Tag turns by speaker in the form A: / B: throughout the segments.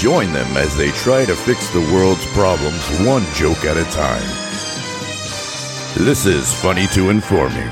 A: Join them as they try to fix the world's problems one joke at a time. This is Funny to Informing.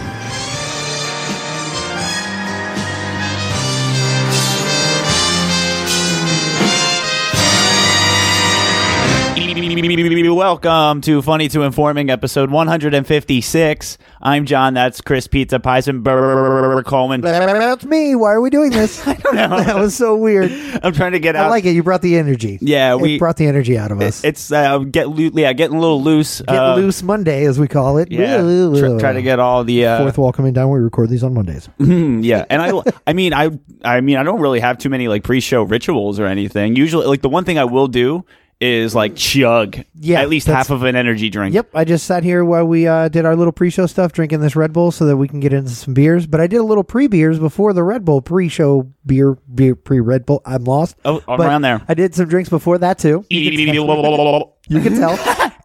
B: Welcome to Funny to Informing, episode 156. I'm John. That's Chris Pizza Pison Brrrr, Coleman.
C: That's me. Why are we doing this? I don't know. That was so weird.
B: I'm trying to get out.
C: I like it. You brought the energy.
B: Yeah,
C: It
B: we-
C: brought the energy out of us.
B: It's uh, get loo- yeah, getting a little loose.
C: Get
B: uh,
C: loose Monday, as we call it.
B: Yeah,
C: Woo, woo,
B: try,
C: woo.
B: try to get all the uh,
C: fourth wall coming down. We record these on Mondays.
B: Mm, yeah, and I, I mean, I, I mean, I don't really have too many like pre-show rituals or anything. Usually, like the one thing I will do is like chug,
C: Yeah,
B: at least
C: that's-
B: half of an energy drink.
C: Yep, I just sat here while we uh, did our little pre-show stuff, drinking this Red Bull so that we can get into some beers. But I did a little pre-beers before the Red Bull pre-show beer, beer pre-Red Bull. I'm lost.
B: Oh, I'm
C: But
B: around there.
C: I did some drinks before that too. You can tell.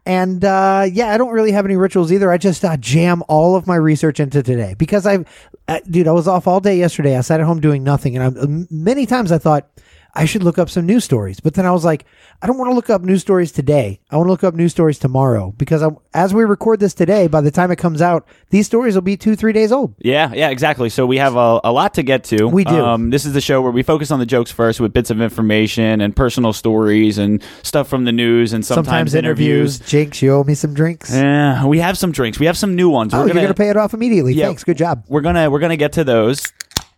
C: and uh, yeah, I don't really have any rituals either. I just uh, jam all of my research into today because I've, uh, dude, I was off all day yesterday. I sat at home doing nothing. And I, many times I thought I should look up some news stories. But then I was like, I don't want to look up news stories today. I want to look up news stories tomorrow because I, as we record this today, by the time it comes out, these stories will be two, three days old.
B: Yeah, yeah, exactly. So we have a, a lot to get to. Um,
C: We do.
B: this is the show where we focus on the jokes first with bits of information and personal stories and stuff from the news and sometimes, interviews.
C: Jinx, you owe me some drinks.
B: Yeah, we have some drinks. We have some new ones.
C: oh,
B: We're
C: you're going to pay it off immediately.
B: Yeah.
C: Thanks. Good job.
B: we're gonna we're gonna get to those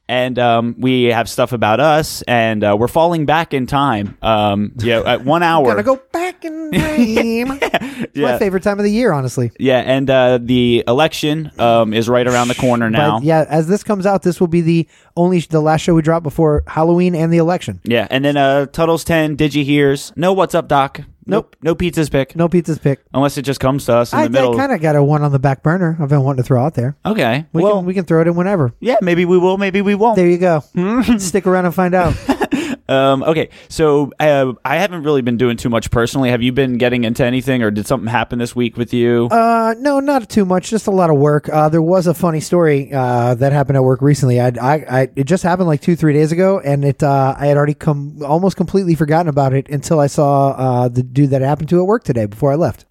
B: and um, we have stuff about us and uh, we're falling back in time um, yeah at one hour
C: Gotta go back in time. It's
B: yeah.
C: my favorite time of the year, honestly.
B: yeah and uh, the election um, is right around the corner now
C: But yeah, as this comes out, this will be the only the last show we drop before Halloween and the election.
B: Yeah, and then uh, Tuttle's 10, Digi Hears. No, what's up, Doc? Nope. No pizza's pick.
C: No pizzas pick.
B: Unless it just comes to us in
C: I,
B: the middle.
C: kind of got a one on the back burner. I've been wanting to throw out there.
B: okay.
C: We
B: well,
C: can we can throw it in whenever.
B: yeah, maybe we will, maybe we won't.
C: There you go.
B: Hmm?
C: Stick around and find out.
B: Um, okay, so uh, I haven't really been doing too much personally. Have you been getting into anything or did something happen this week with you?
C: Uh, no, not too much. Just a lot of work. Uh, there was a funny story uh, that happened at work recently. I, I, I, it just happened like two, three days ago, and it, uh, I had already come almost completely forgotten about it until I saw uh, the dude that it happened to at work today before I left.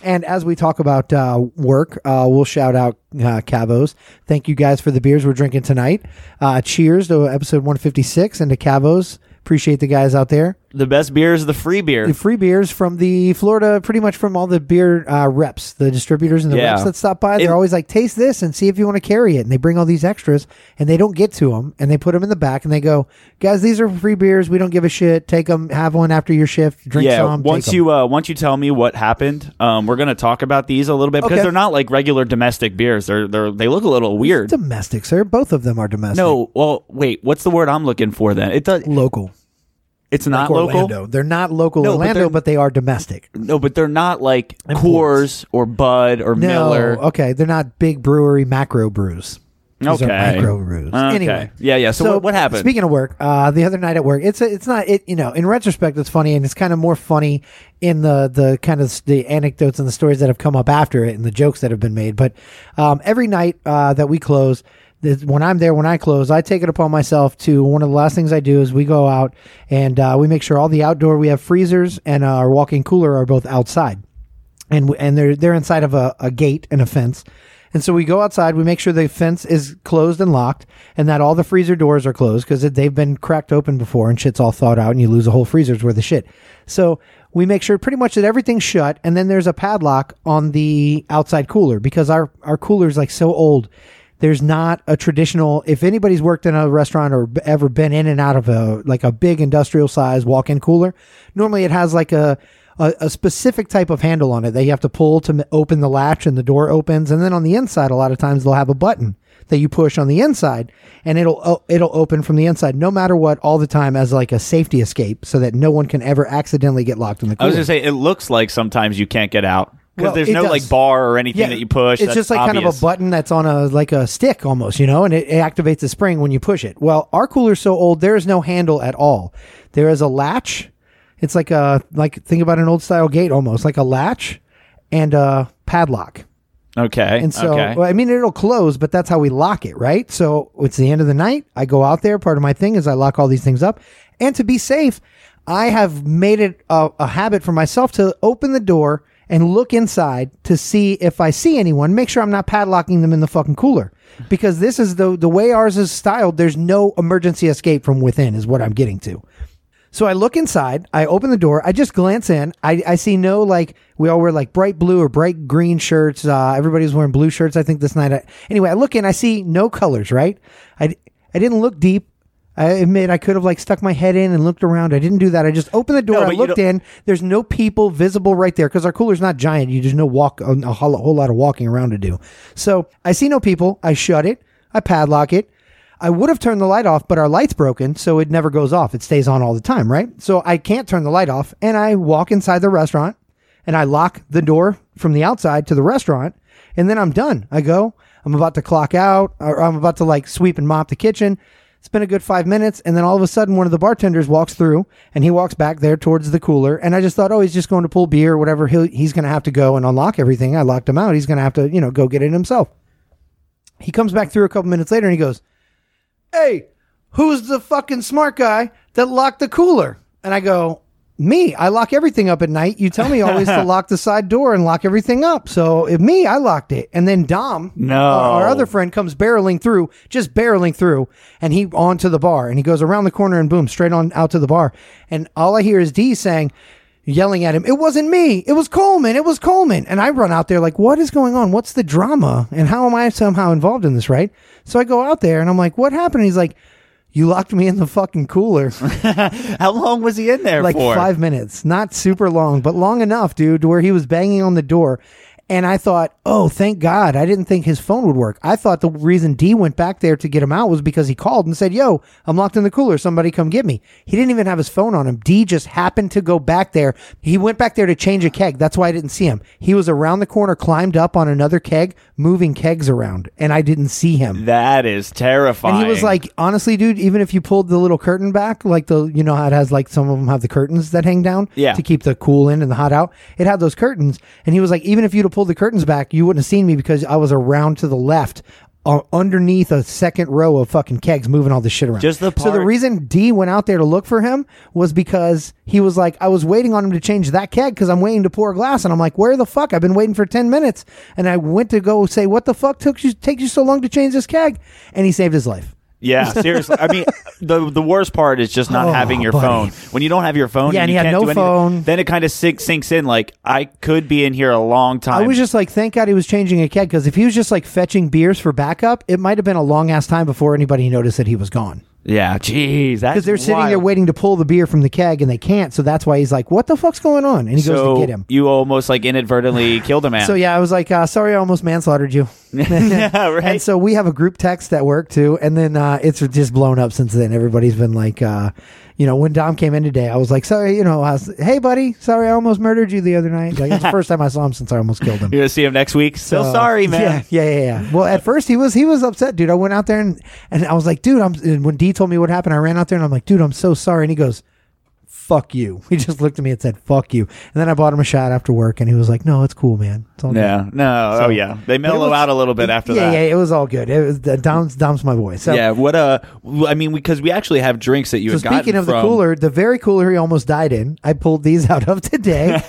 C: And as we talk about uh, work, uh, we'll shout out uh, Cavos. Thank you guys for the beers we're drinking tonight. Uh, cheers to episode 156 and to Cavos. Appreciate the guys out there
B: the best beer is the free beer.
C: the free beers from the Florida, pretty much from all the beer uh, reps, the distributors and the
B: Yeah.
C: reps that stop by. They're
B: It-
C: always like, taste this and see if you want to carry it. And they bring all these extras and they don't get to them and they put them in the back and they go, guys, these are free beers. We don't give a shit. Take them, have one after your shift, drink
B: yeah,
C: some. take
B: once
C: 'em."
B: you uh, once you tell me what happened, um, we're gonna talk about these a little bit because
C: Okay.
B: they're not like regular domestic beers. They're they are they look a little weird.
C: domestic, sir. Both of them are domestic.
B: No, well, wait, what's the word I'm looking for then? It does.
C: Local.
B: It's not local.
C: Orlando. They're not local
B: No, but
C: Orlando,
B: they're-
C: but, they are domestic.
B: No, but they're not like Coors
C: Imports.
B: or Bud or Miller.
C: No. Okay. They're not big brewery macro brews. These Are
B: Okay.
C: macro brews.
B: Okay.
C: Anyway.
B: Yeah, yeah. So, what, what happened?
C: Speaking of work, uh, the other night at work, it's a, it's not it. You know, in retrospect, it's funny, and it's kind of more funny in the the kind of s- the anecdotes and the stories that have come up after it, and the jokes that have been made. But um, every night uh, that we close. this- When I'm there, when I close, I take it upon myself to one of the last things I do is we go out and uh, we make sure all the outdoor we have freezers and uh, our walk-in cooler are both outside and w- and they're they're inside of a, a gate and a fence. And so we go outside. We make sure the fence is closed and locked, and that all the freezer doors are closed because they've been cracked open before, and shit's all thawed out, and you lose a whole freezer's worth of shit. So we make sure pretty much that everything's shut, and then there's a padlock on the outside cooler because our our cooler's like so old. There's not a traditional. If anybody's worked in a restaurant or b- ever been in and out of a like a big industrial size walk-in cooler, normally it has like a a, a specific type of handle on it that you have to pull to m- open the latch and the door opens. And then on the inside, a lot of times they'll have a button that you push on the inside and it'll o- it'll open from the inside no matter what all the time as like a safety escape so that no one can ever accidentally get locked in the
B: I
C: cooler.
B: was gonna say it looks like sometimes you can't get out because
C: Well,
B: there's
C: it
B: no
C: does.
B: like bar or anything that you push. That's
C: It's just like kind of a
B: obvious.
C: button that's on a like a stick almost, you know, and it, it activates the spring when you push it. Well, our cooler's so old, there is no handle at all. There is a latch. It's like a like think about an old style gate almost, like a latch and a padlock.
B: Okay,
C: And so,
B: okay.
C: well, I mean, it'll close, but that's how we lock it, right? So it's the end of the night. I go out there. Part of my thing is I lock all these things up. And to be safe, I have made it a, a habit for myself to open the door and look inside to see if I see anyone, make sure I'm not padlocking them in the fucking cooler. Because this is the, the way ours is styled. There's no emergency escape from within, is what I'm getting to. So I look inside, I open the door, I just glance in. I, I see no like, we all wear like bright blue or bright green shirts. Uh, everybody's wearing blue shirts, I think, this night. I, anyway, I look in, I see no colors, right? I, I didn't look deep. I admit I could have like stuck my head in and looked around. I didn't do that. I just opened the door.
B: No,
C: I
B: but you
C: looked in. There's no people visible right there because our cooler's not giant. You just no walk a a whole, whole lot of walking around to do. So I see no people. I shut it. I padlock it. I would have turned the light off, but our light's broken, so it never goes off. It stays on all the time, right? So I can't turn the light off. And I walk inside the restaurant and I lock the door from the outside to the restaurant. And then I'm done. I go, I'm about to clock out, or I'm about to like sweep and mop the kitchen. It's been a good five minutes. And then all of a sudden, one of the bartenders walks through and he walks back there towards the cooler. And I just thought, oh, he's just going to pull beer or whatever. He'll, he's going to have to go and unlock everything. I locked him out. He's going to have to, you know, go get it himself. He comes back through a couple minutes later and he goes, hey, who's the fucking smart guy that locked the cooler? And I go, me. I lock everything up at night. You tell me always to lock the side door and lock everything up. So if me, I locked it. And then Dom,
B: No.
C: our, our other friend, comes barreling through, just barreling through, and he onto the bar and he goes around the corner and boom, straight on out to the bar. And all I hear is D saying, yelling at him, it wasn't me. It was Coleman. It was Coleman. And I run out there like, what is going on? What's the drama? And how am I somehow involved in this? Right. So I go out there and I'm like, what happened? And he's like, you locked me in the fucking cooler
B: How long was he in there
C: uh, like
B: for?
C: five minutes, not super long, but long enough, dude, to where he was banging on the door. And I thought, oh, thank God. I didn't think his phone would work. I thought the reason D went back there to get him out was because he called and said, yo, I'm locked in the cooler. Somebody come get me. He didn't even have his phone on him. D just happened to go back there. He went back there to change a keg. That's why I didn't see him. He was around the corner, climbed up on another keg, moving kegs around, and I didn't see him.
B: That is terrifying.
C: And he was like, honestly, dude, even if you pulled the little curtain back, like the, you know, how it has like some of them have the curtains that hang down
B: Yeah.
C: to keep the cool in and the hot out. It had those curtains. And he was like, even if you'd have pulled the curtains back, you wouldn't have seen me because I was around to the left uh, underneath a second row of fucking kegs moving all this shit around.
B: Just the
C: So the
B: part-
C: reason D went out there to look for him was because he was like, I was waiting on him to change that keg because I'm waiting to pour a glass. And I'm like, where the fuck? I've been waiting for 10 minutes. And I went to go say, what the fuck took you, take you so long to change this keg? And he saved his life.
B: Yeah, seriously. I mean, the the worst part is just not
C: Oh,
B: having your
C: buddy.
B: phone. When you don't have your phone,
C: Yeah, and
B: you
C: he had
B: can't
C: no
B: do anything,
C: phone.
B: Then it kind of sink, sinks in. Like I could be in here a long time.
C: I was just like, thank God he was changing a keg because if he was just like fetching beers for backup, it might have been a long ass time before anybody noticed that he was gone.
B: yeah, jeez,
C: Because they're sitting there waiting to pull the beer from the keg and they can't. So that's why he's like, what the fuck's going on? And he
B: So
C: goes to get him.
B: you almost like inadvertently killed a man.
C: So yeah, I was like, uh, sorry, I almost manslaughtered you.
B: yeah, right.
C: And so we have a group text at work too, and then uh, it's just blown up since then. Everybody's been like, uh, you know, when Dom came in today, I was like, sorry, you know, I was, hey buddy, sorry, I almost murdered you the other night. Like it's the first time I saw him since I almost killed him.
B: You're gonna see him next week. So
C: Uh,
B: sorry, man.
C: Yeah, yeah, yeah, yeah. Well, at first he was he was upset, dude. I went out there and and I was like, dude, I'm. And when D told me what happened, I ran out there and I'm like, dude, I'm so sorry. And he goes, "Fuck you." He just looked at me and said, "Fuck you." And then I bought him a shot after work, and he was like, "No, it's cool, man. It's all
B: Yeah.
C: good."
B: No. oh yeah. They
C: But it
B: mellow
C: was-
B: out a little bit after
C: yeah,
B: that.
C: Yeah, it was all good. It was uh, Dom's Dom's my boy. So
B: yeah. What uh I mean, because we actually have drinks that you
C: So
B: had gotten
C: speaking of the
B: from-
C: cooler, the very cooler he almost died in, I pulled these out of today,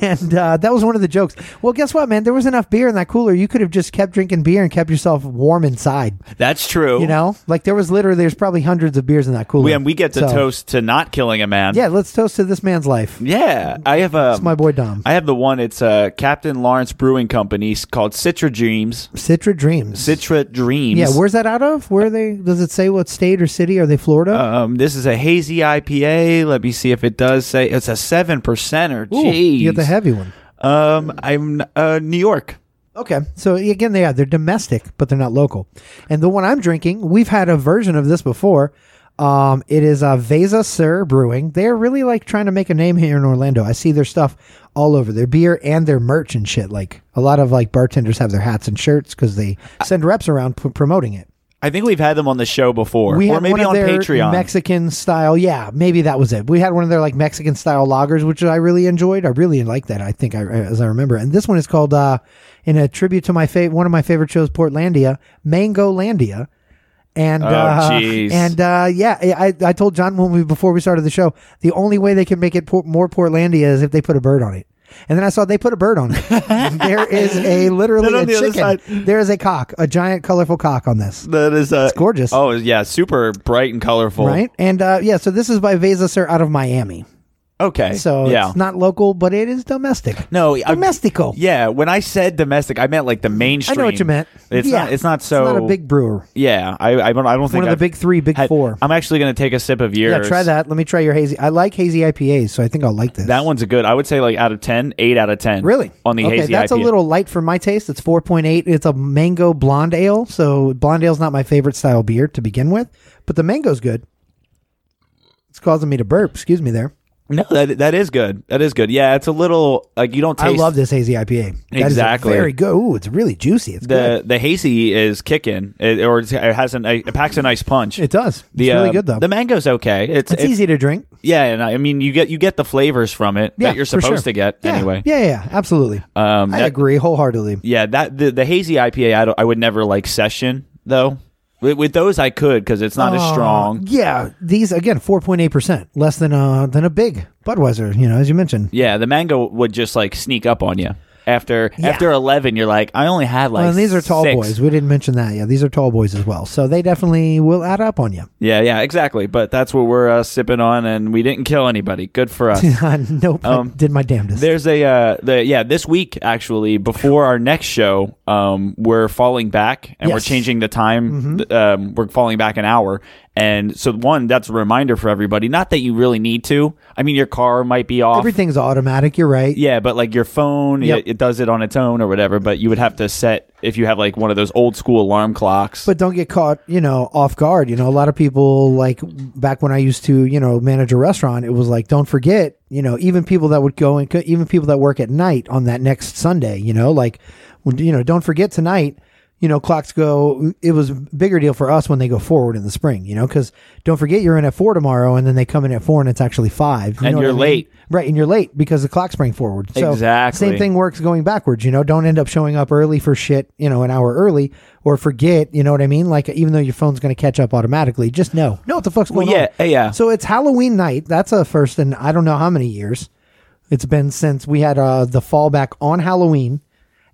C: and uh, that was one of the jokes. Well, guess what, man? There was enough beer in that cooler. You could have just kept drinking beer and kept yourself warm inside.
B: That's true.
C: You know, like there was literally there's probably hundreds of beers in that cooler.
B: We, and we get to
C: So,
B: toast to not killing a man.
C: Yeah, let's toast to this man's life.
B: Yeah, I have a.
C: It's my boy Dom.
B: I have the one. It's uh, Captain Lawrence Brewing Company s- called Citra Dreams.
C: Citra Dreams.
B: Citra Dreams.
C: yeah, where's that out of? Where are they? Does it say what state or city? Are they Florida?
B: um, this is a hazy IPA. Let me see if it does say it's a seven percenter. Uh, Jeez,
C: you get the heavy one.
B: um, I'm uh, New York.
C: Okay, so again, they are they're domestic, but they're not local. And the one I'm drinking, we've had a version of this before. Um, it is uh, Vesa Sir Brewing. They're really like trying to make a name here in Orlando. I see their stuff all over their beer and their merch and shit. Like a lot of like bartenders have their hats and shirts because they send reps around p- promoting it.
B: I think we've had them on the show before,
C: We
B: or
C: had
B: maybe on
C: one of their
B: Patreon.
C: Mexican style. Yeah, maybe that was it. We had one of their like Mexican style lagers, which I really enjoyed. I really like that. I think I, as I remember. And this one is called, uh, in a tribute to my favorite, one of my favorite shows, Portlandia, Mangolandia. And, uh,
B: Oh, jeez.
C: and, uh, yeah, I, I told John when we, before we started the show, the only way they can make it por- more Portlandia is if they put a bird on it. And then I saw they put a bird on it. there is a literally
B: Then on
C: a
B: the other side-
C: chicken. There is a cock, a giant colorful cock on this.
B: that is uh,
C: gorgeous.
B: Oh yeah, super bright and colorful.
C: Right. And uh, yeah, so this is by Vesa Sir out of Miami.
B: Okay.
C: So
B: yeah.
C: it's not local, but it is domestic.
B: no, I-
C: Domestico.
B: yeah. When I said domestic, I meant like the mainstream.
C: I know what you meant.
B: It's
C: Yeah.
B: not. It's not so.
C: It's not a big brewer.
B: Yeah. I. I don't. I don't think
C: One of the
B: I've
C: big three, big
B: had-
C: four.
B: I'm actually gonna take a sip of yours.
C: yeah, try that. Let me try your hazy. I like hazy IPAs, so I think I'll like this.
B: That one's a good. I would say like out of 10, 8 out of ten.
C: really
B: On the
C: okay,
B: hazy
C: that's
B: IPA.
C: a little light for my taste. It's four point eight. It's a mango blonde ale. So blonde ale's not my favorite style beer to begin with, but the mango's good. It's causing me to burp. Excuse me there.
B: No, that that is good. That is good. Yeah, it's a little like you don't taste.
C: I love this hazy IPA. That is a
B: Exactly.
C: very good. Ooh, it's really juicy. It's good.
B: the the hazy is kicking, it, or it's- it has an it packs a nice punch.
C: It does.
B: the,
C: it's really
B: uh,
C: good though.
B: The mango's okay. It's,
C: it's,
B: it's-
C: easy to drink.
B: yeah, and I, I mean you get you get the flavors from it
C: Yeah,
B: that you're
C: for
B: supposed to
C: sure.
B: get
C: Yeah.
B: anyway.
C: Yeah, yeah, yeah, absolutely.
B: Um,
C: I
B: that-
C: agree wholeheartedly.
B: Yeah, that the, the hazy IPA I, don't, I would never like session though. With, with those I could because it's not as
C: Uh,
B: strong.
C: yeah, these again, four point eight percent, less than uh than a big Budweiser. You know, as you mentioned.
B: Yeah, the mango would just like sneak up on you after
C: Yeah.
B: after eleven. You're like, I only had like.
C: Well, and Uh, these are tall
B: six."
C: boys. We didn't mention that. Yeah, these are tall boys as well. So they definitely will add up on you.
B: Yeah, yeah, exactly. But that's what we're uh, sipping on, and we didn't kill anybody. Good for us.
C: nope,
B: Um,
C: I did my damnedest.
B: There's a uh, the yeah this week actually before our next show um we're falling back and we're
C: Yes. Mm-hmm.
B: changing the time th- um we're falling back an hour and so one that's a reminder for everybody not that you really need to I mean your car might be off
C: Everything's automatic. You're right.
B: yeah but like your phone
C: Yep.
B: it, it does it on its own or whatever but you would have to set if you have like one of those old school alarm clocks
C: But don't get caught, you know, off guard. You know, a lot of people like back when I used to, you know, manage a restaurant, it was like, don't forget, you know, even people that would go and co- even people that work at night on that next Sunday, you know, like, when- you know, don't forget tonight. You know, clocks go. It was a bigger deal for us when they go forward in the spring. You know, because don't forget you're in at four tomorrow, and then they come in at four, and it's actually five. You
B: And
C: know what
B: you're
C: I mean?
B: late.
C: right? And you're late because the clock sprang forward. So
B: Exactly.
C: Same thing thing works going backwards. You know, don't end up showing up early for shit, you know, an hour early or forget, you know what I mean? Like, even though your phone's going to catch up automatically, just know, know what the fuck's going
B: yeah, uh,
C: on.
B: yeah.
C: So it's Halloween night. That's a first in I don't know how many years. It's been since we had uh, the fallback on Halloween.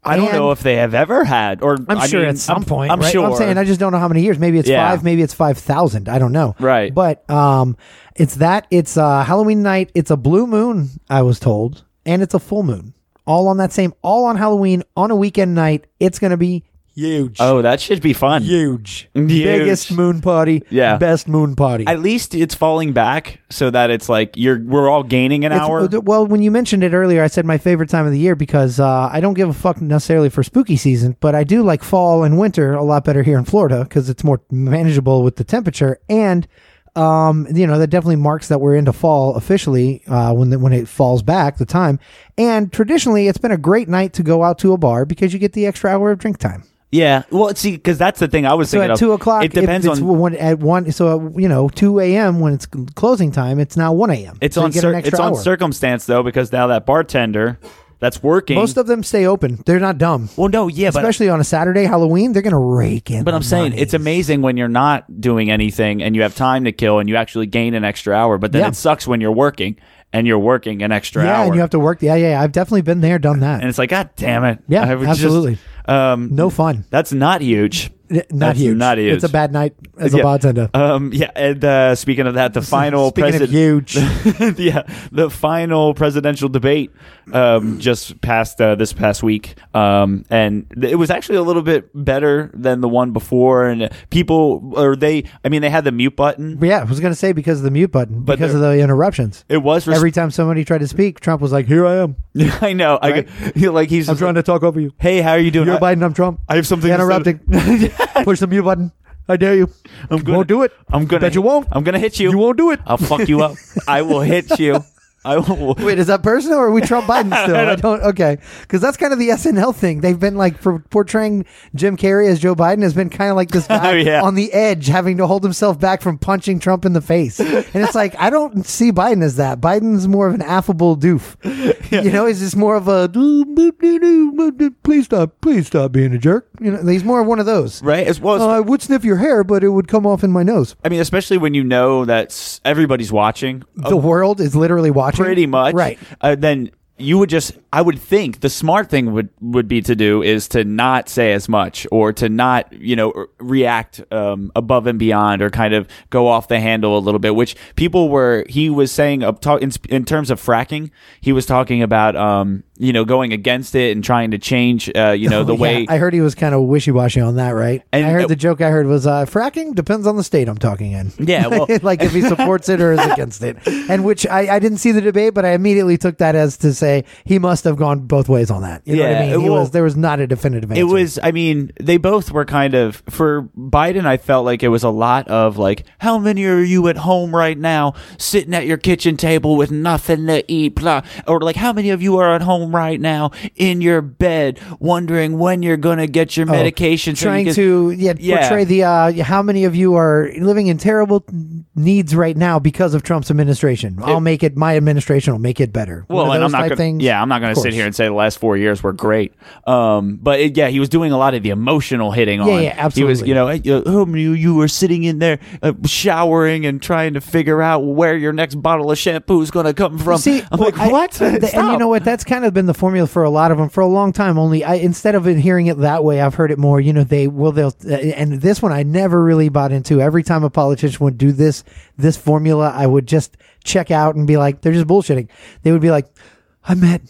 B: I don't
C: And-
B: know if they have ever had or
C: I'm
B: I
C: sure
B: mean,
C: at some
B: I'm-
C: point.
B: I'm
C: right?
B: sure
C: I'm saying I just don't know how many years. Maybe it's
B: Yeah.
C: five. Maybe it's five thousand. I don't know.
B: Right.
C: But um, it's that. It's uh, Halloween night. It's a blue moon. I was told, and it's a full moon. All on that same. All on Halloween on a weekend night. It's gonna be huge.
B: oh that should be fun
C: Huge.
B: Huge.
C: Biggest moon party.
B: Yeah.
C: Best moon party.
B: at least it's falling back so that it's like you're we're all gaining an
C: It's-
B: hour.
C: uh, Well, when you mentioned it earlier, I said my favorite time of the year because uh, I don't give a fuck necessarily for spooky season, but I do like fall and winter a lot better here in Florida because it's more manageable with the temperature and. Um, you know that definitely marks that we're into fall officially uh, when the, when it falls back the time, and traditionally it's been a great night to go out to a bar because you get the extra hour of drink time.
B: yeah. Well, see, because that's the thing I was
C: So
B: thinking
C: at
B: of.
C: two o'clock,
B: It depends
C: it's
B: on.
C: one, at one. So uh, you know, two a.m. when it's closing time, it's now one a.m.
B: It's
C: So you
B: on.
C: get
B: Cir-
C: an extra
B: it's on
C: hour.
B: circumstance though, because now that bartender that's working.
C: Most of them stay open. They're not dumb.
B: well, no, yeah, but
C: Especially on a Saturday, Halloween, they're gonna rake in.
B: but I'm
C: the
B: saying
C: money.
B: it's amazing when you're not doing anything and you have time to kill and you actually gain an extra hour. But then
C: Yeah.
B: it sucks when you're working and you're working an extra
C: yeah,
B: hour.
C: and you have to work. Yeah, yeah, yeah. I've definitely been there, done that.
B: And it's like, God damn it!
C: Yeah,
B: I would just-
C: absolutely.
B: um,
C: no fun.
B: that's not huge.
C: Not
B: That's
C: huge.
B: not huge.
C: It's a bad night as
B: Yeah.
C: a bartender.
B: Um, yeah, and uh, speaking of that, the final
C: Speaking
B: president,
C: of huge.
B: yeah, the final presidential debate um, just passed uh, this past week, um, and th- it was actually a little bit better than the one before. And uh, people, or they, I mean, they had the mute button.
C: But yeah, I was going to say because of the mute button,
B: But
C: because of the interruptions.
B: It was res-
C: Every time somebody tried to speak, Trump was like, "Here I am.
B: I know. I
C: Right?
B: go- he- like he's
C: I'm
B: just
C: trying to talk over you.
B: like, Hey, how are you doing?
C: You're
B: I-
C: Biden. I'm Trump.
B: I have something to say.
C: interrupting. Push the mute button. I dare you.
B: I'm gonna-
C: won't do it.
B: I'm gonna.
C: Bet you won't.
B: I'm gonna hit you.
C: You won't do it.
B: I'll fuck you up. I will hit you. I will.
C: Wait, is that personal or are we Trump Biden still? I don't. Okay, because that's kind of the SNL thing. They've been like for portraying Jim Carrey as Joe Biden has been kind of like this guy
B: Oh, yeah.
C: on the edge, having to hold himself back from punching Trump in the face. And it's like I don't see Biden as that. Biden's more of an affable doof. You know, he's just more of a "Doo, boop, doo, doo, boop, doo, please stop, please stop being a jerk. You know, he's more of one of those.
B: Right as well as
C: Uh, I would sniff your hair, but it would come off in my nose.
B: I mean, especially when you know that s- everybody's watching, uh,
C: The world is literally watching.
B: pretty much,
C: Mm, Right.
B: Uh, then you would just, I would think the smart thing would would be to do is to not say as much or to not, you know, r- react um, above and beyond or kind of go off the handle a little bit. Which people were, he was saying up talk, in, sp- in terms of fracking, he was talking about, um, you know, going against it and trying to change, uh, you know, the
C: Oh, Yeah,
B: way.
C: I heard he was kind of wishy washy on that, right?
B: And-
C: I heard the joke I heard was uh, fracking depends on the state I'm talking in.
B: Yeah, well-
C: like if he supports it or is against it, and which I, I didn't see the debate, but I immediately took that as to say he must have gone both ways on that. You know what
B: Yeah,
C: I mean? He
B: well-
C: was there was not a definitive answer.
B: It was, I mean, they both were kind of, for Biden, I felt like it was a lot of like, how many are you at home right now sitting at your kitchen table with nothing to eat? Blah. Or like, how many of you are at home right now in your bed wondering when you're going to get your medication? so you
C: Oh, trying
B: can-"
C: to yeah, portray the uh, how many of you are living in terrible needs right now because of Trump's administration. I'll make it my administration will make it better. One
B: Well, and
C: of
B: I'm
C: those
B: not
C: type
B: gonna,
C: things.
B: yeah, I'm not going
C: Of
B: to sit
C: course.
B: here and say the last four years were great. Um, but it, yeah, he was doing a lot of the emotional hitting on.
C: yeah,
B: He was,
C: absolutely.
B: you know, eh, uh, whom you you were sitting in there uh, showering and trying to figure out where your next bottle of shampoo is going to come from.
C: See,
B: I'm
C: well,
B: like,
C: I-
B: what?
C: th- and you
B: Stop.
C: know what? That's kind of been the formula for a lot of them for a long time. Only I, instead of hearing it that way, I've heard it more. You know, they will they'll uh, and this one I never really bought into. Every time a politician would do this this formula, I would just check out and be like, they're just bullshitting. They would be like, I met.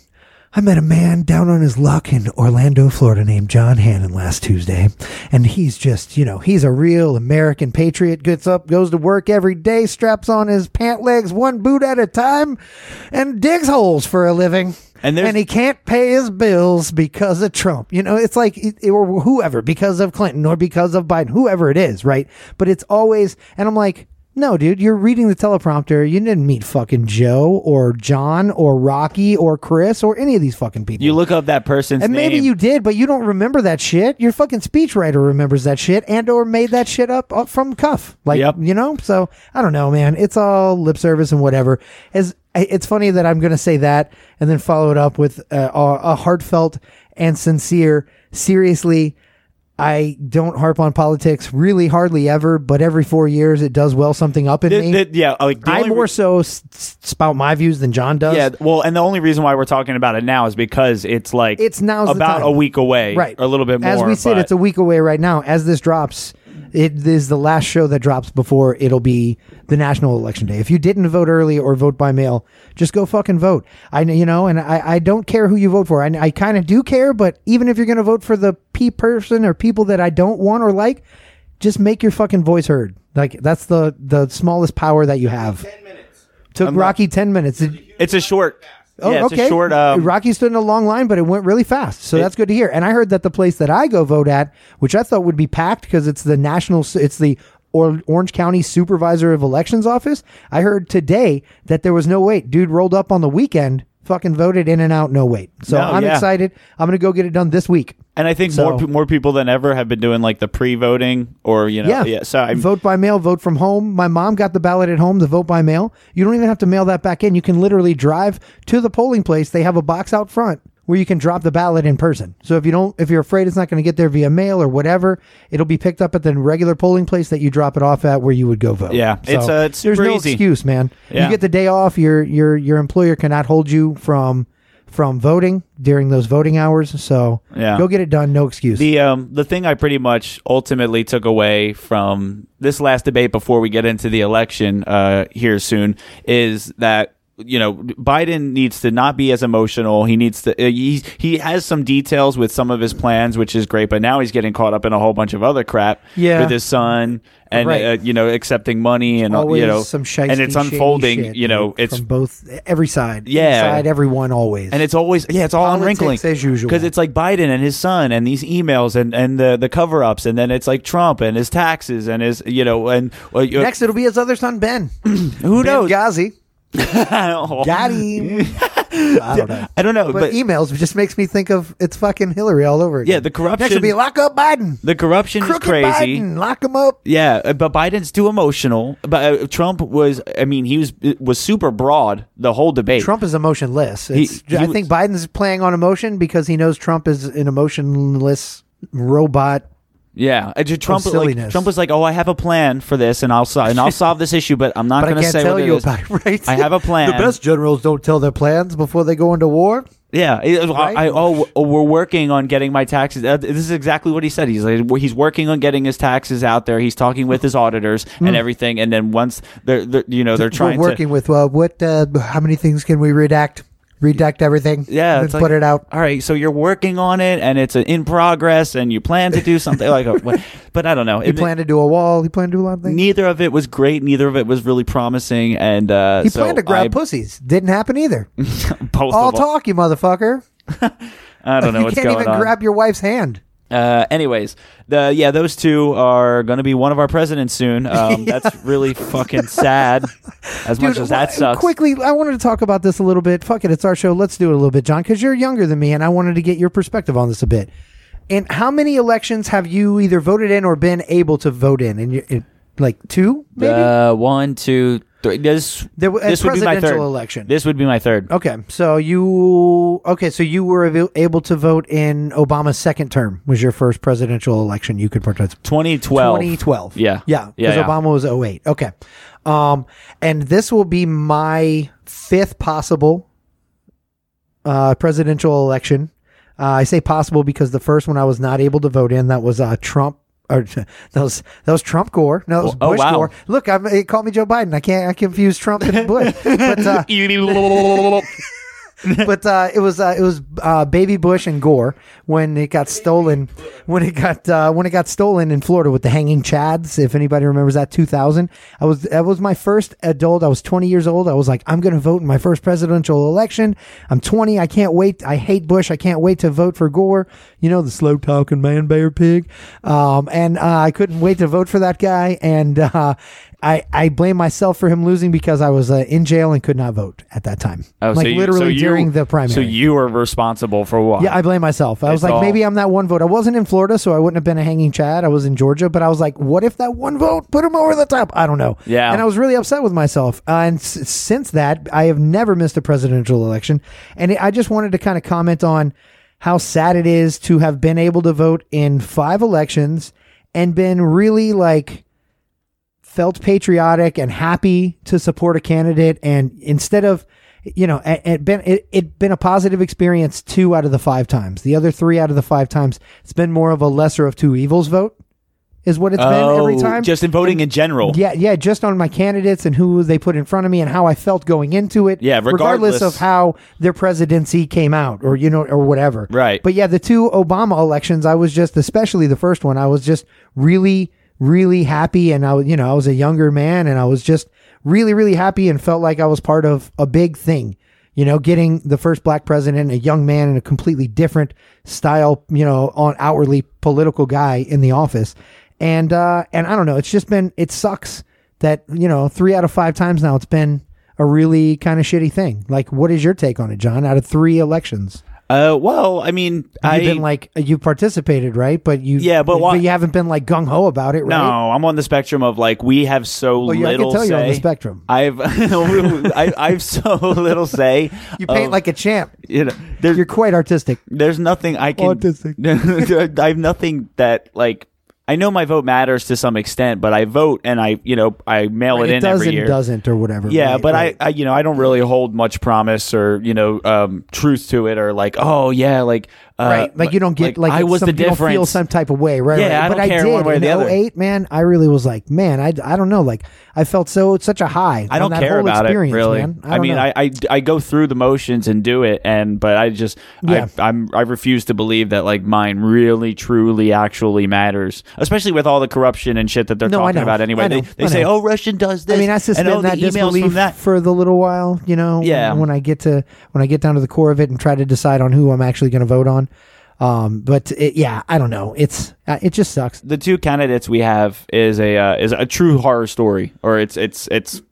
C: I met a man down on his luck in Orlando, Florida, named John Hannon last Tuesday. And he's just, you know, he's a real American patriot, gets up, goes to work every day, straps on his pant legs one boot at a time, and digs holes for a living.
B: And
C: And,
B: there's-
C: he can't pay his bills because of Trump. You know, it's like, it- or whoever, because of Clinton or because of Biden, whoever it is, right? But it's always, and I'm like, no, dude, you're reading the teleprompter. You didn't meet fucking Joe or John or Rocky or Chris or any of these fucking people.
B: You look up that person's
C: and maybe
B: name.
C: you did, but you don't remember that shit. Your fucking speechwriter remembers that shit and or made that shit up up from cuff. Like,
B: Yep.
C: you know? So, I don't know, man. It's all lip service and whatever. As I- it's funny that I'm going to say that and then follow it up with uh, a, a heartfelt and sincere, seriously, I don't harp on politics really hardly ever, but every four years it does well something up in
B: Th-
C: me.
B: th- yeah, like the
C: I
B: only
C: more
B: re-
C: so s- s- spout my views than John does.
B: Yeah, well, and the only reason why we're talking about it now is because it's like
C: It's now's the
B: about
C: time.
B: a week away,
C: right.
B: or A little bit more.
C: As we said,
B: but-
C: it's a week away right now. As this drops, it is the last show that drops before it'll be the national election day. If you didn't vote early or vote by mail, just go fucking vote. I know, you know, and I, I don't care who you vote for. I, I kind of do care, but even if you're going to vote for the P person or people that I don't want or like, just make your fucking voice heard. Like that's the the smallest power that you have. Ten minutes. Took Rocky ten minutes. Did-
B: It's a short.
C: Oh,
B: yeah, it's a short. Um,
C: Rocky stood in a long line, but it went really fast. So that's good to hear. And I heard that the place that I go vote at, which I thought would be packed because it's the national, it's the or- Orange County Supervisor of Elections office. I heard today that there was no wait. Dude rolled up on the weekend, fucking voted in and out, no wait. So
B: No,
C: I'm
B: yeah.
C: excited. I'm going to go get it done this week.
B: And I think
C: So-
B: more pe- more people than ever have been doing like the pre-voting or you know
C: Yeah.
B: yeah. so I'm
C: vote by mail, vote from home. My mom got the ballot at home, the vote by mail. You don't even have to mail that back in. You can literally drive to the polling place. They have a box out front where you can drop the ballot in person. So if you don't if you're afraid it's not going to get there via mail or whatever, it'll be picked up at the regular polling place that you drop it off at where you would go vote.
B: Yeah. It's, uh, it's
C: there's
B: super
C: no
B: easy.
C: excuse, man.
B: Yeah.
C: You get the day off, your your your employer cannot hold you from from voting during those voting hours. So
B: Yeah.
C: go get it done. No excuse.
B: The um the thing I pretty much ultimately took away from this last debate before we get into the election uh here soon is that you know Biden needs to not be as emotional. He needs to uh, he he has some details with some of his plans, which is great. But now he's getting caught up in a whole bunch of other crap
C: Yeah.
B: with his son and
C: Right.
B: uh, you know accepting money and uh,
C: Always
B: you know
C: some shady,
B: and it's
C: shady
B: unfolding.
C: shit,
B: you know
C: like,
B: it's
C: from both every side.
B: Yeah.
C: side everyone always.
B: and it's always yeah, it's all
C: Politics
B: unwrinkling
C: as usual.
B: because it's like Biden and his son and these emails and and the the cover ups and then it's like Trump and his taxes and his you know and well, you-
C: next it'll be his other son Ben.
B: who knows?
C: Ghazi.
B: Oh.
C: Got him. I don't know.
B: I don't know,
C: But,
B: but,
C: emails just makes me think of it's fucking Hillary all over again.
B: Yeah, the corruption-
C: Next will be lock up Biden.
B: the corruption is
C: Crooked
B: crazy.
C: Biden. Lock him up.
B: Yeah, uh, but Biden's too emotional. But uh, Trump was, I mean, he was was super broad the whole debate.
C: Trump is emotionless. It's,
B: he
C: I
B: was-
C: think Biden's playing on emotion because he knows Trump is an emotionless robot.
B: yeah, Uh, just Trump like
C: silliness.
B: Trump was like, "Oh, I have a plan for this, and I'll so- and I'll solve this issue, but I'm not
C: But I
B: going to
C: can't
B: say
C: tell
B: what it
C: you
B: is.
C: about it, right?
B: I have a plan.
C: the best generals don't tell their plans before they go into war.
B: Yeah. it-
C: Right?
B: I, I- oh, oh, we're working on getting my taxes. Uh, this is exactly what he said. He's like, he's working on getting his taxes out there. He's talking with his auditors and everything. And then once they're, they're you know, they're trying
C: Mm. We're working with uh, what? Uh, how many things can we redact? Redact everything.
B: to. Yeah,
C: and
B: it's
C: then
B: like,
C: put it out.
B: All right, so you're working on it, and it's uh, in progress, and you plan to do something like. uh, what- But I don't know.
C: He planned to do a wall. He planned to do a lot of things.
B: neither of it was great. Neither of it was really promising. And uh,
C: He
B: so
C: planned to grab
B: I-
C: pussies. Didn't happen either.
B: both
C: All
B: of them.
C: talk, you motherfucker.
B: I don't know
C: You
B: what's
C: can't
B: going
C: even
B: on.
C: grab your wife's hand.
B: Uh, anyways, the yeah, those two are going to be one of our presidents soon. Um, That's really fucking sad. As much as Oh, that
C: wh-
B: sucks.
C: Quickly, I wanted to talk about this a little bit. Fuck it, it's our show. Let's do it a little bit, John, because you're younger than me, and I wanted to get your perspective on this a bit. And how many elections have you either voted in or been able to vote in? And you, in like two, maybe.
B: Uh, one, two, three. This
C: There w- a
B: this would be my third
C: presidential election. Oh.
B: This would be my third.
C: okay, so you okay, so you were av- able to vote in Obama's second term. Was your first presidential election you could participate?
B: 2012.
C: 2012.
B: Yeah.
C: Yeah.
B: Yeah,
C: Because
B: yeah.
C: Obama was 08. Okay. Um, and this will be my fifth possible uh, presidential election. Uh, I say possible because the first one I was not able to vote in. That was uh, Trump. Or that was that was Trump Gore. No, it was
B: Oh,
C: Bush
B: wow.
C: Gore. Look, I'm, it called me Joe Biden. I can't. I confuse Trump and Bush. but uh, but uh, it was uh, it was uh, baby Bush and Gore when it got stolen when it got uh, when it got stolen in Florida with the hanging chads. If anybody remembers that, two thousand. I was that was my first adult. I was twenty years old. I was like, I'm going to vote in my first presidential election. I'm twenty. I can't wait. I hate Bush. I can't wait to vote for Gore. You know the slow talking man bear pig. Um, and uh, I couldn't wait to vote for that guy. And uh, I I blame myself for him losing because I was uh, in jail and could not vote at that time.
B: Oh, so
C: like
B: you-
C: literally
B: so you-
C: during the primary.
B: So you were responsible for what?
C: Yeah, I blame myself. I was like,
B: all-
C: maybe I'm that one vote. I wasn't in Florida, so I wouldn't have been a hanging Chad. I was in Georgia, but I was like, what if that one vote put him over the top? I don't know.
B: Yeah.
C: And I was really upset with myself. Uh, and s- since that, I have never missed a presidential election. And I just wanted to kind of comment on how sad it is to have been able to vote in five elections and been really like felt patriotic and happy to support a candidate and instead of you know it, it been it, it been a positive experience two out of the five times the other three out of the five times it's been more of a lesser of two evils vote is what it's been every
B: Oh,
C: time
B: Just in voting in general.
C: yeah yeah just on my candidates and who they put in front of me and how i felt going into it
B: Yeah, regardless.
C: of how their presidency came out or you know or whatever
B: Right.
C: but yeah the two obama elections i was just especially the first one i was just really really happy and i was you know i was a younger man and i was just really really happy and felt like i was part of a big thing you know getting the first black president a young man and a completely different style you know on outwardly political guy in the office and uh and i don't know it's just been it sucks that you know three out of five times now it's been a really kind of shitty thing like what is your take on it john out of three elections
B: Uh, well, I mean, I
C: you've been like you participated right but you
B: Yeah, but why-
C: you haven't been like gung-ho about it
B: No,
C: right
B: I'm on the spectrum of like we have so
C: Well, yeah, I can
B: little
C: tell
B: say.
C: you're on the spectrum.
B: I've I, I've so little say.
C: you paint
B: of-
C: like a champ
B: you know, there's
C: you're quite artistic
B: there's nothing I can.
C: Autistic.
B: I have nothing that like I know my vote matters to some extent, but I vote and I, you know, I mail it,
C: it
B: in
C: does
B: every
C: and
B: year.
C: doesn't or whatever.
B: Yeah,
C: right,
B: but
C: right.
B: I, I, you know, I don't really hold much promise or you know um, truth to it or like, oh yeah, like uh,
C: right, like you don't get like,
B: I
C: it's
B: was
C: some,
B: the
C: you don't
B: difference.
C: feel some type of way, right?
B: Yeah,
C: right.
B: I
C: but
B: don't care
C: I did
B: one way or
C: in
B: the other.
C: 08, man. I really was like, man, I, I don't know, like I felt so such a high.
B: I
C: on
B: don't
C: that
B: care
C: whole
B: about it
C: experience,
B: really.
C: man.
B: I,
C: don't
B: mean,
C: know.
B: I, I I go through the motions and do it, and but I just
C: Yeah.
B: I, I'm I refuse to believe that like mine really truly actually matters, especially with all the corruption and shit that they're
C: No, I
B: talking
C: know.
B: about anyway.
C: I know.
B: They, they
C: I
B: say,
C: know.
B: oh, Russian does this.
C: I mean, I
B: and, oh,
C: suspend
B: the
C: that
B: emails
C: disbelief
B: from that.
C: for the little while. You know,
B: Yeah.
C: When I get to when I get down to the core of it and try to decide on who I'm actually going to vote on, um, but it, yeah, I don't know. It's uh, it just sucks.
B: the two candidates we have is a uh, is a true horror story, or it's it's it's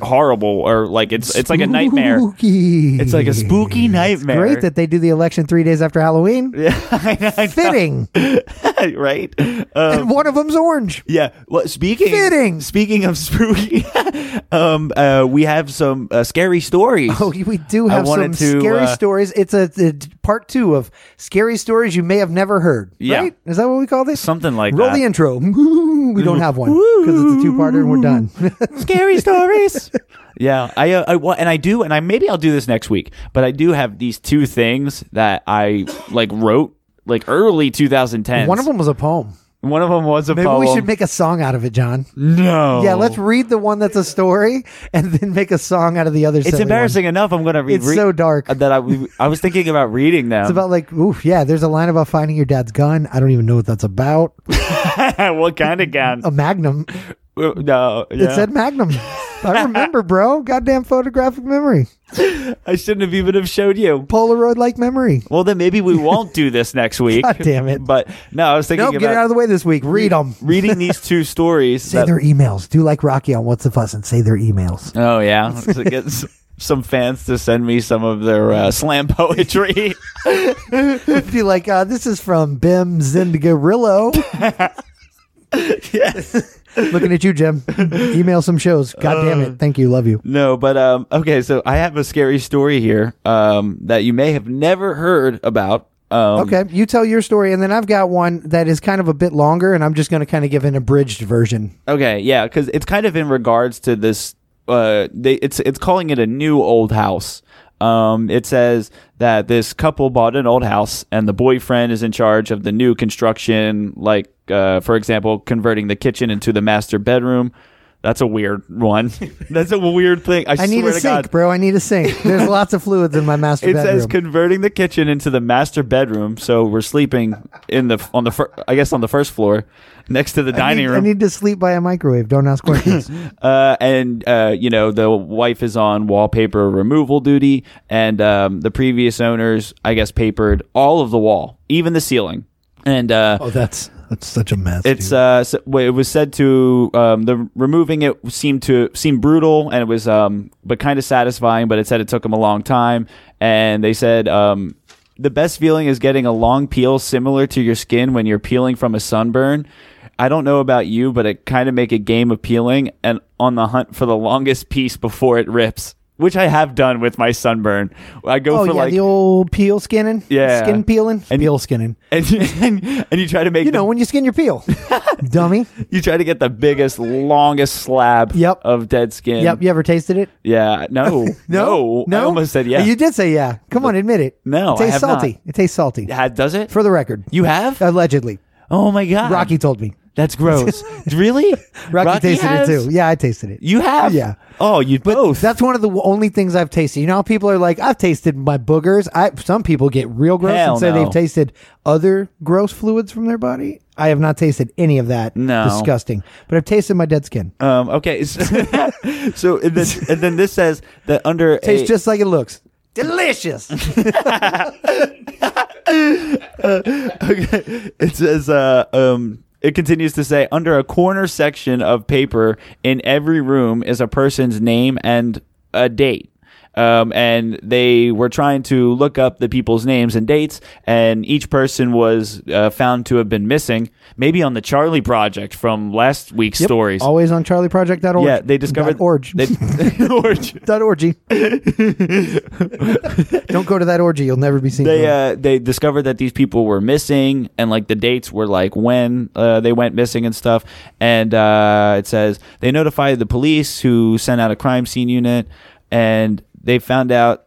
B: horrible, or like it's it's like a nightmare.
C: Spooky.
B: It's like a spooky nightmare.
C: Great that they do the election three days after Halloween. Fitting.
B: right?
C: and
B: Um,
C: one of them's orange.
B: yeah. Well, speaking
C: Fitting.
B: speaking of spooky, um, uh, we have some uh, scary stories.
C: Oh, we do
B: I
C: have some
B: wanted to,
C: scary
B: uh,
C: stories. It's a, a part two of scary stories you may have never heard.
B: Yeah.
C: Right? Is that what we call this?
B: Something like
C: Roll
B: that.
C: the intro. We don't have one because it's a two-parter and we're done.
B: scary stories. yeah, I, uh, I wa- and I do, and I maybe I'll do this next week. But I do have these two things that I like wrote like early 2010.
C: one of them was a poem.
B: one of them was a
C: Maybe
B: poem.
C: we should make a song out of it, John.
B: no.
C: Yeah, let's read the one that's a story and then make a song out of the other.
B: It's embarrassing enough. I'm gonna read.
C: It's so dark.
B: that I I was thinking about reading them.
C: It's about like, oof, yeah. There's a line about finding your dad's gun. I don't even know what that's about.
B: what kind of gun?
C: A Magnum.
B: Uh, no,
C: It
B: yeah.
C: said Magnum. I remember, bro. Goddamn photographic memory.
B: I shouldn't have even have showed you.
C: Polaroid like memory.
B: Well, then maybe we won't do this next week.
C: God damn it.
B: But no, I was thinking
C: Nope,
B: about
C: get it out of the way this week. Read them.
B: reading these two stories.
C: Say
B: that-
C: their emails. Do like Rocky on What's the Fuss and say their emails.
B: oh yeah, to get s- some fans to send me some of their uh, slam poetry.
C: Be like, uh, this is from Bim Zingarillo.
B: yes.
C: Looking at you, Jim. Email some shows. God damn
B: Uh.
C: it. Thank you. Love you.
B: No, but um, okay. So I have a scary story here um, that you may have never heard about. Um,
C: Okay, you tell your story, and then I've got one that is kind of a bit longer, and I'm just going to kind of give an abridged version.
B: Okay, yeah, because it's kind of in regards to this. Uh, they it's it's calling it a new old house. Um, it says that this couple bought an old house, and the boyfriend is in charge of the new construction, like uh, for example, converting the kitchen into the master bedroom. That's a weird one. That's a weird thing. I,
C: I need
B: swear
C: a
B: to
C: sink,
B: God.
C: bro. I need a sink. There's lots of fluids in my master
B: It
C: bedroom.
B: says converting the kitchen into the master bedroom, so we're sleeping in the on the fir- I guess on the first floor, next to the
C: I,
B: dining
C: need,
B: room.
C: I need to sleep by a microwave. Don't ask questions.
B: uh, and uh, you know the wife is on wallpaper removal duty, and um, the previous owners, I guess, papered all of the wall, even the ceiling, and uh,
C: oh, that's that's such a mess.
B: it's uh, s- well, it was said to um, the removing it seemed to seemed brutal and it was um, but kind of satisfying. But it said it took them a long time, and they said um, the best feeling is getting a long peel similar to your skin when you're peeling from a sunburn. I don't know about you, but it kind of make a game of peeling and on the hunt for the longest piece before it rips, which I have done with my sunburn. I go
C: oh
B: for
C: yeah,
B: like
C: the old peel skinning.
B: Yeah.
C: skin peeling,
B: And-
C: peel skinning.
B: and, and and you try to make
C: You
B: the
C: know when you skin your peel, dummy.
B: You try to get the biggest, longest slab
C: Yep.
B: of dead skin.
C: Yep, you ever tasted it?
B: Yeah. No. no.
C: no.
B: I almost said yeah.
C: You did say yeah. Come on, admit it.
B: No,
C: it tastes
B: I have not.
C: salty. It tastes salty.
B: Ha- does it?
C: For the record,
B: you have?
C: allegedly,
B: oh my god.
C: Rocky told me.
B: That's gross. really?
C: Rocky, tasted
B: has?
C: it too. Yeah, I tasted it.
B: You have?
C: Yeah.
B: Oh, you both.
C: That's one of the only things I've tasted. You know how people are like, I've tasted my boogers. I some people get real gross
B: Hell
C: and say
B: no.
C: they've tasted other gross fluids from their body. I have not tasted any of that.
B: No.
C: Disgusting. But I've tasted my dead skin.
B: um, okay. So, so and, then, and then this says that under
C: Tastes
B: a,
C: just like it looks. Delicious.
B: okay. It says, uh, um, it continues to say, under a corner section of paper in every room is a person's name and a date. um, and they were trying to look up the people's names and dates, and each person was uh, found to have been missing, maybe on the Charlie Project from last week's
C: Yep.
B: stories.
C: Always on charlieproject.org.
B: yeah, they discovered
C: Dot org.
B: They, org.
C: Dot orgy. Don't go to that orgy. You'll never be seen.
B: They
C: again.
B: uh, they discovered that these people were missing, and like the dates were like when uh, they went missing and stuff. And uh, it says they notified the police, who sent out a crime scene unit, and they found out.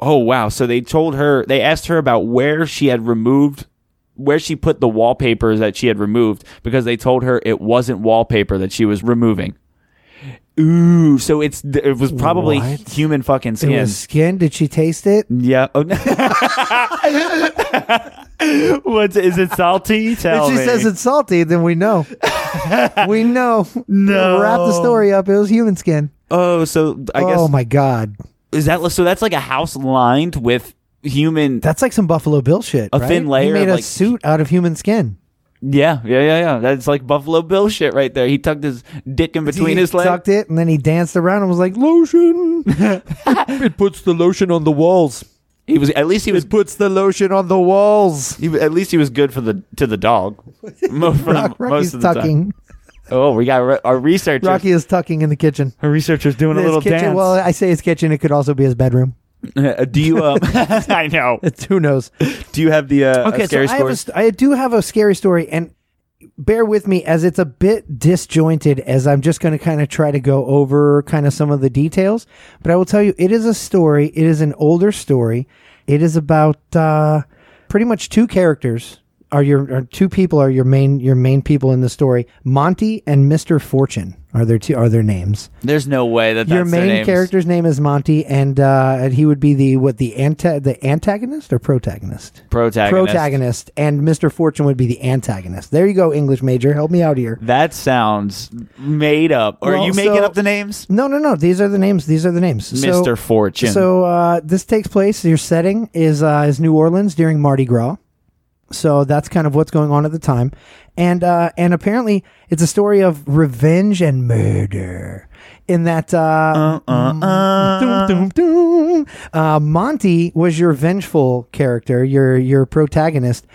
B: Oh wow! So they told her they asked her about where she had removed. Where she put the wallpaper that she had removed because they told her it wasn't wallpaper that she was removing. Ooh, so it's it was probably
C: What?
B: human fucking
C: It
B: skin.
C: was skin. Did she taste it?
B: Yeah. Oh, no. What's is it salty? Tell
C: If she
B: me.
C: says it's salty, then we know. we know. No. Wrap the story up. It was human skin.
B: oh, so I guess
C: oh my god,
B: is that so? That's like a house lined with human.
C: that's like some Buffalo Bill shit.
B: A
C: right?
B: thin layer
C: He made
B: of,
C: a
B: like-
C: suit out of human skin.
B: yeah, yeah, yeah, yeah. That's like Buffalo Bill shit right there. He tucked his dick in between
C: he
B: his legs.
C: tucked it, and then he danced around and was like, "Lotion." it puts the lotion on the walls.
B: He was at least he was.
C: Puts the lotion on the walls.
B: He, was- at least he was good for the to the dog. Mo- for the- most
C: Rock, Rocky's
B: of the time.
C: tucking.
B: Oh, we got re- our researchers.
C: Rocky is tucking in the kitchen.
B: Our researchers doing a
C: His
B: little
C: kitchen.
B: dance.
C: Well, I say his kitchen. It could also be his bedroom.
B: do you? Um, I know.
C: It's who knows.
B: Do you have the uh,
C: okay,
B: scary
C: so I, have a
B: stories?
C: st- I do have a scary story, and bear with me as it's a bit disjointed as I'm just going to kind of try to go over kind of some of the details. But I will tell you, it is a story. It is an older story. It is about uh, pretty much two characters are your are two people are your main your main people in the story. Monty and Mister Fortune are their two are their names.
B: There's no way that that's
C: your
B: their
C: main
B: names.
C: character's name is Monty, and uh, and he would be the what the anta- the antagonist or protagonist
B: protagonist.
C: protagonist, and Mr. Fortune would be the antagonist. There you go, English major. Help me out here.
B: That sounds made up. Are
C: Well,
B: you making
C: so-
B: up the names?
C: No, no, no. These are the names. These are the names. So-
B: Mr. Fortune.
C: So uh, this takes place. Your setting is uh, is New Orleans during Mardi Gras. So that's kind of what's going on at the time, and uh, and apparently it's a story of revenge and murder. In that, uh, Doom, doom, doom. Uh, Monty was your vengeful character, your your protagonist,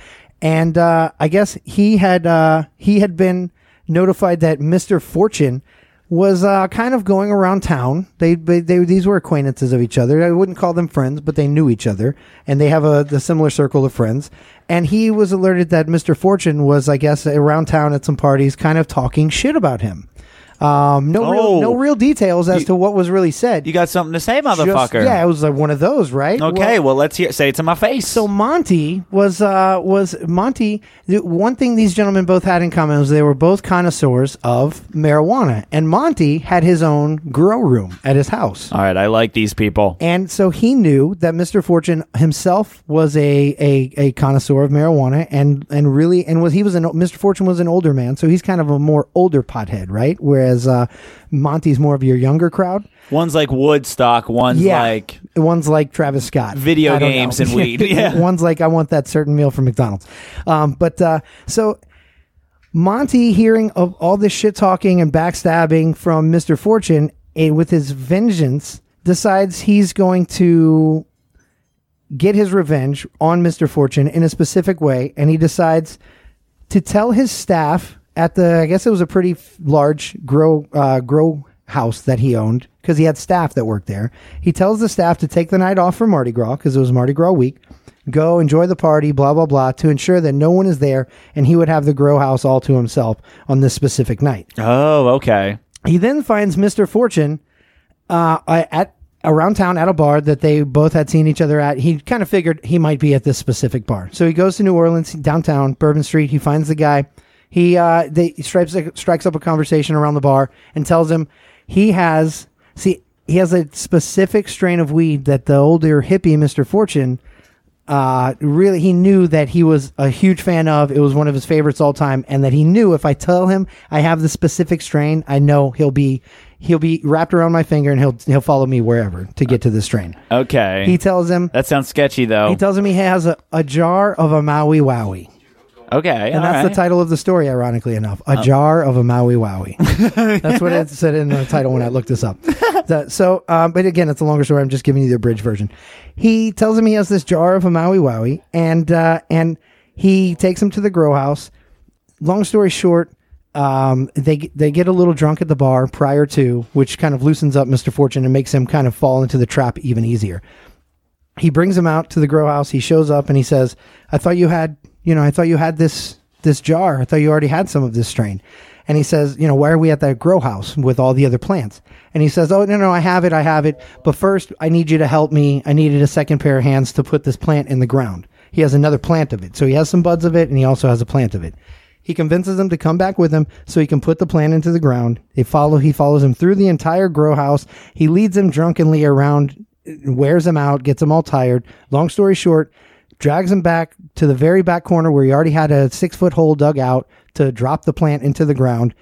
C: and uh, I guess he had uh, he had been notified that Mister Fortune was uh, kind of going around town. They, they they these were acquaintances of each other. I wouldn't call them friends, but they knew each other, and they have a the similar circle of friends. And he was alerted that Mister Fortune was, I guess, around town at some parties, kind of talking shit about him. Um, no
B: Oh.
C: real no real details as to what was really said
B: you got something to say,
C: just-
B: motherfucker?
C: yeah, it was like one of those, right?
B: Okay, well, let's hear. Say it to my face.
C: So Monty was uh, was Monty. The one thing these gentlemen both had in common was they were both connoisseurs of marijuana, and Monty had his own grow room at his house.
B: all right, I like these people.
C: And so he knew that Mr. Fortune himself was a, a, a connoisseur of marijuana and, and really and was he was an Mr. Fortune was an older man, so he's kind of a more older pothead, right? Whereas uh, Monty's more of your younger crowd.
B: One's like Woodstock. One's like
C: one's like Travis Scott,
B: Video
C: I don't
B: games
C: know.
B: and weed. Yeah.
C: one's like I want that certain meal from McDonald's. Um, but uh, so Monty, hearing of all this shit talking and backstabbing from Mister Fortune, eh, with his vengeance, decides he's going to get his revenge on Mister Fortune in a specific way, and he decides to tell his staff at the I guess it was a pretty f- large grow uh, grow house that he owned because he had staff that worked there. He tells the staff to take the night off for Mardi Gras because it was Mardi Gras week. Go enjoy the party, blah blah blah, to ensure that no one is there, and he would have the grow house all to himself on this specific night.
B: oh, okay.
C: He then finds Mr. Fortune uh, at around town at a bar that they both had seen each other at. He kind of figured he might be at this specific bar, so he goes to New Orleans downtown Bourbon Street. He finds the guy. He uh, they he strikes strikes up a conversation around the bar and tells him he has see he has a specific strain of weed that the older hippie Mr. Fortune uh, really he knew that he was a huge fan of. It was one of his favorites all time, and that he knew if I tell him I have the specific strain, I know he'll be he'll be wrapped around my finger and he'll he'll follow me wherever to get to this strain.
B: Okay.
C: He tells him
B: that sounds sketchy, though.
C: he tells him he has a, a jar of a Maui Wowie.
B: Okay.
C: And that's the title of the story, ironically enough. A jar of a Maui Wowie. that's what it said in the title when I looked this up. That- so, um, but again, it's a longer story. I'm just giving you the abridged version. He tells him he has this jar of a Maui Wowie, and uh, and he takes him to the grow house. Long story short, um, they they get a little drunk at the bar prior to, which kind of loosens up Mr. Fortune and makes him kind of fall into the trap even easier he brings him out to the grow house. He shows up and he says, "I thought you had, you know, I thought you had this this jar. I thought you already had some of this strain." And he says, "You know, why are we at that grow house with all the other plants?" And he says, "Oh no, no, I have it, I have it. But first, I need you to help me. I needed a second pair of hands to put this plant in the ground." He has another plant of it, so he has some buds of it, and he also has a plant of it. He convinces them to come back with him so he can put the plant into the ground. They follow. He follows him through the entire grow house. He leads him drunkenly around wears him out, gets him all tired. Long story short, drags him back to the very back corner where he already had a six foot hole dug out to drop the plant into the ground.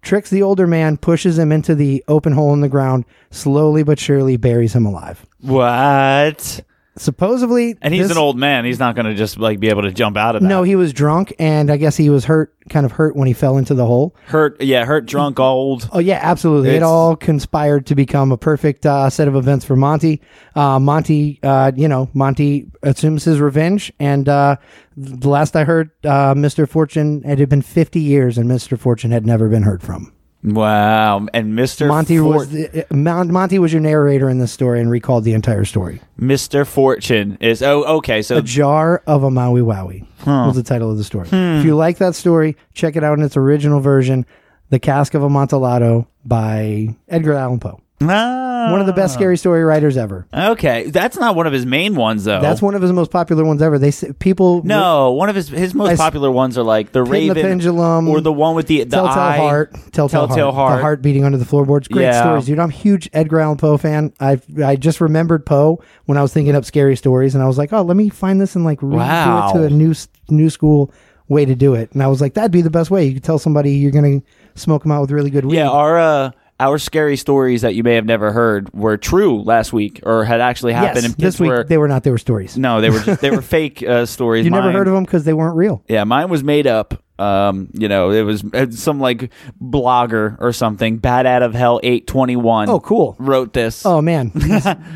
C: Tricks the older man, pushes him into the open hole in the ground, slowly but surely buries him alive.
B: what?
C: Supposedly,
B: And he's
C: this-
B: an old man. He's not going to just like be able to jump out of that.
C: No, he was drunk, and I guess he was hurt, kind of hurt when he fell into the hole.
B: hurt. Yeah, hurt, drunk, old.
C: Oh yeah, absolutely. it
B: It's-
C: all conspired to become a perfect uh, set of events for Monty. Uh, Monty, uh, you know, Monty assumes his revenge, and uh, the last I heard, uh, Mr. Fortune it had been fifty years, and Mr. Fortune had never been heard from.
B: Wow. And Mister
C: Monty
B: Fort-
C: was the, uh, Mon- Monty was your narrator in this story and recalled the entire story.
B: Mister Fortune is. Oh, okay. So
C: A jar of a Maui Wowie was the title of the story.
B: Hmm.
C: If you like that story, check it out in its original version, "The Cask of Amontillado" by Edgar Allan Poe.
B: Ah.
C: One of the best scary story writers ever.
B: Okay, that's not one of his main ones though.
C: That's one of his most popular ones ever. They say, people
B: Oh. No, one of his his most
C: s-
B: popular ones are like the
C: Pin the
B: Raven,
C: Pendulum,
B: or the one with the the
C: Telltale
B: eye.
C: Heart, Telltale,
B: Telltale
C: heart,
B: Heart.
C: the heart beating under the floorboards. Great
B: Yeah.
C: stories, dude. I'm a huge Edgar Allan Poe fan. I I just remembered Poe when I was thinking up scary stories, and I was like, oh, let me find this and like redo
B: Wow.
C: it to a new s- new school way to do it. And I was like, that'd be the best way. You could tell somebody you're gonna smoke them out with really good weed.
B: Yeah, our uh, our scary stories that you may have never heard were true last week or had actually
C: yes.
B: happened. and kids
C: this week
B: were-
C: they were not. They were stories.
B: no, they were just they were fake uh, stories.
C: you never
B: Mine-
C: heard of them because they weren't real.
B: Yeah, mine was made up. Um, you know, it was uh, some like blogger or something. Bad out of hell eight twenty one.
C: Oh, cool.
B: Wrote this.
C: Oh man, He's a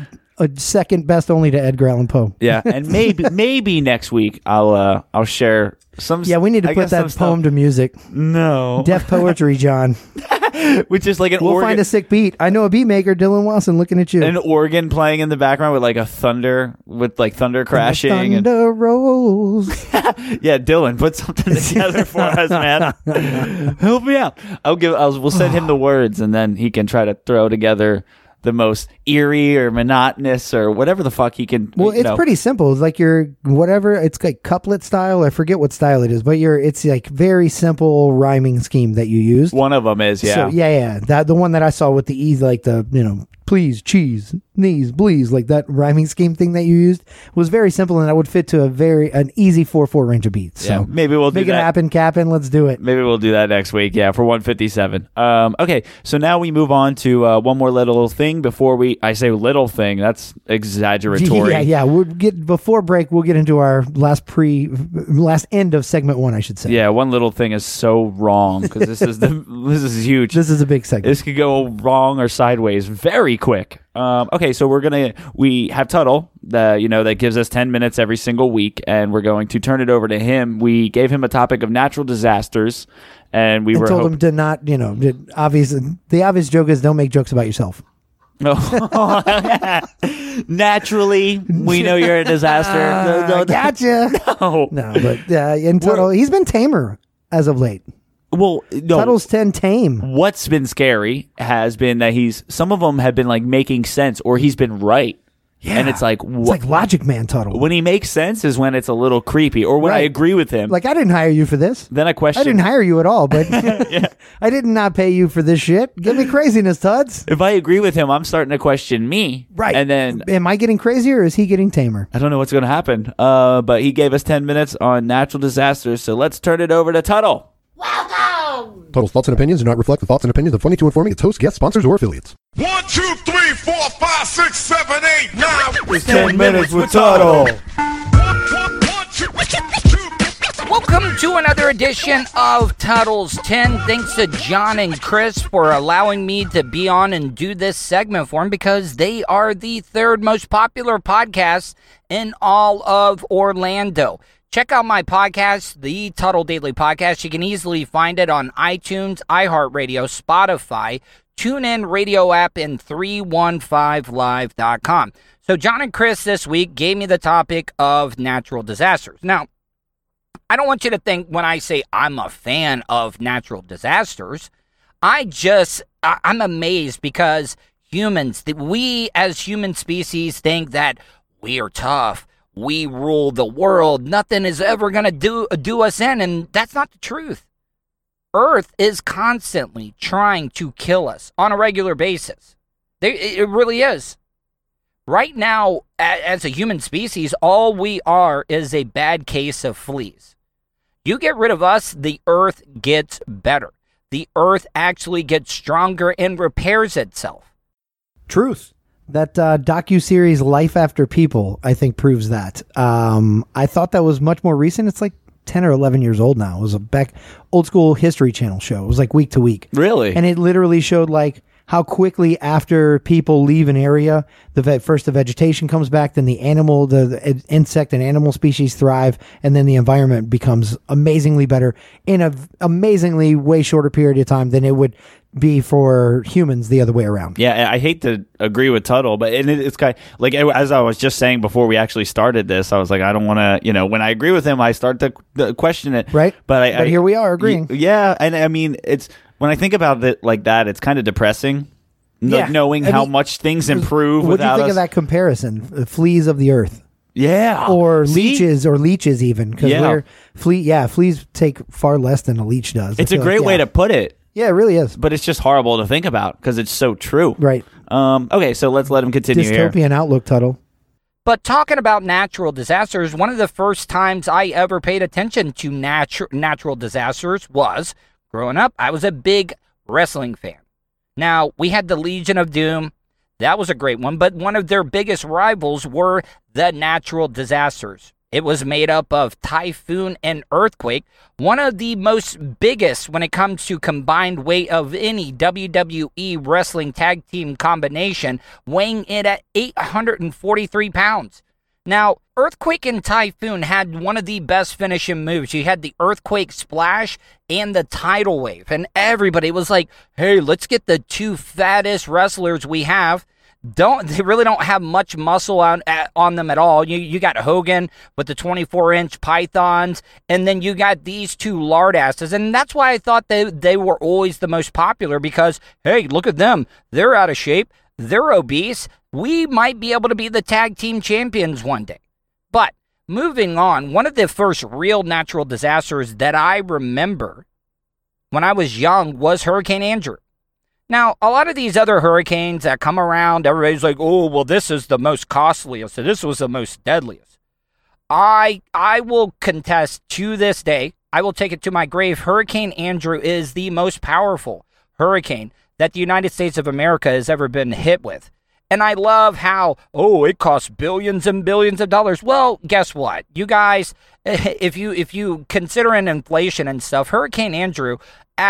C: second best only to Edgar Allan Poe.
B: Yeah, and maybe maybe next week I'll uh I'll share some.
C: Yeah, we need to
B: I
C: put
B: guess
C: that poem
B: some
C: to music.
B: Stuff. No,
C: Deaf poetry, John.
B: which is like an
C: We'll
B: organ,
C: find a sick beat. I know a beat maker, Dylan Watson, looking at you.
B: an organ playing in the background with like a thunder with like thunder crashing. and-
C: Thunder rolls.
B: yeah, Dylan, put something together for us, man. Help me out. I'll give. I'll, we'll send him the words, and then he can try to throw together the most eerie or monotonous or whatever the fuck he can.
C: Well,
B: you
C: it's
B: know.
C: pretty simple. It's like your whatever. It's like couplet style. I forget what style it is, but your it's like very simple rhyming scheme that you used.
B: One of them is yeah.
C: So yeah, yeah. That the one that I saw with the E's like the, you know, please, cheese, knees, please, like that rhyming scheme thing that you used was very simple and that would fit to a very an easy four four range of beats. So
B: Yeah, maybe we'll do
C: make it
B: that.
C: happen, Cap'n. Let's do it.
B: Maybe we'll do that next week. Yeah, for 157. Um, okay, so now we move on to uh, one more little thing before we. I say little thing. That's exaggeratory.
C: Yeah, yeah. We'll get before break. We'll get into our last pre, last end of segment one, I should say.
B: Yeah, one little thing is so wrong because this is the this is huge.
C: This is a big segment.
B: This could go wrong or sideways very quick. Um, okay, so we're gonna we have Tuttle, the you know that gives us ten minutes every single week, and we're going to turn it over to him. We gave him a topic of natural disasters, and we
C: I
B: were
C: told
B: hoping.
C: him to not, you know, to- obvious. The obvious joke is don't make jokes about yourself.
B: Naturally, we know you're a disaster. No, no, no.
C: Gotcha.
B: Oh, No.
C: no, but uh, in total, he's been tamer as of late.
B: Oh. Well, no.
C: Tuttle's ten tame.
B: What's been scary has been that he's some of them have been like making sense, or he's been right, and it's like
C: It's
B: what.
C: like Logic Man Tuttle.
B: when he makes sense is when it's a little creepy, or when I
C: Right.
B: agree with him.
C: like I didn't hire you for this.
B: then I
C: I
B: question.
C: didn't hire you at all, but I did not pay you for this shit. Give me craziness, Tuds.
B: if I agree with him, I'm starting to question me.
C: Right.
B: And then
C: am I getting crazier or is he getting tamer?
B: I don't know what's going to happen. Uh, but he gave us 10 minutes on natural disasters. So let's turn it over to Tuttle.
D: Total's thoughts and opinions do not reflect the thoughts and opinions of 22 Informing, its hosts, guests, sponsors, or affiliates.
E: One, two, three, four, five, six, seven, eight, nine. It's
B: Minutes with Tuttle.
E: One, one, one, two, two, two,
F: Welcome to another edition of Tuttle's 10. Thanks to John and Chris for allowing me to be on and do this segment for them because they are the third most popular podcast in all of Orlando. Check out my podcast, the Tuttle Daily Podcast. You can easily find it on iTunes, iHeartRadio, Spotify, TuneIn Radio app, and 315live.com. So, John and Chris this week gave me the topic of natural disasters. Now, I don't want you to think when I say I'm a fan of natural disasters, I just, I, I'm amazed because humans, that we as human species think that we are tough, we rule the world, nothing is ever going to do, do us in, and that's not the truth. Earth is constantly trying to kill us on a regular basis. They, it it really is right now a- as a human species all we are is a bad case of fleas you get rid of us the earth gets better the earth actually gets stronger and repairs itself
C: Truth. That uh, docu series "Life After People" I think proves that. Um, I thought that was much more recent. It's like ten or eleven years old now. It was a back old school History Channel show. It was like week to week.
B: Really?
C: And it literally showed like how quickly after people leave an area, the ve- first the vegetation comes back, then the animal, the, the in- insect and animal species thrive, and then the environment becomes amazingly better in a v- amazingly way shorter period of time than it would be for humans the other way around.
B: Yeah, I I hate to agree with Tuttle, but and it, it's kind like as I was just saying before we actually started this, I was like, I don't want to, you know, when I agree with him, I start to to question it,
C: Right.
B: But I,
C: But
B: I-
C: here we are agreeing.
B: Y- yeah, and I mean, it's when I think about it like that, it's kind of depressing, kn-
C: Yeah.
B: knowing
C: I
B: how
C: mean,
B: much things improve
C: What do you
B: without
C: think
B: us.
C: of that comparison? The Fleas of the earth,
B: Yeah,
C: or
B: See?
C: leeches, or leeches even because
B: Yeah.
C: we're flea. Yeah, fleas take far less than a leech does. I
B: It's a
C: feel like-
B: great way
C: yeah.
B: to put it,
C: Yeah, it really is.
B: but it's just horrible to think about because it's so true,
C: Right.
B: Um, okay, so let's let him continue here.
C: Dystopian outlook, Tuttle.
F: But talking about natural disasters, one of the first times I ever paid attention to natu- natural disasters was growing up. I was a big wrestling fan. Now, we had the Legion of Doom. That was a great one, but one of their biggest rivals were the natural disasters. It was made up of typhoon and earthquake, one of the most biggest when it comes to combined weight of any WWE wrestling tag team combination, weighing it at 843 pounds. Now, Earthquake and Typhoon had one of the best finishing moves. You had the Earthquake Splash and the Tidal Wave, and everybody was like, hey, let's get the two fattest wrestlers we have. Don't they really don't have much muscle on at, on them at all? You you got Hogan with the 24 inch pythons, and then you got these two lard asses, and that's why I thought they they were always the most popular because hey, look at them, they're out of shape, they're obese. We might be able to be the tag team champions one day. But moving on, one of the first real natural disasters that I remember when I was young was Hurricane Andrew. Now, a lot of these other hurricanes that come around, everybody's like, oh, well, this is the most costliest, and this was the most deadliest. I I will contest to this day. I will take it to my grave. Hurricane Andrew is the most powerful hurricane that the United States of America has ever been hit with. And I love how, oh, it costs billions and billions of dollars. Well, guess what? You guys, if you if you consider an inflation and stuff, Hurricane Andrew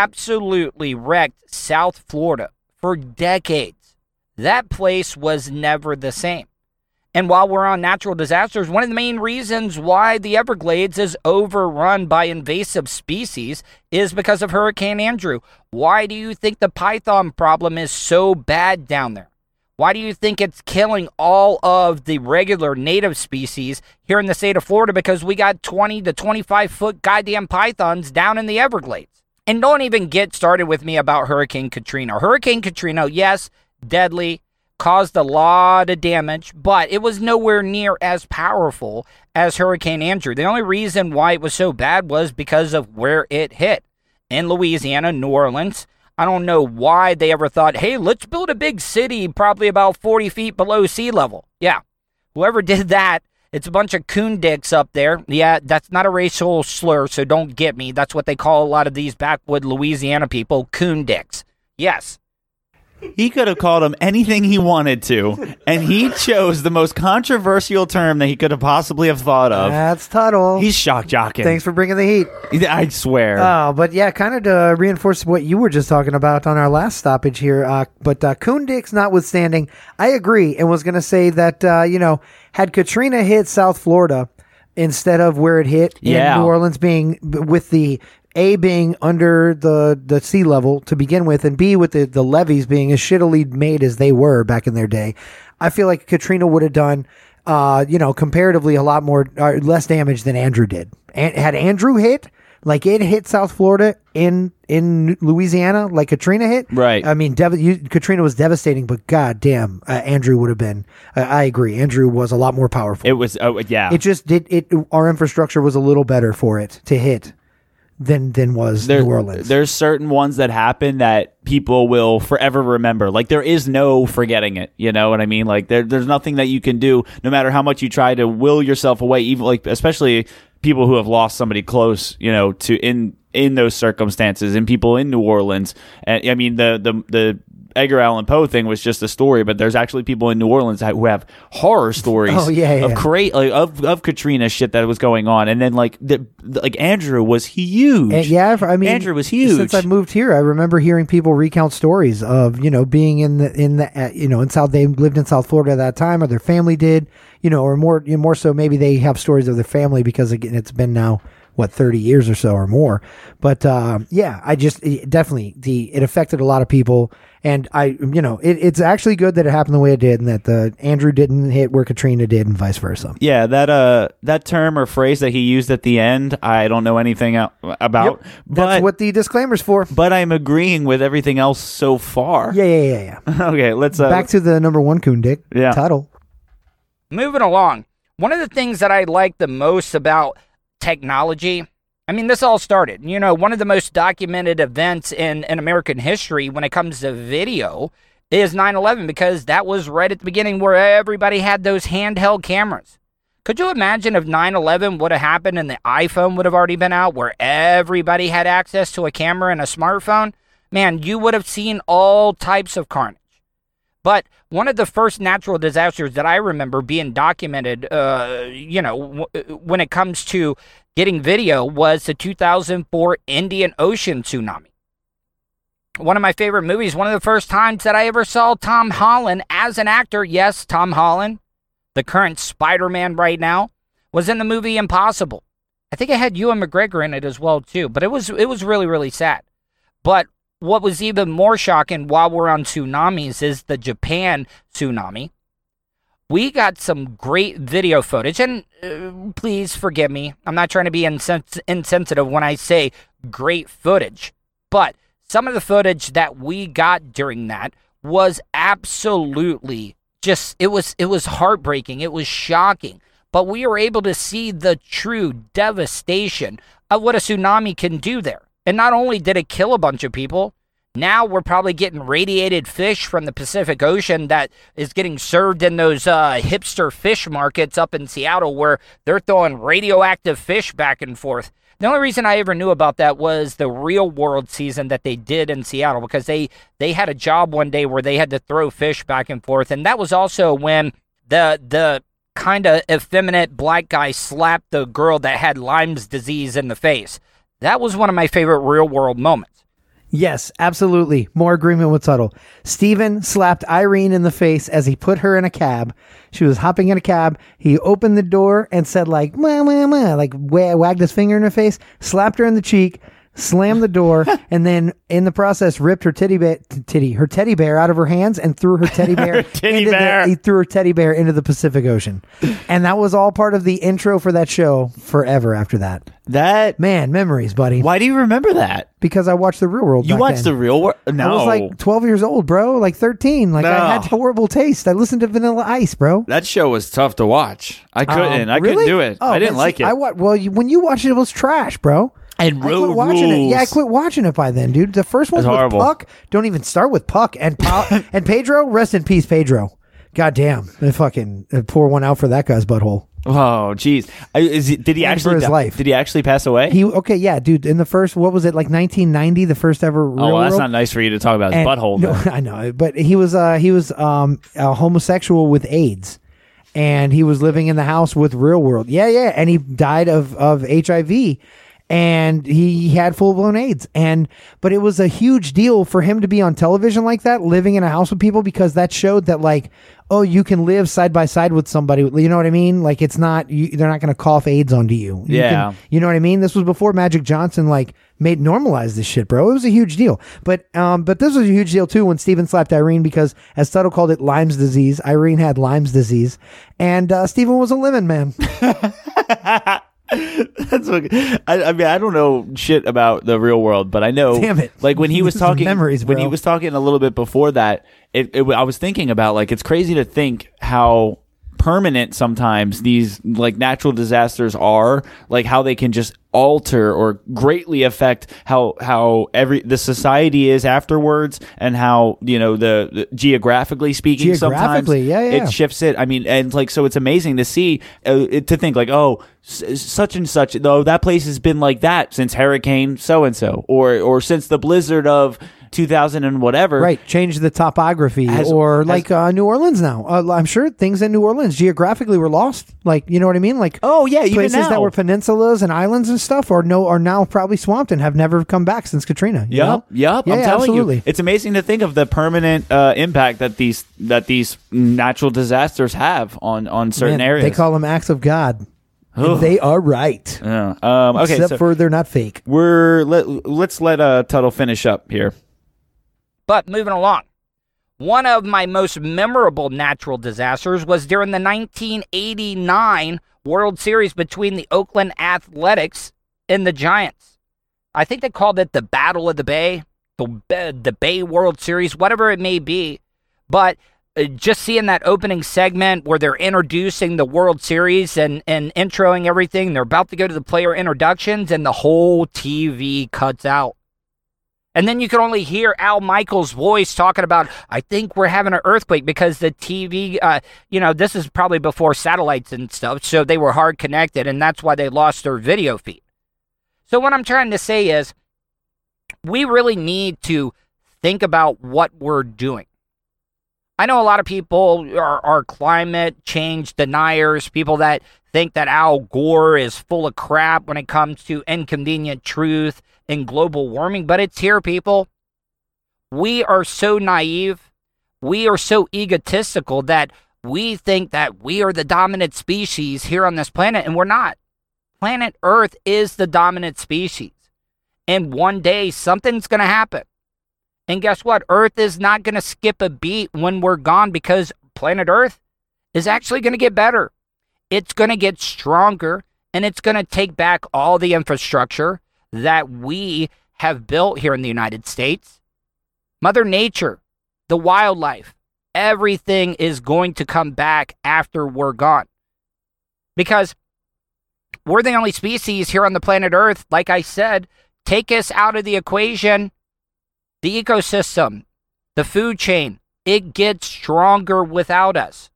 F: absolutely wrecked South Florida for decades. That place was never the same. And while we're on natural disasters, one of the main reasons why the Everglades is overrun by invasive species is because of Hurricane Andrew. Why do you think the python problem is so bad down there? Why do you think it's killing all of the regular native species here in the state of Florida? Because we got 20 to 25 foot goddamn pythons down in the Everglades. And don't even get started with me about Hurricane Katrina. Hurricane Katrina, yes, deadly, caused a lot of damage, but it was nowhere near as powerful as Hurricane Andrew. The only reason why it was so bad was because of where it hit in Louisiana, New Orleans. I don't know why they ever thought, hey, let's build a big city probably about 40 feet below sea level. Yeah. Whoever did that, it's a bunch of coon dicks up there. Yeah, that's not a racial slur, so don't get me. That's what they call a lot of these backwood Louisiana people, coon dicks. Yes.
B: He could have called him anything he wanted to, and he chose the most controversial term that he could have possibly have thought of.
C: That's Tuttle.
B: He's shock jocking.
C: Thanks for bringing the heat.
B: I swear.
C: Oh, but yeah, kind of to reinforce what you were just talking about on our last stoppage here. Uh, but uh, Coon Dicks notwithstanding, I agree and was going to say that, uh, you know, had Katrina hit South Florida instead of where it hit
B: Yeah.
C: in New Orleans being b- with the A being under the, the sea level to begin with and B with the, the levees being as shittily made as they were back in their day, I feel like Katrina would have done, uh, you know, comparatively a lot more, uh, less damage than Andrew did. An- had Andrew hit, like it hit South Florida in in Louisiana, like Katrina hit.
B: Right.
C: I mean, dev- you, Katrina was devastating, but goddamn, uh, Andrew would have been. Uh, I agree. Andrew was a lot more powerful.
B: it was. Oh, yeah.
C: It just did. It our infrastructure was a little better for it to hit than than was
B: There-
C: New Orleans.
B: There's certain ones that happen that people will forever remember. Like there is no forgetting it. You know what I mean? Like there, there's nothing that you can do, no matter how much you try to will yourself away. Even like especially people who have lost somebody close. You know, to in in those circumstances, and people in New Orleans. And, I mean the the the. Edgar Allan Poe thing was just a story, but there's actually people in New Orleans that- who have horror stories
C: Oh, yeah, yeah,
B: of
C: yeah.
B: great like of of Katrina shit that was going on, and then like the, like Andrew was huge.
C: And yeah, I mean,
B: Andrew was huge.
C: Since I moved here, I remember hearing people recount stories of you know being in the in the uh, you know in South they lived in South Florida at that time, or their family did, you know, or more you know, more so maybe they have stories of their family because again it's been now what thirty years or so or more. But um, yeah, I just it- definitely the it affected a lot of people, and I you know it, it's actually good that it happened the way it did, and that the Andrew didn't hit where Katrina did, and vice versa.
B: yeah, that uh, that term or phrase that he used at the end, I don't know anything out, about.
C: That's
B: but
C: what the disclaimer's for.
B: but I'm agreeing with everything else so far.
C: Yeah, yeah, yeah, yeah.
B: okay, let's uh,
C: Back to the number one coon dick.
B: Yeah.
C: Tuttle.
F: moving along, one of the things that I like the most about technology, I mean, this all started, you know, one of the most documented events in, in American history when it comes to video is 9 11, because that was right at the beginning where everybody had those handheld cameras. Could you imagine if 9 11 would have happened and the iPhone would have already been out where everybody had access to a camera and a smartphone? Man, you would have seen all types of carnage. But one of the first natural disasters that I remember being documented, uh, you know, w- uh, when it comes to getting video, was the 2004 Indian Ocean tsunami. One of my favorite movies, one of the first times that I ever saw Tom Holland as an actor. Yes, Tom Holland, the current Spider Man right now, was in the movie Impossible. I think it had Ewan McGregor in it as well, too, but it was, it was really, really sad. But what was even more shocking while we're on tsunamis is the Japan tsunami. We got some great video footage, and uh, please forgive me. I'm not trying to be insens- insensitive when I say great footage, but some of the footage that we got during that was absolutely just it was it was heartbreaking. It was shocking, but we were able to see the true devastation of what a tsunami can do there. And not only did it kill a bunch of people, now we're probably getting radiated fish from the Pacific Ocean that is getting served in those uh, hipster fish markets up in Seattle where they're throwing radioactive fish back and forth. The only reason I ever knew about that was the real world season that they did in Seattle because they they had a job one day where they had to throw fish back and forth and that was also when the the kind of effeminate black guy slapped the girl that had Lyme's disease in the face. That was one of my favorite real world moments.
C: Yes, absolutely. More agreement with Tuttle. Steven slapped Irene in the face as he put her in a cab. She was hopping in a cab. He opened the door and said, like, "Mwah, mwah, mwah," like wag- wagged his finger in her face, slapped her in the cheek, slammed the door, and then in the process ripped her teddy bear, t- titty, her teddy bear out of her hands and threw her teddy bear,
B: teddy
C: into the-
B: bear.
C: he threw her teddy bear into the Pacific Ocean, and that was all part of the intro for that show. Forever after that,
B: that.
C: man, memories, buddy.
B: Why do you remember that?
C: Because I watched the Real World.
B: You
C: back
B: watched
C: then.
B: the real world? No,
C: I was like 12 years old, bro. Like 13. Like
B: No.
C: I had horrible taste. I listened to Vanilla Ice, bro.
B: that show was tough to watch. I couldn't. I couldn't
C: Um, Really?
B: do it.
C: Oh,
B: I didn't
C: man,
B: like
C: see,
B: it.
C: I wa- well, you, when you watched it, it was trash, bro.
B: and
C: I
B: road
C: quit watching
B: rules.
C: it. Yeah, I quit watching it by then, dude. The first one
B: That's
C: with
B: horrible.
C: Puck. Don't even start with Puck and pa- and Pedro. Rest in peace, Pedro. God damn, they fucking uh, pour one out for that guy's butthole.
B: Oh, jeez. I- Is he, did he
C: And for
B: actually
C: his
B: die-
C: life.
B: Did he actually pass away?
C: He okay, yeah, dude. In the first, what was it like 1990? The first ever. Real
B: oh, well, that's
C: world?
B: not nice for you to talk about his
C: And-
B: butthole.
C: No,
B: though.
C: I know, but he was uh, he was um, a homosexual with AIDS, and he was living in the house with Real World. Yeah, yeah, and he died of of HIV, and he had full blown AIDS. And but it was a huge deal for him to be on television like that, living in a house with people, because that showed that like. Oh, you can live side by side with somebody. You know what I mean? Like it's not you, they're not going to cough AIDS onto you. You
B: Yeah.
C: can- you know what I mean? This was before Magic Johnson like made normalize this shit, bro. It was a huge deal. But um, but this was a huge deal too when Steven slapped Irene because as Tuttle called it Lyme's disease. Irene had Lyme's disease, and uh, Steven was a lemon man.
B: That's okay. I, I mean, I don't know shit about the real world, but I know.
C: Damn it.
B: Like when he was
C: This is
B: talking,
C: memories,
B: when
C: bro.
B: he was talking a little bit before that, it, it, I was thinking about like it's crazy to think how permanent sometimes these like natural disasters are, like how they can just alter or greatly affect how how every the society is afterwards, and how you know the, the geographically speaking,
C: Geographically,
B: sometimes
C: yeah, yeah.
B: it shifts it. I mean, and like so, it's amazing to see uh, it- to think like, oh, s- such and such. Though that place has been like that since Hurricane so and so, or or since the blizzard of two thousand and whatever.
C: right, change the topography
B: Has-
C: or
B: has-
C: like uh, New Orleans now. Uh, I'm sure things in New Orleans geographically were lost. Like you know what I mean? Like
B: Oh, yeah, even
C: places that
B: now.
C: were peninsulas and islands and stuff are no are now probably swamped and have never come back since Katrina. you know?
B: Yep. Yep.
C: Yeah,
B: I'm
C: yeah,
B: telling
C: absolutely.
B: you, it's amazing to think of the permanent uh, impact that these that these natural disasters have on on certain
C: Man,
B: areas.
C: They call them acts of God. And
B: Ugh.
C: they are right.
B: Yeah. um, okay.
C: Except
B: so
C: for they're not fake.
B: we're let, let's let uh, Tuttle finish up here.
F: But moving along, one of my most memorable natural disasters was during the 1989 World Series between the Oakland Athletics and the Giants. I think they called it the Battle of the Bay, the, Ba- the Bay World Series, whatever it may be. But uh, just seeing that opening segment where they're introducing the World Series and, and introing everything, they're about to go to the player introductions, and the whole TV cuts out. And then you can only hear Al Michaels' voice talking about, I think we're having an earthquake because the TV, uh, you know, this is probably before satellites and stuff. So they were hard connected, and that's why they lost their video feed. So, what I'm trying to say is, we really need to think about what we're doing. I know a lot of people are, are climate change deniers, people that think that Al Gore is full of crap when it comes to inconvenient truth and global warming, but it's here, people. We are so naive. We are so egotistical that we think that we are the dominant species here on this planet, and we're not. Planet Earth is the dominant species. And one day something's going to happen. And guess what? Earth is not going to skip a beat when we're gone because planet Earth is actually going to get better. It's going to get stronger and it's going to take back all the infrastructure that we have built here in the United States. Mother Nature, the wildlife, everything is going to come back after we're gone. Because we're the only species here on the planet Earth, like I said, take us out of the equation the ecosystem, the food chain, it gets stronger without us.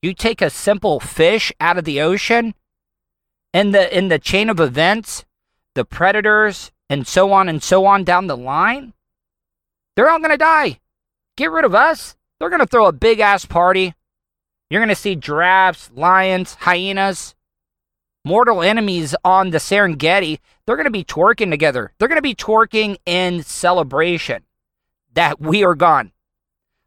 F: You take a simple fish out of the ocean, and the in the chain of events, the predators and so on and so on down the line, they're all gonna die. Get rid of us. They're gonna throw a big ass party. You're gonna see giraffes, lions, hyenas, mortal enemies on the Serengeti, they're going to be twerking together. They're going to be twerking in celebration that we are gone.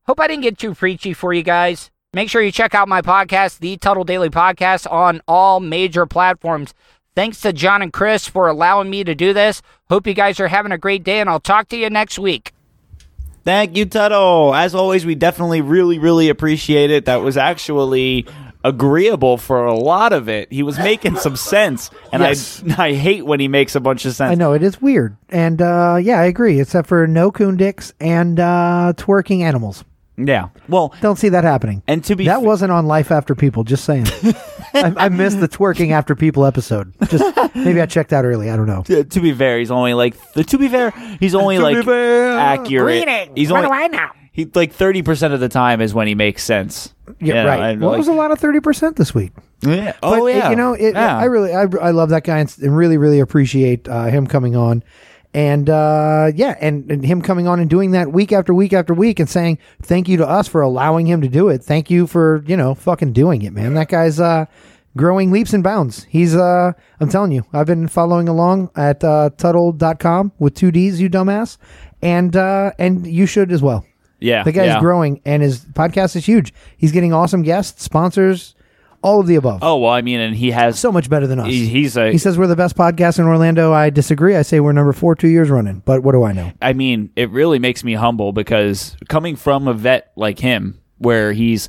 F: Hope I didn't get too preachy for you guys. Make sure you check out my podcast, the Tuttle Daily Podcast, on all major platforms. Thanks to John and Chris for allowing me to do this. Hope you guys are having a great day, and I'll talk to you next week.
B: Thank you, Tuttle. As always, we definitely really, really appreciate it. That was actually agreeable for a lot of it. He was making some sense, and
C: Yes.
B: I I hate when he makes a bunch of sense.
C: I know it is weird, and uh, yeah, I agree. Except for no coon dicks and uh, twerking animals.
B: Yeah. Well,
C: Don't see that happening.
B: and to be
C: that
B: f-
C: wasn't on Life After People. Just saying, I, I missed the twerking after people episode. Just maybe I checked out early. I don't know.
B: uh, to, to be fair, he's only like th- to be fair, he's only like accurate. He's only
F: now?
B: he like thirty percent of the time is when he makes sense.
C: Yeah,
B: You know,
C: right.
B: and,
C: What
B: like-
C: was a lot of thirty percent this week?
B: Yeah. Oh
C: But,
B: yeah.
C: You know, it,
B: Yeah.
C: I really, I, I love that guy and, s- and really, really appreciate uh, him coming on. And uh, yeah, and, and him coming on and doing that week after week after week and saying thank you to us for allowing him to do it. Thank you for you know fucking doing it, man. That guy's uh, growing leaps and bounds. He's uh, I'm telling you, I've been following along at uh, Tuttle.com with two D's, you dumbass, and uh, and you should as well.
B: yeah.
C: The guy's
B: yeah.
C: growing, and his podcast is huge. He's getting awesome guests, sponsors, all of the above
B: Oh well, I mean, and he has
C: so much better than us.
B: He- he's a-
C: he says we're the best podcast in Orlando. I disagree. I say we're number four two years running. But what do I know?
B: I mean, it really makes me humble because coming from a vet like him, where he's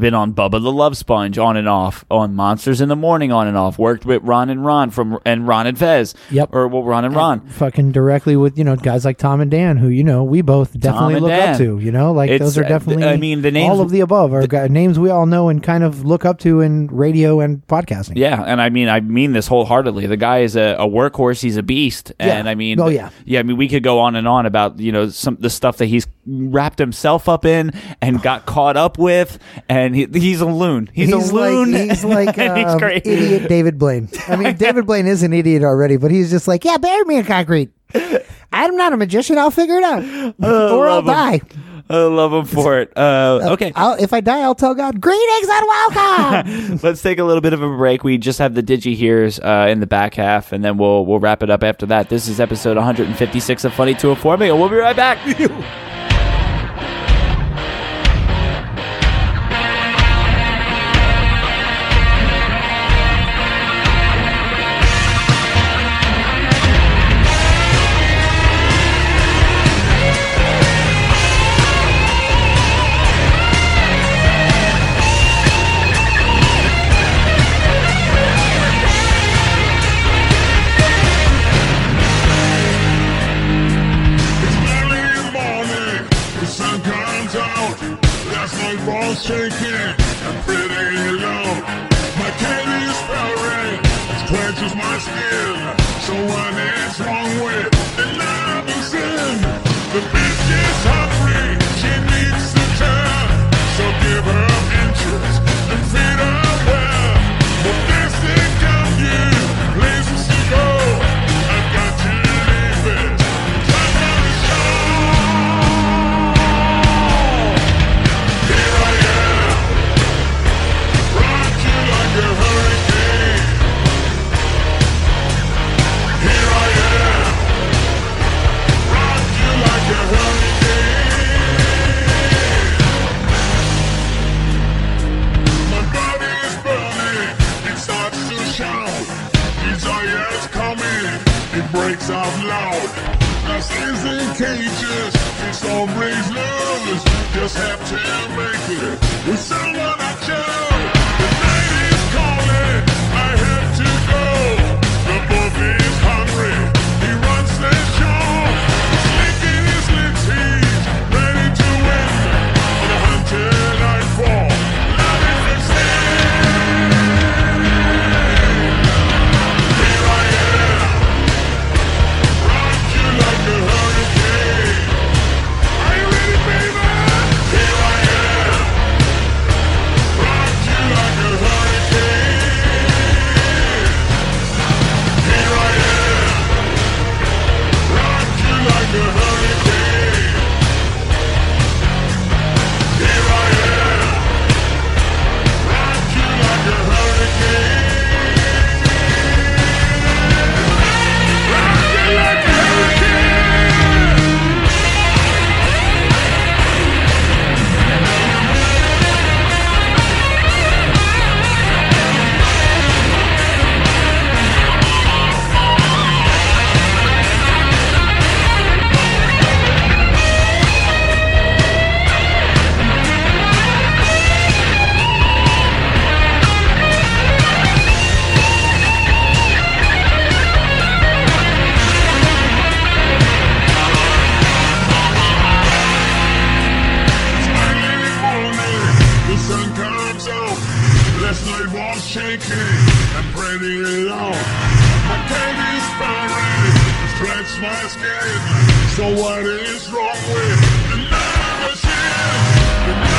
B: been on Bubba the Love Sponge on and off, on Monsters in the Morning on and off, worked with Ron and Ron from and Ron and Fez,
C: Yep.
B: or well, Ron and Ron.
C: Fucking directly with you know guys like Tom and Dan, who you know we both definitely
B: and
C: look up
B: Dan.
C: to. You know, like
B: It's,
C: those are
B: uh,
C: definitely.
B: I mean, the names-
C: all of the above are gu names we all know and kind of look up to in radio and podcasting.
B: Yeah, and I mean, I mean this wholeheartedly. The guy is a, a workhorse. He's a beast, and
C: Yeah.
B: I mean,
C: Oh, yeah.
B: yeah. I mean, we could go on and on about you know some the stuff that he's wrapped himself up in and got caught up with, and he, he's a loon. He's, a loon.
C: Like, he's like
B: And he's
C: um,
B: great.
C: idiot David Blaine. I mean, David Blaine is an idiot already, but he's just like, yeah, bury me in concrete. I'm not a magician. I'll figure it out, or I'll
B: love him.
C: die.
B: I love him for it. Uh, okay,
C: I'll, if I die, I'll tell God, greetings and welcome.
B: Let's take a little bit of a break. We just have the digi hears uh, in the back half, and then we'll we'll wrap it up after that. This is episode 156 of Funny to Inform Me, and we'll be right back.
E: It's early in the morning, the sun comes out. That's my boss shaking, I'm pretty low. My candy is pouring, it quenches my skin. So what is wrong with the love is in? The bitch is hungry, she needs to turn. So give her interest and feed her well. But this thing got you, places to go. I got to leave it. Time for the show. Here I am, rock you like a hurricane. Here I am, rock you like a hurricane. My body is burning, it starts to shout. Desire is coming, it breaks out loud. Dust is in cages, it's always loose. Just have to make it with someone I choose. The night is calling, I have to go. The boogie is hungry, he runs the show. Slicking his lips, he's ready to win. And until nightfall, love is the Here I am, rock you like a hurricane. Are you ready, baby? Here I am, rock you like a hurricane. Here I am, rock you like a hurricane. Here I am, rock you like a hurricane. Rock you like a hurricane. The sun comes out. Last night was shaking. I'm pretty alone. My candy is burning. Stretch my skin. So what is wrong with the love machine?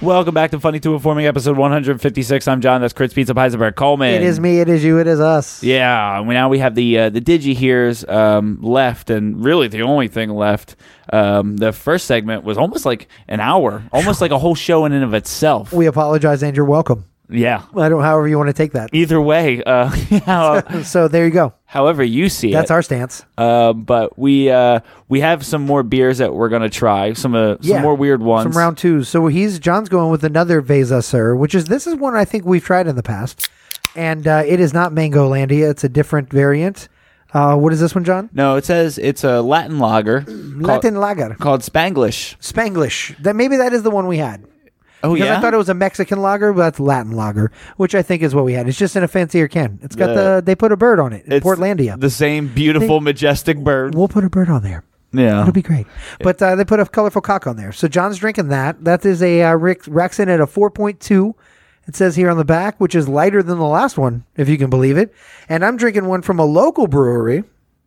B: Welcome back to Funny to Informing, episode 156. I'm John. That's Chris Pizza Heisenberg Coleman.
C: It is me. It is you. It is us.
B: Yeah, we now we have the uh, the digi hears um, left, and really the only thing left. Um, the first segment was almost like an hour, almost like a whole show in and of itself.
C: We apologize and you're welcome.
B: yeah.
C: I don't. However you want to take that.
B: Either way, uh, how-
C: So there you go.
B: however you see
C: That's
B: it.
C: our stance.
B: Uh, but we uh, we have some more beers that we're gonna try. Some uh, some more weird ones.
C: Some round two. So he's John's going with another Vesa Sir, which is this is one I think we've tried in the past, and uh, it is not Mango Landia. It's a different variant. Uh, what is this one, John?
B: No, it says it's a Latin lager called,
C: Latin Lager,
B: called Spanglish.
C: Spanglish. That maybe that is the one we had.
B: Oh
C: Because
B: yeah,
C: I thought it was a Mexican lager, but that's Latin lager, which I think is what we had. It's just in a fancier can. It's got
B: The-
C: the they put a bird on it. In
B: It's
C: Portlandia.
B: The same beautiful, majestic bird.
C: we'll put a bird on there.
B: Yeah,
C: It'll be great. But uh, they put a colorful cock on there. So John's drinking that. That is a uh, Rick Rexon at a 4.2. It says here on the back, which is lighter than the last one, if you can believe it. And I'm drinking one from a local brewery.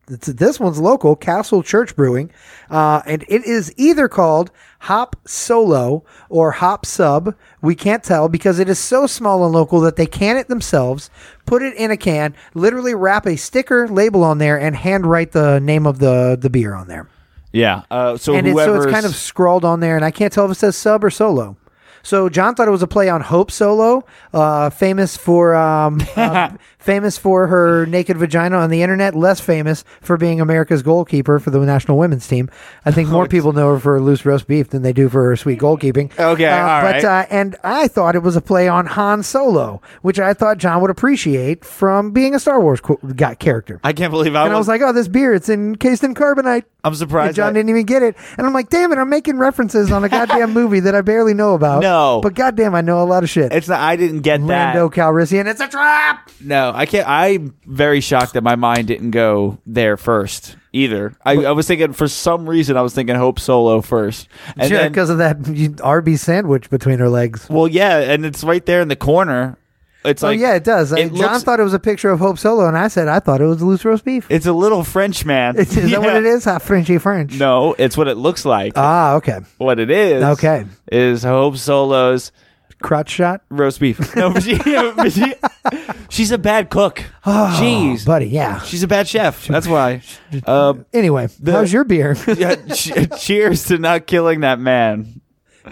C: It's, this one's local, Castle Church Brewing. Uh, and it is either called Hop Solo or Hop Sub. We can't tell because it is so small and local that they can it themselves, put it in a can, literally wrap a sticker label on there, and handwrite the name of the, the beer on there
B: yeah. Uh, so
C: and it's, so
B: whoever's
C: it's kind of scrawled on there, and I can't tell if it says sub or solo. So John thought it was a play on Hope Solo, uh, famous for um, uh, famous for her naked vagina on the internet. Less famous for being America's goalkeeper for the national women's team. I think
B: Oh,
C: more people know her for her loose roast beef than they do for her sweet goalkeeping.
B: Okay,
C: Uh,
B: all
C: but
B: right.
C: uh, and I thought it was a play on Han Solo, which I thought John would appreciate from being a Star Wars co- guy- character.
B: I can't believe I,
C: and I was like, "Oh, this beer, it's encased in carbonite."
B: I'm surprised
C: And John
B: I-
C: didn't even get it. And I'm like, damn it, I'm making references on a goddamn movie that I barely know about.
B: No.
C: But goddamn, I know a lot of shit.
B: It's not. I didn't get that.
C: Rando Calrissian, it's a trap.
B: No, I can't. I'm very shocked that my mind didn't go there first either. I, I was thinking for some reason I was thinking Hope Solo first, and
C: Sure,
B: then-
C: because of that RB sandwich between her legs.
B: well, yeah, and it's right there in the corner. It's
C: oh
B: like
C: yeah, it does. I-
B: It
C: John
B: looks-
C: thought it was a picture of Hope Solo, and I said I thought it was loose roast beef.
B: it's a little French man.
C: Is that what
B: Yeah.
C: it is? Hot Frenchy French.
B: No, it's what it looks like.
C: Ah, okay.
B: what it is?
C: okay.
B: is Hope Solo's
C: Crotch shot,
B: roast beef. No, but she, but she- she's a bad cook. Jeez,
C: Oh, buddy. Yeah.
B: she's a bad chef. That's why. Uh,
C: Anyway, how's your beer?
B: yeah, che- cheers to not killing that man.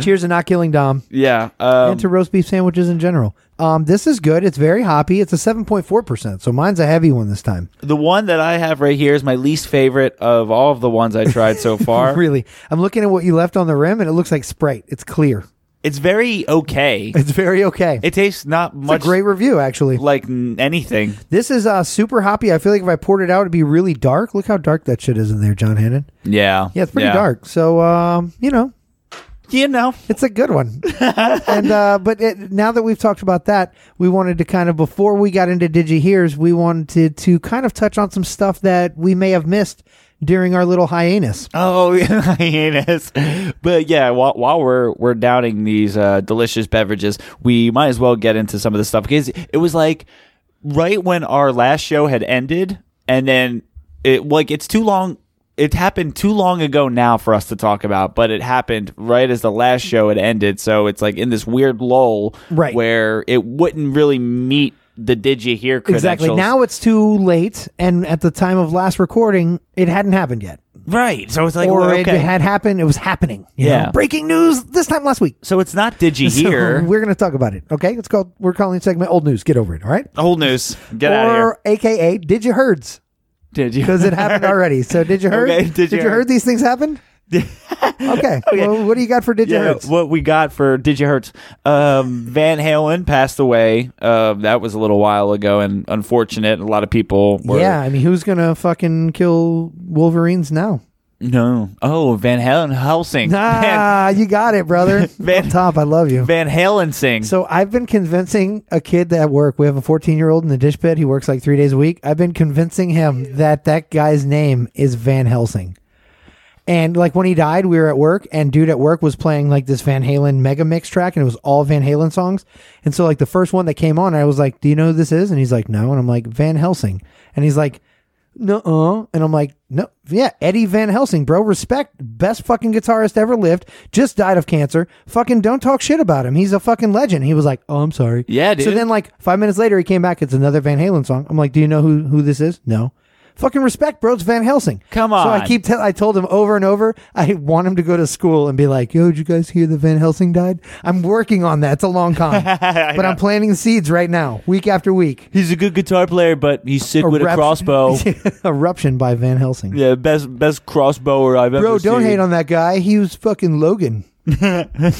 C: Cheers to not killing Dom.
B: Yeah. Um,
C: and to roast beef sandwiches in general. Um, this is good. It's very hoppy. It's a 7.4%. So mine's a heavy one this time.
B: The one that I have right here is my least favorite of all of the ones I tried so far.
C: Really. I'm looking at what you left on the rim and it looks like Sprite. It's clear.
B: It's very okay.
C: It's very okay.
B: It tastes not
C: It's a
B: much
C: great review, actually.
B: like n- anything.
C: This is uh, super hoppy. I feel like if I poured it out, it'd be really dark. Look how dark that shit is in there, John Hannon.
B: Yeah.
C: Yeah, it's pretty dark. So, um, you know,
B: You know.
C: It's a good one. and uh, but it, now that we've talked about that, we wanted to kind of before we got into Digi Hears, we wanted to kind of touch on some stuff that we may have missed during our little hiatus.
B: Oh, hyenas. But yeah, while, while we're we're downing these uh, delicious beverages, we might as well get into some of the stuff because it was like right when our last show had ended, and then it like it's too long. It happened too long ago now for us to talk about, but it happened right as the last show had ended. So it's like in this weird lull,
C: Right.
B: Where it wouldn't really meet the did you hear credentials.
C: Exactly. Now it's too late, and at the time of last recording, it hadn't happened yet,
B: right? So it's like
C: or
B: okay.
C: it had happened. It was happening. you
B: Yeah.
C: know? Breaking news this time last week.
B: so it's not did you
C: So
B: hear
C: we're going to talk about it. Okay. It's called. We're calling it segment old news. Get over it. All right.
B: old news. Get out of here.
C: or AKA, did you herds?
B: Did you?
C: because it happened already. So did you heard?
B: Okay,
C: did, you, heard? these things happen? okay. Well, what do you got for did you
B: Yeah,
C: heard?
B: what we got for Did You Hurt? Um, Van Halen passed away. Uh, that was a little while ago and unfortunate. A lot of people were.
C: Yeah, I mean, who's gonna fucking kill Wolverines now?
B: No. Oh, Van Halen Helsing. Van,
C: Ah, you got it, brother.
B: Van-
C: On top, I love you.
B: Van Halen sing.
C: So I've been convincing a kid at work. We have a 14 year old in the dish pit. He works like three days a week. I've been convincing him that that guy's name is Van Helsing. And like when he died, we were at work, and dude at work was playing like this Van Halen mega mix track, and it was all Van Halen songs. And so like the first one that came on, I was like, "Do you know who this is?" And he's like, "No." And I'm like, "Van Helsing," and he's like, no, and I'm like, no, yeah, Eddie Van Helsing, bro, respect, best fucking guitarist ever lived, just died of cancer. Fucking don't talk shit about him. He's a fucking legend. He was like, oh, I'm sorry.
B: Yeah, dude.
C: So then, like five minutes later, he came back. It's another Van Halen song. I'm like, do you know who who this is? No. Fucking respect, bro. It's Van Helsing.
B: Come
C: So I
B: on.
C: keep. Tell- I told him over and over. I want him to go to school and be like, "Yo, did you guys hear that Van Helsing died?" I'm working on that. It's a long con, but I'm planting seeds right now, week after week.
B: He's a good guitar player, but he's sick with a
C: Erupt-
B: crossbow.
C: Eruption by Van Helsing.
B: yeah, best best crossbower I've ever
C: Bro,
B: seen.
C: don't hate on that guy. He was fucking Logan.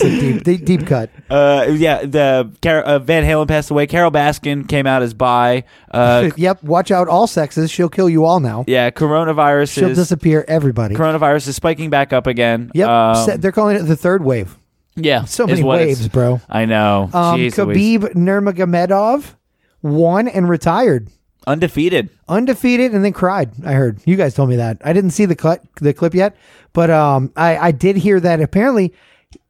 C: it's a deep, deep, deep cut.
B: Uh, yeah, the Car- uh, Van Halen passed away. Carol Baskin came out as bi. Uh,
C: Yep. Watch out, all sexes. She'll kill you all now.
B: yeah, coronavirus
C: She'll
B: is
C: disappear everybody.
B: coronavirus is spiking back up again.
C: Yep.
B: Um,
C: Se- They're calling it the third wave.
B: yeah,
C: So
B: is
C: many
B: what
C: waves,
B: it's-
C: bro.
B: I know.
C: Um,
B: Jeez Louise.
C: Khabib Nurmagomedov won and retired.
B: undefeated.
C: undefeated and then cried. I heard you guys told me that. I didn't see the clip the clip yet, but um, I I did hear that apparently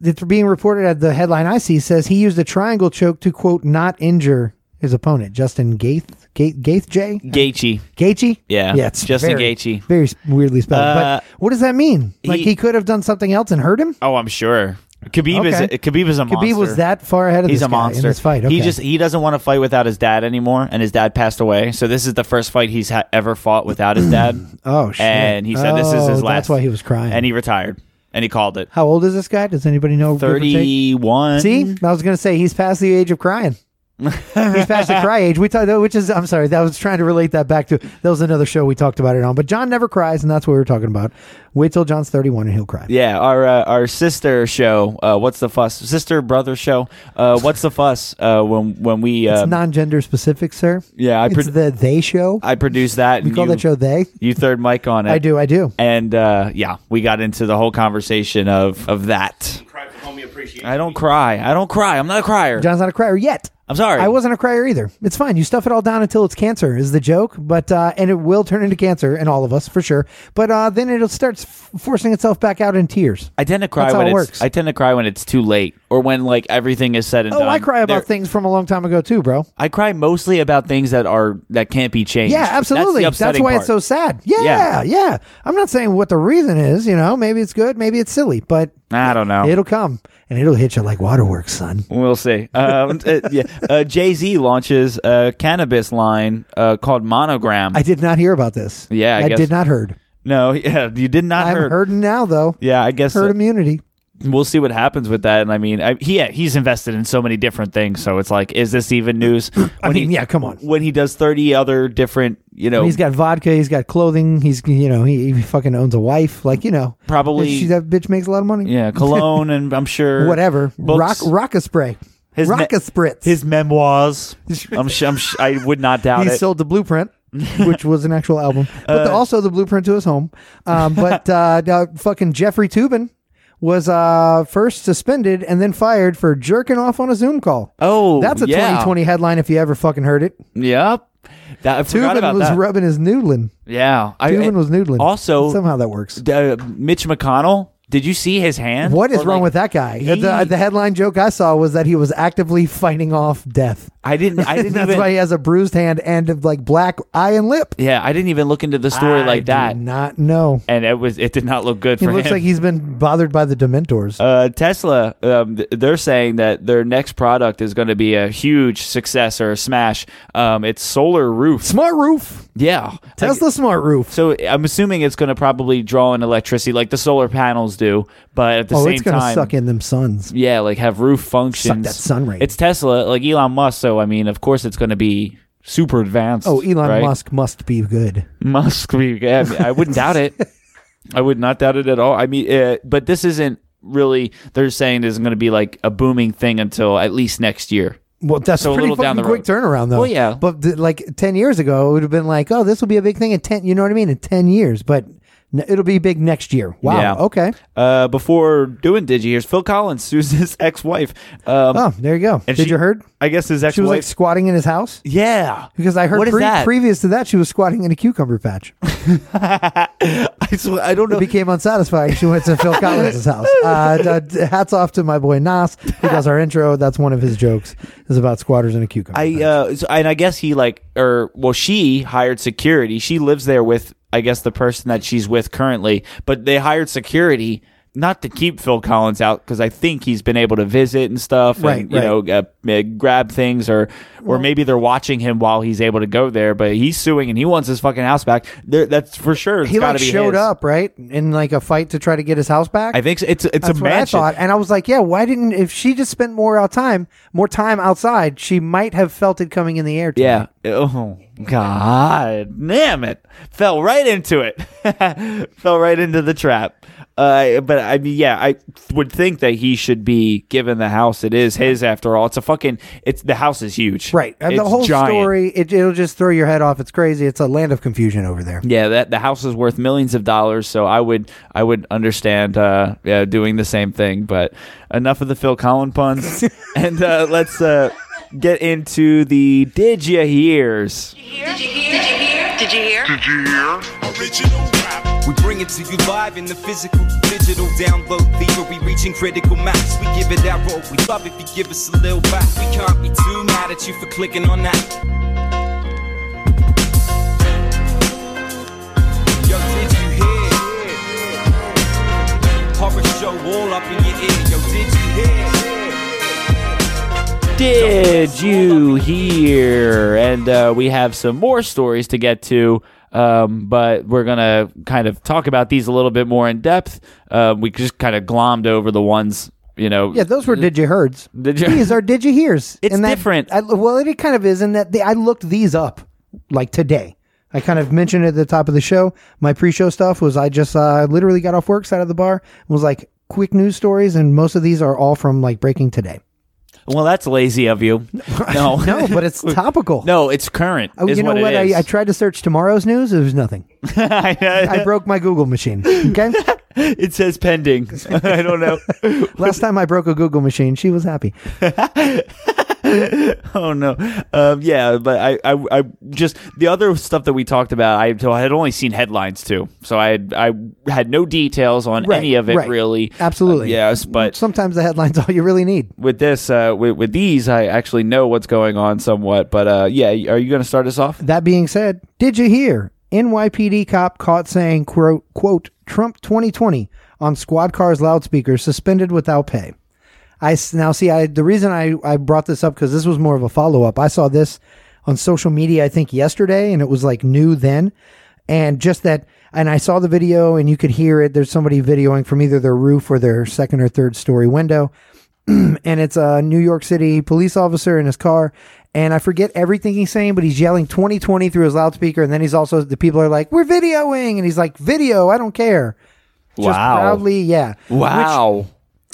C: it's being reported at the headline I see says he used a triangle choke to quote not injure his opponent Justin Gaeth Gaeth, Gaeth J
B: Gaethje.
C: Gaethje
B: Yeah,
C: yeah it's
B: Justin
C: very,
B: Gaethje.
C: very s- weirdly spelled.
B: Uh,
C: but what does that mean? Like
B: he-
C: he, could have done something else and hurt him.
B: Oh, I'm sure. Khabib is
C: Okay.
B: Khabib is a monster.
C: Khabib was that far ahead of
B: He's
C: this
B: a
C: guy
B: monster.
C: in this fight. Okay.
B: He just he doesn't want to fight without his dad anymore, and his dad passed away. So this is the first fight he's ha- ever fought without his dad.
C: Oh, shit.
B: And he said this is
C: Oh,
B: his
C: that's
B: last.
C: why he was crying.
B: And he retired, and he called it
C: how old is this guy? Does anybody know? give or take?
B: thirty-one.
C: See, I was gonna say he's past the age of crying. he's past the cry age. We talked, which is I'm sorry, that was trying to relate that back to that was another show we talked about it on. But John never cries, and that's what we were talking about. Wait till John's 31 and he'll cry.
B: Yeah, our uh, our sister show. Uh, What's the fuss? Sister brother show. Uh, What's the fuss? Uh, when when we uh,
C: It's non-gender specific, sir.
B: yeah, I
C: it's
B: pro-
C: the they show.
B: I produced that.
C: we
B: and
C: call
B: you,
C: that show they.
B: You third mic on it.
C: I do, I do.
B: and uh, yeah, we got into the whole conversation of of that. I don't cry. I don't cry. I'm not a crier.
C: John's not a crier yet.
B: I'm sorry.
C: I wasn't a crier either. It's fine. You stuff it all down until it's cancer is the joke, but uh, and it will turn into cancer in all of us for sure. But uh, then it'll start f- forcing itself back out in tears.
B: I tend to cry
C: That's how
B: when
C: it
B: it's.
C: works.
B: I tend to cry when it's too late, or when like everything is said and
C: Oh,
B: done.
C: I cry about
B: There-
C: things from a long time ago too, bro.
B: I cry mostly about things that are that can't be changed.
C: Yeah,
B: That's the
C: absolutely. That's,
B: upsetting
C: why it's so
B: part.
C: sad. Yeah,
B: Yeah.
C: yeah, I'm not saying what the reason is. You know, maybe it's good, maybe it's silly, but
B: I don't know.
C: it'll come and it'll hit you like waterworks, son.
B: We'll see. Um, uh, yeah. uh, Jay Z launches a cannabis line uh, called Monogram.
C: I did not hear about this.
B: Yeah, I
C: I,
B: guess-
C: did not heard.
B: no, yeah, you did not
C: I'm
B: heard.
C: hurting now though.
B: Yeah, I guess
C: herd
B: uh,
C: immunity.
B: we'll see what happens with that. And I mean, I, he yeah, he's invested in so many different things, so it's like, is this even news? When
C: I mean,
B: he,
C: yeah, come on.
B: when he does thirty other different, you know,
C: He's got vodka. He's got clothing. He's you know he, he fucking owns a wife. Like you know,
B: Probably-
C: she, that bitch makes a lot of money.
B: yeah, cologne, and I'm sure
C: whatever. Rock,
B: books.
C: rocket spray.
B: His
C: rocket
B: ne-
C: spritz.
B: his memoirs. I'm, sh- I'm sh- I would not doubt
C: he
B: it. Uh,
C: sold the blueprint which was an actual album but the- also the blueprint to his home um, but uh, now fucking jeffrey tubin was uh, first suspended and then fired for jerking off on a zoom call
B: oh,
C: that's a
B: yeah.
C: 2020 headline if you ever fucking heard it
B: Yep. That, I forgot
C: tubin
B: about
C: was
B: that.
C: rubbing his noodling
B: yeah, I,
C: tubin
B: and
C: was noodling
B: Also,
C: somehow that works
B: uh, Mitch McConnell. Did you see his hand?
C: what is
B: Or,
C: wrong
B: like,
C: with that guy?
B: he-
C: the, the headline joke I saw was that he was actively fighting off death.
B: I didn't. I didn't
C: That's
B: even.
C: why he has a bruised hand and like black eye and lip.
B: yeah, I didn't even look into the story
C: I
B: like
C: do
B: that,
C: not know.
B: and it was. It did not look good
C: He
B: for
C: looks
B: him.
C: like he's been bothered by the Dementors.
B: uh, Tesla, um, th- they're saying that their next product is going to be a huge success or a smash. Um, it's solar roofs.
C: smart roof.
B: Yeah,
C: Tesla smart roof.
B: So I'm assuming it's going to probably draw in electricity like the solar panels do, but at the
C: oh,
B: same
C: it's gonna
B: time,
C: suck in them suns.
B: yeah, like have roof functions.
C: that sun ray.
B: It's Tesla, like Elon Musk. So I mean, of course, it's going to be super advanced.
C: Oh, Elon
B: right?
C: Musk must be good.
B: Musk. we- yeah, I mean, I wouldn't doubt it. I would not doubt it at all. I mean, uh, but this isn't really. They're saying this is going to be like a booming thing until at least next year.
C: Well, that's
B: So a
C: a pretty
B: little down
C: fucking
B: the
C: quick
B: road.
C: turnaround, though.
B: Well, yeah.
C: But th- like ten years ago, it would have been like, oh, this will be a big thing in ten. You know what I mean? In ten years, but N- It'll be big next year. Wow.
B: Yeah.
C: Okay.
B: Uh, before doing Digi Years, Phil Collins sues his ex-wife. Um,
C: Oh, there you go.
B: and
C: Did
B: she-
C: you heard?
B: I guess his
C: She was like
B: ex-wife.
C: squatting in his house
B: yeah,
C: because I heard
B: What is
C: pre-
B: that?
C: previous to that she was squatting in a cucumber patch.
B: I, swear- I don't know.
C: It became unsatisfying. She went to Phil Collins' house. Uh, d- d- hats off to my boy Nas who does our intro. That's one of his jokes is about squatters in a cucumber. patch.
B: I uh, so- and I guess he like or well, she hired security. She lives there with I guess the person that she's with currently, but they hired security not to keep Phil Collins out because I think he's been able to visit and stuff,
C: Right,
B: and you
C: right.
B: know uh, uh, grab things or or maybe they're watching him while he's able to go there. But he's suing and he wants his fucking house back. There, that's for sure. It's
C: he
B: gotta
C: like
B: be
C: showed
B: his.
C: up right in like a fight to try to get his house back.
B: I think so. it's it's
C: That's
B: a
C: what
B: mansion.
C: I thought, and I was like, "Yeah, why didn't? If she just spent more out time, more time outside, she might have felt it coming in the air."
B: Yeah. Oh God, damn it! Fell right into it. Fell right into the trap. Uh, but I mean, yeah, I would think that he should be given the house. It is his after all. It's a fucking. It's the house is huge.
C: right. And the
B: It's
C: whole
B: giant.
C: story, it, it'll just throw your head off. It's crazy. It's a land of confusion over there.
B: Yeah, that the house is worth millions of dollars. So I would I would understand uh, yeah, doing the same thing. But enough of the Phil Collins puns, and uh, let's uh, get into the did you hears.
G: Did you hear? Did you hear? Did you hear?
E: Did you hear?
H: Original rap. We bring it to you live in the physical, digital download theory, reaching critical mass. We give it that roll. We love if you give us a little back. We can't be too mad at you for clicking on that. Yo, did you hear? Horror show all up in your ear. Yo, did you hear?
B: Did you hear? And uh, we have some more stories to get to, um, but we're going to kind of talk about these a little bit more in depth. Uh, we just kind of glommed over the ones, you know.
C: Yeah, those were did you herds.
B: Did you-
C: These are did you hears.
B: It's
C: And that-
B: different.
C: I, well, it kind of is in that they, I looked these up like today. I kind of mentioned it at the top of the show. My pre-show stuff was I just uh, literally got off work, sat at the bar, and was like quick news stories, and most of these are all from like breaking today.
B: well, that's lazy of you. No.
C: No, but it's topical.
B: No, it's current.
C: Oh,
B: is
C: you know
B: what?
C: what?
B: It is.
C: I, I tried to search tomorrow's news. It was nothing. I broke my Google machine. Okay.
B: it says pending. I don't know.
C: Last time I broke a Google machine, she was happy.
B: oh no um, yeah but I, I i just the other stuff that we talked about i, so I had only seen headlines too so i had i had no details on
C: Right,
B: any of it
C: right.
B: really
C: Absolutely.
B: Uh, yes but
C: Sometimes the headline's all you really need.
B: with this uh with, with these i actually know what's going on somewhat but uh yeah are you gonna start us off
C: That being said, did you hear NYPD cop caught saying quote quote Trump 2020 on squad car's loudspeaker suspended without pay? I s- now see I the reason I I brought this up because this was more of a follow up. I saw this on social media I think yesterday and it was like new then, and just that and I saw the video and you could hear it. There's somebody videoing from either their roof or their second or third story window and it's a New York City police officer in his car. And I forget everything he's saying, but he's yelling 2020 through his loudspeaker. And then he's also, the people are like, we're videoing. And he's like, video, I don't care. Just
B: Wow.
C: proudly, yeah.
B: wow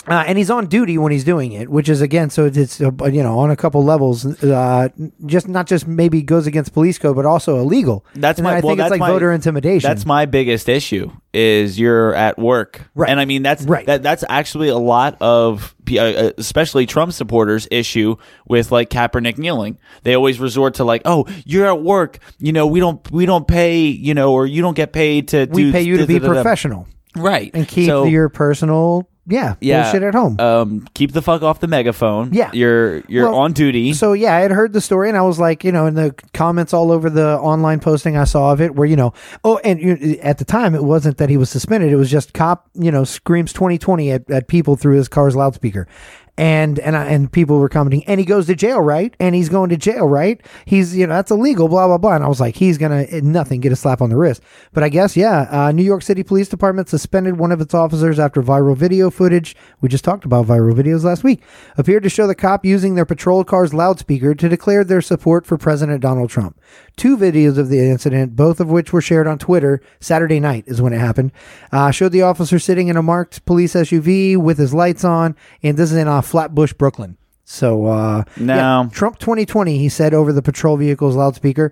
C: Uh, and he's on duty when he's doing it, which is again, so it's, it's uh, you know on a couple levels, uh, just not just maybe goes against police code, but also illegal.
B: that's
C: And
B: my
C: then I
B: well,
C: think
B: that's
C: it's like
B: my-
C: voter intimidation.
B: That's my biggest issue is you're at work,
C: Right.
B: And I mean that's
C: Right.
B: That, that's actually a lot of p- uh, uh, especially Trump supporters issue with like Kaepernick kneeling. They always resort to like, oh, you're at work, you know, we don't we don't pay, you know, or you don't get paid to
C: we
B: do
C: pay you to be
B: da-da-da-da.
C: professional
B: right
C: and keep
B: So,
C: your personal yeah,
B: yeah,
C: bullshit at home.
B: Um, keep the fuck off the megaphone.
C: Yeah.
B: you're you're
C: Well,
B: on duty.
C: So yeah, I had heard the story, and I was like, you know, in the comments all over the online posting I saw of it, where you know, oh, and you, at the time it wasn't that he was suspended; it was just cop, you know, screams twenty twenty at, at people through his car's loudspeaker, and and I, and people were commenting, and he goes to jail, right? And he's going to jail, right? He's you know that's illegal, blah blah blah. And I was like, he's gonna eh, nothing get a slap on the wrist, but I guess yeah, uh, New York City Police Department suspended one of its officers after viral video footage. We just talked about viral videos last week appeared to show the cop using their patrol car's loudspeaker to declare their support for President Donald Trump. Two videos of the incident, both of which were shared on Twitter Saturday night, is when it happened, uh, showed the officer sitting in a marked police SUV with his lights on, and this is in uh, Flatbush, Brooklyn. So, uh,
B: No.
C: Trump 2020, he said over the patrol vehicle's loudspeaker.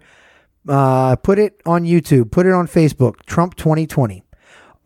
C: Uh, put it on YouTube. Put it on Facebook. Trump 2020.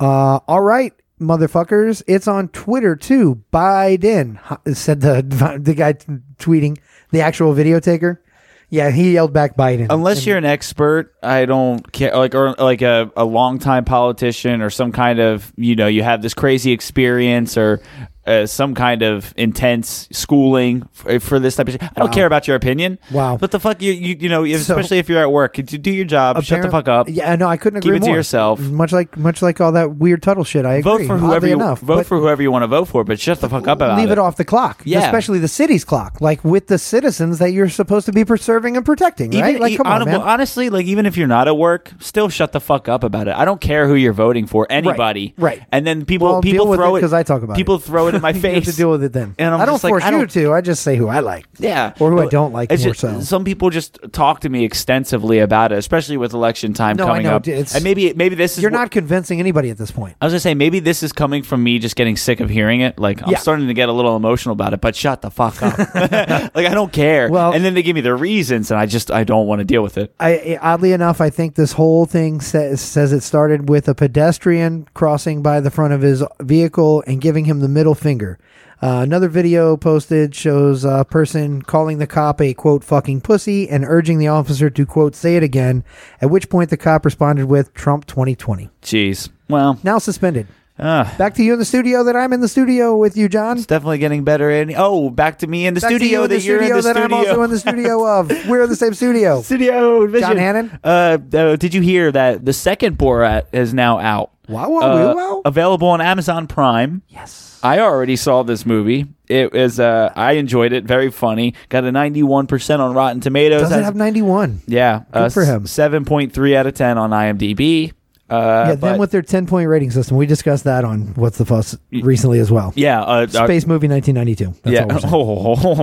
C: Uh, all right, motherfuckers. It's on Twitter too. Biden huh, said the the guy t- tweeting the actual video taker. Yeah, he yelled back Biden.
B: Unless you're an expert, I don't care. Like or like a, a longtime politician or some kind of you know you have this crazy experience or uh, some kind of intense schooling for, for this type of shit. I don't care about your opinion.
C: Wow.
B: What the fuck you you, you know
C: So-
B: especially if you're at work, could you do your job. Shut the
C: Apparent-
B: fuck up.
C: Yeah, no, I couldn't
B: Keep
C: agree
B: it to
C: more.
B: yourself.
C: Much like much like all that weird Tuttle shit. I
B: Vote
C: agree.
B: for whoever
C: oddly
B: you
C: enough,
B: vote
C: but-
B: for whoever you want to vote for, but shut the fuck up about
C: leave it. off the clock,
B: Yeah.
C: especially the city's clock, like with the citizens that you're supposed to be preserving and protecting,
B: Even,
C: right? Like,
B: e-
C: come on,
B: honorable-
C: man.
B: honestly, like even if you're not at work, still shut the fuck up about it. I don't care who you're voting for, anybody.
C: right.
B: And then people
C: Well,
B: people
C: deal with
B: throw
C: it 'cause I talk about
B: people
C: it.
B: throw it in my
C: You have
B: face
C: to deal with it then.
B: And I'm
C: I do not
B: just like,
C: force
B: I
C: you
B: don't-
C: to. I just say who I like.
B: Yeah,
C: or who I
B: But
C: don't like
B: it's
C: more
B: just-
C: so.
B: Some people just talk to me extensively about it, especially with election time
C: No, I
B: coming
C: know,
B: up.
C: dude, it's-
B: and maybe maybe this is
C: You're
B: what-
C: not convincing anybody at this point.
B: I was gonna say maybe this is coming from me just getting sick of hearing it. Like I'm
C: Yeah.
B: starting to get a little emotional about it. But shut the fuck up. like I don't care.
C: Well-
B: and then they give me the reasons, and I just I don't want to deal with it.
C: I, oddly enough, I think this whole thing says says it started with a pedestrian crossing by the front of his vehicle and giving him the middle finger. Uh, another video posted shows a person calling the cop a quote fucking pussy and urging the officer to quote say it again. At which point the cop responded with Trump 2020.
B: Jeez. Well,
C: Now suspended.
B: uh,
C: Back to you in the studio. That I'm in the studio with you, John.
B: it's definitely getting better. And oh, back to me in the
C: Back to
B: studio
C: you in
B: that
C: the
B: you're in
C: studio
B: the
C: that
B: studio.
C: I'm also in the studio of. We're in the same studio.
B: studio. Vision.
C: Hannon?
B: Uh, uh, did you hear that the second Borat is now out?
C: Wow, wow,
B: Uh,
C: wee, wow.
B: Available on Amazon Prime. Yes. I already saw this movie. It is. Uh, I enjoyed it. Very funny. Got a ninety-one percent on Rotten Tomatoes.
C: Does it
B: That's-
C: have 91?
B: yeah. Good
C: for him.
B: Seven point three out of ten on IMDb. Uh,
C: yeah,
B: but-
C: them with their 10 point rating system. We discussed that on What's the Fuss recently as well.
B: yeah, uh, uh,
C: Space movie 1992. That's all we're saying.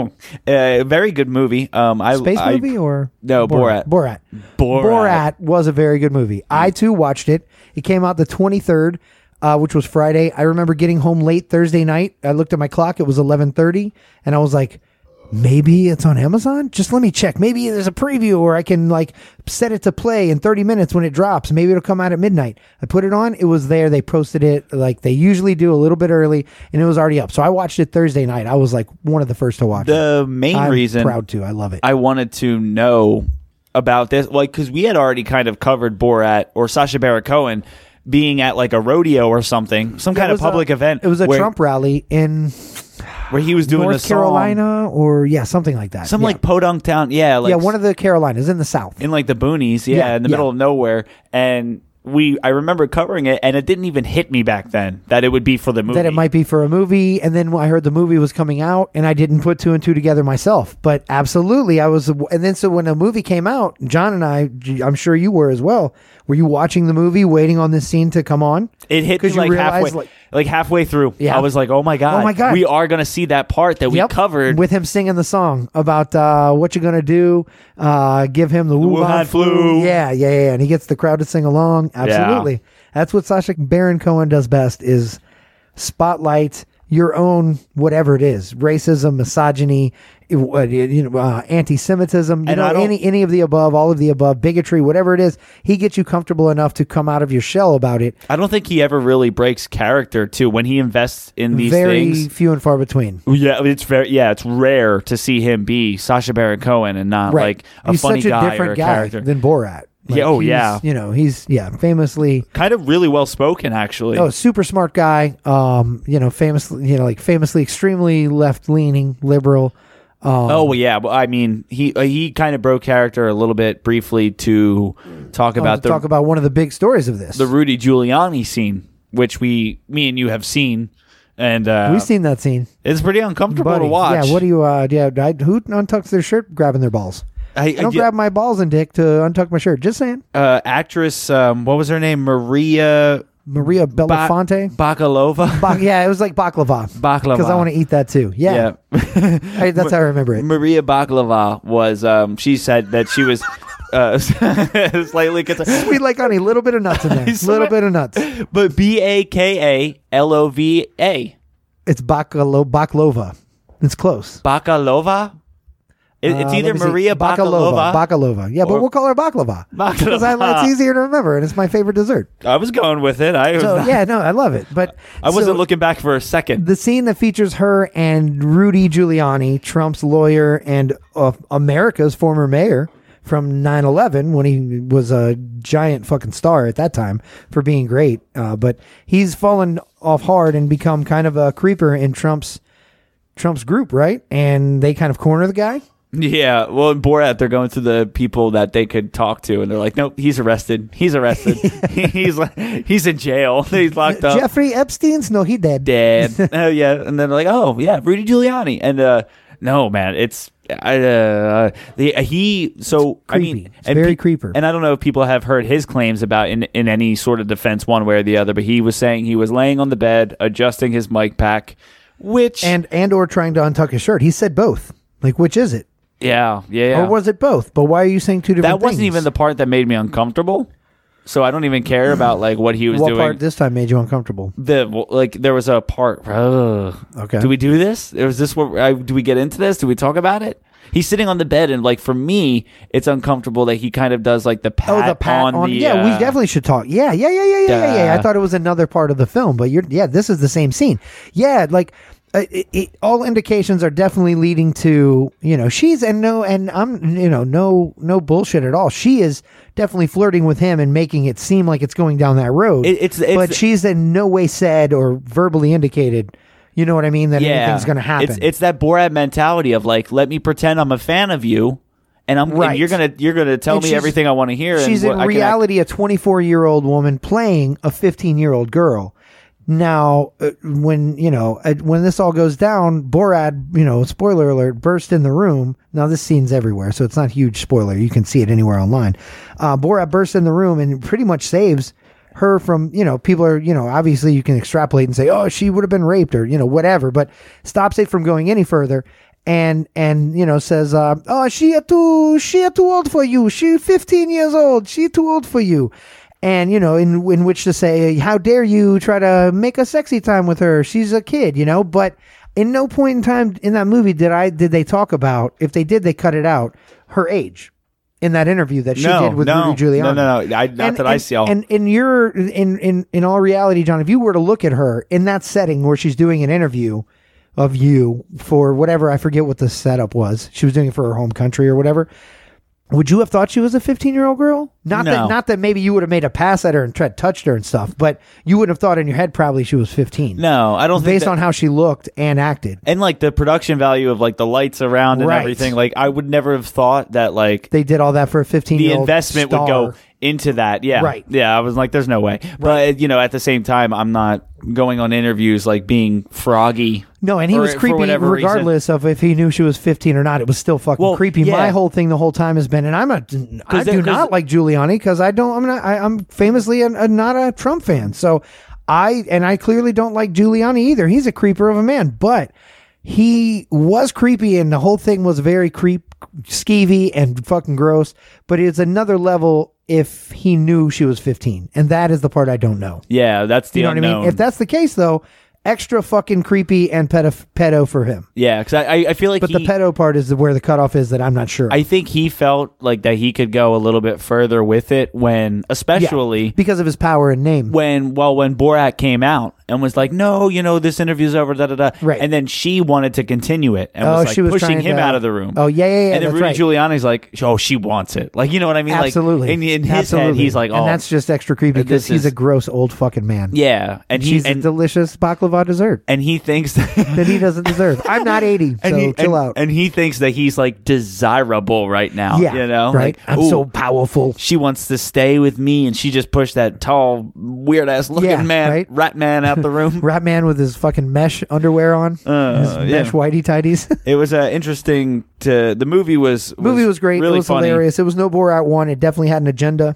B: yeah. Oh, uh, very good movie. Um, I
C: Space
B: I-
C: movie or?
B: No,
C: Borat. Borat.
B: Borat. Mm.
C: Borat was a very good movie. I too watched it. It came out the 23rd. Uh, which was Friday. I remember getting home late Thursday night. I looked at my clock. It was 11:30, and I was like, "Maybe it's on Amazon. Just let me check. Maybe there's a preview, or I can like set it to play in 30 minutes when it drops. Maybe it'll come out at midnight." I put it on. It was there. They posted it like they usually do a little bit early, and it was already up. So I watched it Thursday night. I was like one of the first to watch. it.
B: The main
C: I'm
B: reason
C: proud to. I love it.
B: I wanted to know about this, like, because we had already kind of covered Borat or Sasha Baron Cohen being at like a rodeo or something, some
C: It
B: kind of
C: was a-
B: public event.
C: It was a
B: where,
C: Trump rally in
B: where he was doing a
C: North
B: song,
C: Carolina or yeah, something like that.
B: some
C: yeah.
B: like podunk town, yeah, like
C: yeah, one of the Carolinas in the South.
B: in like the boonies, yeah,
C: Yeah,
B: in the
C: yeah.
B: middle of nowhere, and we I remember covering it, and it didn't even hit me back then that it would be for the movie.
C: that it might be for a movie, and then I heard the movie was coming out, and I didn't put two and two together myself. But absolutely, I was. And then so when the movie came out, John and I, I'm sure you were as well. Were you watching the movie, waiting on this scene to come on?
B: It hit me
C: 'Cause you
B: like
C: realize,
B: halfway, like,
C: like-
B: halfway through.
C: Yeah.
B: I was like, "Oh my god!
C: my God.
B: We are gonna see that part that
C: Yep.
B: we covered
C: with him singing the song about uh, what you're gonna do. Uh, give him the, Wuhan,
B: Wuhan flu.
C: Yeah, yeah, yeah. And he gets the crowd to sing along. Absolutely, that's what Sasha Baron Cohen does best: is spotlight your own whatever it is, racism, misogyny, it- what- you know, uh, anti-Semitism, you
B: And I
C: know,
B: don't-
C: any any of the above, all of the above, bigotry, whatever it is. He gets you comfortable enough to come out of your shell about it.
B: I don't think he ever really breaks character too when he invests in these
C: Very
B: things.
C: few and far between.
B: Yeah, it's very yeah, it's rare to see him be Sasha Baron Cohen and not like a
C: he's
B: funny
C: such a
B: guy
C: different
B: or a
C: guy
B: character.
C: than Borat. Like,
B: Yeah, oh,
C: he's,
B: yeah.
C: You know, he's yeah, famously
B: kind of really well spoken actually.
C: oh super smart guy. Um, you know, famously you know like famously extremely left leaning liberal.
B: Oh, well, yeah, well, I mean, he uh, he kind of broke character a little bit briefly to talk
C: About
B: about the
C: Oh, talk about one of the big stories of this.
B: the Rudy Giuliani scene, which we me and you have seen and uh,
C: We've seen that scene.
B: it's pretty uncomfortable
C: Buddy.
B: to watch.
C: Yeah, what do you uh yeah, I, who untucks their shirt grabbing their balls?
B: I-
C: I don't
B: I-
C: grab my balls and dick to untuck my shirt. Just saying.
B: uh, actress um, what was her name? Maria
C: Maria
B: ba-
C: Belafonte.
B: Bakalova.
C: Bak- yeah, it was like baklava.
B: Baklava.
C: Because I want to eat that too. Yeah.
B: yeah.
C: I- that's how I remember it.
B: Maria Baklava was. Um, she said that she was uh, slightly concerned.
C: Sweet like honey, little bit of nuts in there.
B: swear-
C: little bit of nuts.
B: but B A K A L O V A
C: It's bakalo baklova. It's close.
B: Bakalova. It, it's
C: Uh,
B: either
C: let me see.
B: Maria Bakalova.
C: Bakalova. Yeah, but
B: or-
C: we'll call her baklava
B: Baklava.
C: because I, it's easier to remember, and it's my favorite dessert.
B: I was going with it. I
C: So yeah, no, I love it. But
B: I wasn't
C: so
B: looking back for a second.
C: The scene that features her and Rudy Giuliani, Trump's lawyer and uh, America's former mayor from 9/11 when he was a giant fucking star at that time for being great, uh, but he's fallen off hard and become kind of a creeper in Trump's Trump's group, right? And they kind of corner the guy.
B: yeah. Well, in Borat, they're going to the people that they could talk to, and they're like, "Nope, he's arrested. He's arrested. he's like, he's in jail. he's locked up."
C: Jeffrey Epstein's no, he dead.
B: dead. oh yeah, and then like, oh yeah, Rudy Giuliani, and uh, no man, it's I, uh, the, he. So I mean,
C: creepy. It's very creeper.
B: And I don't know if people have heard his claims about in in any sort of defense, one way or the other. But he was saying he was laying on the bed adjusting his mic pack, which
C: and and or trying to untuck his shirt. He said both. Like which is it?
B: yeah, yeah, yeah.
C: Or was it both? But why are you saying two different
B: that wasn't
C: things?
B: even the part that made me uncomfortable. So I don't even care about like what he was
C: what
B: doing.
C: part this time made you uncomfortable?
B: the well, like there was a part. Ugh.
C: Okay.
B: Do we do this? Is this what I, do we get into this? Do we talk about it? He's sitting on the bed and like for me, it's uncomfortable that he kind of does like the pat,
C: Oh, the pat on,
B: the
C: yeah,
B: uh,
C: we definitely should talk. Yeah, yeah, yeah, yeah, yeah, yeah, yeah. I
B: Duh.
C: thought it was another part of the film, but you're yeah, this is the same scene. Yeah, like uh, it, it, all indications are definitely leading to you know she's and no and I'm you know no no bullshit at all. She is definitely flirting with him and making it seem like it's going down that road.
B: It- it's- it's-
C: but she's in no way said or verbally indicated. You know what I mean? That
B: yeah.
C: anything's going to happen.
B: It's it's that Borat mentality of like let me pretend I'm a fan of you, and I'm and
C: Right.
B: you're gonna you're gonna tell
C: And
B: me
C: she's-
B: everything I want to hear.
C: She's
B: and
C: in
B: what I can act-
C: reality a 24 year old woman playing a 15 year old girl. Now, uh, when you know uh, when this all goes down, Borad, you know, spoiler alert, burst in the room. Now this scene's everywhere, so it's not a huge spoiler. You can see it anywhere online. Uh, Borad bursts in the room and pretty much saves her from you know people are you know obviously you can extrapolate and say oh she would have been raped or you know whatever, but stops it from going any further and and you know says uh, oh she a too she a too old for you she 15 years old she too old for you and you know in in which to say how dare you try to make a sexy time with her she's a kid you know but in no point in time in that movie did i did they talk about if they did they cut it out her age in that interview that she
B: No,
C: did with
B: no,
C: Rudy Giuliani.
B: no, no, no. I- not that I saw.
C: And in your in in in all reality, John, if you were to look at her in that setting where she's doing an interview of you for whatever I forget what the setup was, she was doing it for her home country or whatever. Would you have thought she was a 15 year old girl? Not
B: No.
C: that not that maybe you would have made a pass at her and tried touched her and stuff, but you would have thought in your head probably she was 15.
B: No, I don't think
C: based
B: that-
C: on how she looked and acted.
B: and like the production value of like the lights around and
C: Right.
B: everything. Like I would never have thought that like
C: They did all that for a 15
B: the
C: year old
B: investment would go into that. Yeah.
C: Right.
B: Yeah. I was like, there's no way. But, you know, at the same time, I'm not going on interviews like being froggy.
C: No, and he
B: for-
C: was
B: for
C: creepy
B: whatever reason.
C: regardless of if he knew she was 15 or not. It was still fucking
B: Well,
C: creepy.
B: yeah.
C: My whole thing the whole time has been, and I'm a, I
B: they-
C: do
B: 'cause-
C: not like Giuliani because I don't, I'm not, I, I'm famously a, a- not a Trump fan. So I, and I clearly don't like Giuliani either. He's a creeper of a man, but he was creepy and the whole thing was very creep, skeevy and fucking gross. But it's another level if he knew she was 15. And that is the part I don't know.
B: Yeah. That's the
C: You know what I
B: unknown.
C: mean? If that's the case though, extra fucking creepy and pedo, pedo for him.
B: yeah. Because I, I, I feel like
C: But
B: he-
C: the pedo part is where the cutoff is that I'm not sure.
B: I think he felt like that he could go a little bit further with it when, especially.
C: because of his power and name.
B: when well when Borat came out and was like no you know this interview's over da da da
C: Right.
B: and then she wanted to continue it and
C: Oh,
B: was like
C: she was
B: pushing
C: trying
B: him
C: to-
B: out of the room
C: Oh, yeah, yeah, yeah,
B: and then
C: that's
B: Rudy
C: right.
B: Giuliani's like oh she wants it like you know what I mean
C: Absolutely.
B: like in, in his head
C: Absolutely.
B: he's like oh
C: and that's just extra creepy
B: this
C: because
B: is-
C: he's a gross old fucking man.
B: yeah and he
C: she's
B: and,
C: a delicious baklava dessert
B: and he thinks that
C: that he doesn't deserve. I'm not 80, so
B: and he,
C: chill
B: and,
C: out.
B: and he thinks that he's like desirable right now
C: yeah,
B: you know
C: right?
B: like
C: I'm
B: ooh,
C: so powerful.
B: she wants to stay with me and she just pushed that tall weird ass looking
C: Yeah,
B: man
C: right?
B: rat man out the room
C: Rat man with his fucking mesh underwear on, his
B: Uh, yeah.
C: mesh whitey tidies.
B: It was uh, interesting to the movie was,
C: movie was great.
B: really
C: it was
B: funny.
C: hilarious. It was no Borat one. It definitely had an agenda.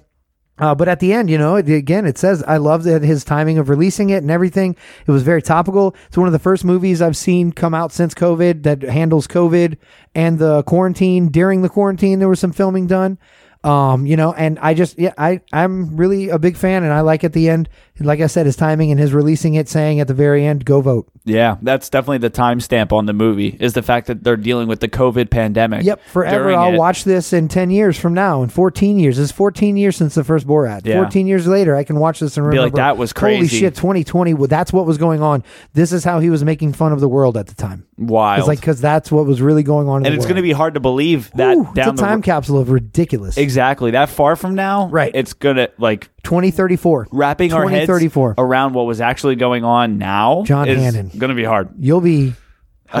C: Uh, but at the end, you know, it, again, it says I loved it, his timing of releasing it and everything. It was very topical. It's one of the first movies I've seen come out since COVID that handles COVID and the quarantine. During the quarantine, there was some filming done. Um, you know, and I just yeah, I I'm really a big fan, and I like at the end, like I said, his timing and his releasing it, saying at the very end, "Go vote."
B: Yeah, that's definitely the timestamp on the movie is the fact that they're dealing with the COVID pandemic.
C: Yep, forever.
B: during
C: I'll
B: it.
C: watch this in ten years from now, in fourteen years. It's fourteen years since the first Borat.
B: Yeah.
C: Fourteen years later, I can watch this and
B: Be
C: remember.
B: like, "That was
C: Holy
B: crazy."
C: shit, twenty twenty. That's what was going on. This is how he was making fun of the world at the time.
B: Wild.
C: It's like because that's what was really going on. In
B: and
C: the
B: it's
C: world.
B: going to be hard to believe that
C: Ooh,
B: down
C: it's a time
B: the
C: capsule of ridiculous.
B: exactly that far from now.
C: Right.
B: It's gonna like
C: 2034.
B: wrapping our heads
C: 2034.
B: around what was actually going on now.
C: John
B: is
C: Hannon.
B: Going to be hard.
C: You'll be. How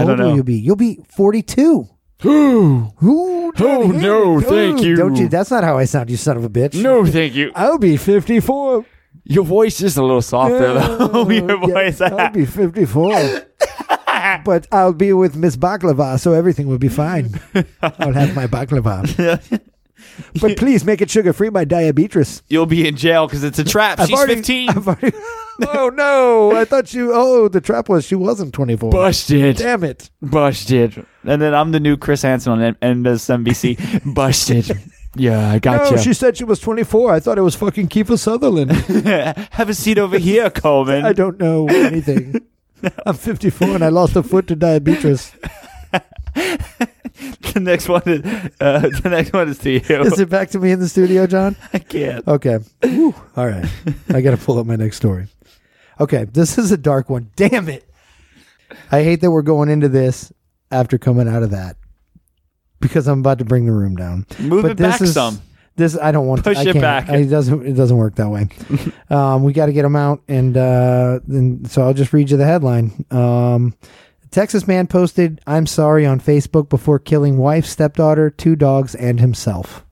B: I don't
C: old will
B: know.
C: you be? You'll be 42. Who?
B: Oh, no, thank you.
C: Don't you? That's not how I sound, you son of a bitch.
B: No, thank you.
C: I'll be 54.
B: Your voice is a little softer though. Your voice.
C: Oh,
B: uh,
C: Yeah, I'll be 54. but I'll be with Miss Baklava, so everything will be fine. I'll have my baklava. but please make it sugar free, my diabetes.
B: You'll be in jail because it's a trap. She's
C: already-
B: 15.
C: I've already- oh, no. I thought you. Oh, the trap was she wasn't 24.
B: Busted.
C: Damn it.
B: Busted. And then I'm the new Chris Hansen on N- NBC. Busted. Yeah, I got
C: No,
B: gotcha.
C: she said she was 24. I thought it was fucking Kiefer Sutherland.
B: Have a seat over here, Coleman.
C: I don't know anything. I'm 54 and I lost a foot to diabetes.
B: the next one is uh, the next one is to you. Uh,
C: Is it back to me in the studio, John?
B: I can't.
C: Okay. Whew. All right. I got to pull up my next story. Okay. This is a dark one. Damn it. I hate that we're going into this after coming out of that because I'm about to bring the room down.
B: Move it back some.
C: This I don't want.
B: Push
C: to, I
B: it
C: can't.
B: back.
C: I- it doesn't. It doesn't work that way. um, we got to get them out, and uh, then so I'll just read you the headline. Um, Texas man posted, "I'm sorry" on Facebook before killing wife, stepdaughter, two dogs, and himself.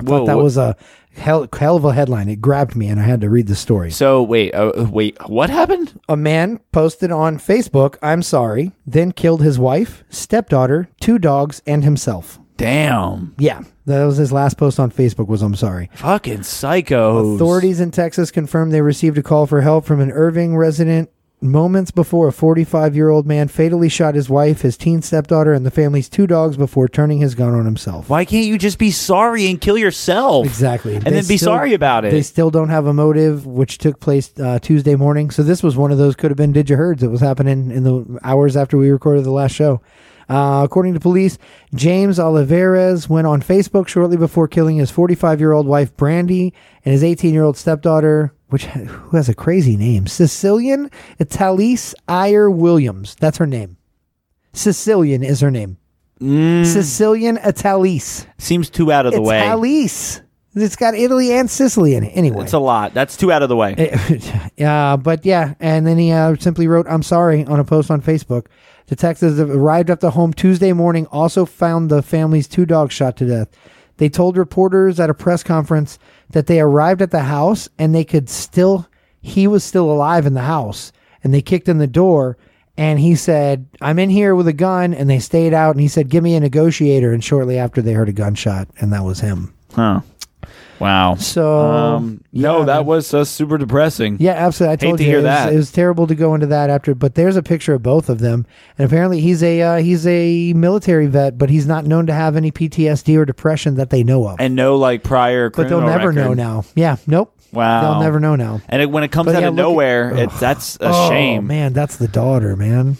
B: Whoa,
C: That
B: wha-
C: was a hell, hell of a headline. It grabbed me, and I had to read the story.
B: so. Wait, uh, uh, wait. What happened?
C: A man posted on Facebook, "I'm sorry," then killed his wife, stepdaughter, two dogs, and himself.
B: Damn,
C: Yeah, that was his last post on Facebook. Was I'm sorry.
B: fucking psychos.
C: Authorities in Texas confirmed they received a call for help from an Irving resident moments before a 45 year old man fatally shot his wife, his teen stepdaughter, and the family's two dogs before turning his gun on himself.
B: Why can't you just be sorry and kill yourself?
C: Exactly.
B: And
C: They
B: then be
C: still-
B: sorry about it.
C: They still don't have a motive, which took place uh, Tuesday morning. So this was one of those could have been did you heard that was happening in the hours after we recorded the last show. Uh, according to police, James Olivares went on Facebook shortly before killing his 45 year old wife Brandy and his 18 year old stepdaughter, which who has a crazy name, Sicilian Italise Iyer Williams. That's her name. Sicilian is her name.
B: Mm.
C: Sicilian Italise.
B: Seems too out of the
C: It's
B: way.
C: Halise. It's got Italy and Sicily in it. Anyway.
B: It's a lot. That's too out of the way.
C: uh, but yeah, and then he uh, simply wrote, I'm sorry, on a post on Facebook. The Texans have arrived at the home Tuesday morning, also found the family's two dogs shot to death. They told reporters at a press conference that they arrived at the house and they could still, he was still alive in the house. And they kicked in the door and he said, I'm in here with a gun. And they stayed out and he said, Give me a negotiator. And shortly after, they heard a gunshot and that was him.
B: Huh. Wow.
C: So,
B: um, no, that was uh, super depressing.
C: Yeah, absolutely. I told
B: to
C: you
B: hear
C: it, was,
B: that.
C: it was terrible to go into that after, but there's a picture of both of them, and apparently he's a uh, he's a military vet, but he's not known to have any PTSD or depression that they know of.
B: And no, like prior.
C: but they'll
B: criminal
C: never
B: record.
C: know now. Yeah, nope.
B: Wow.
C: they'll never know now.
B: And it, when it comes
C: But
B: out
C: yeah,
B: of
C: look at-
B: nowhere,
C: Ugh.
B: it's that's a
C: oh,
B: shame.
C: man. That's the daughter, man.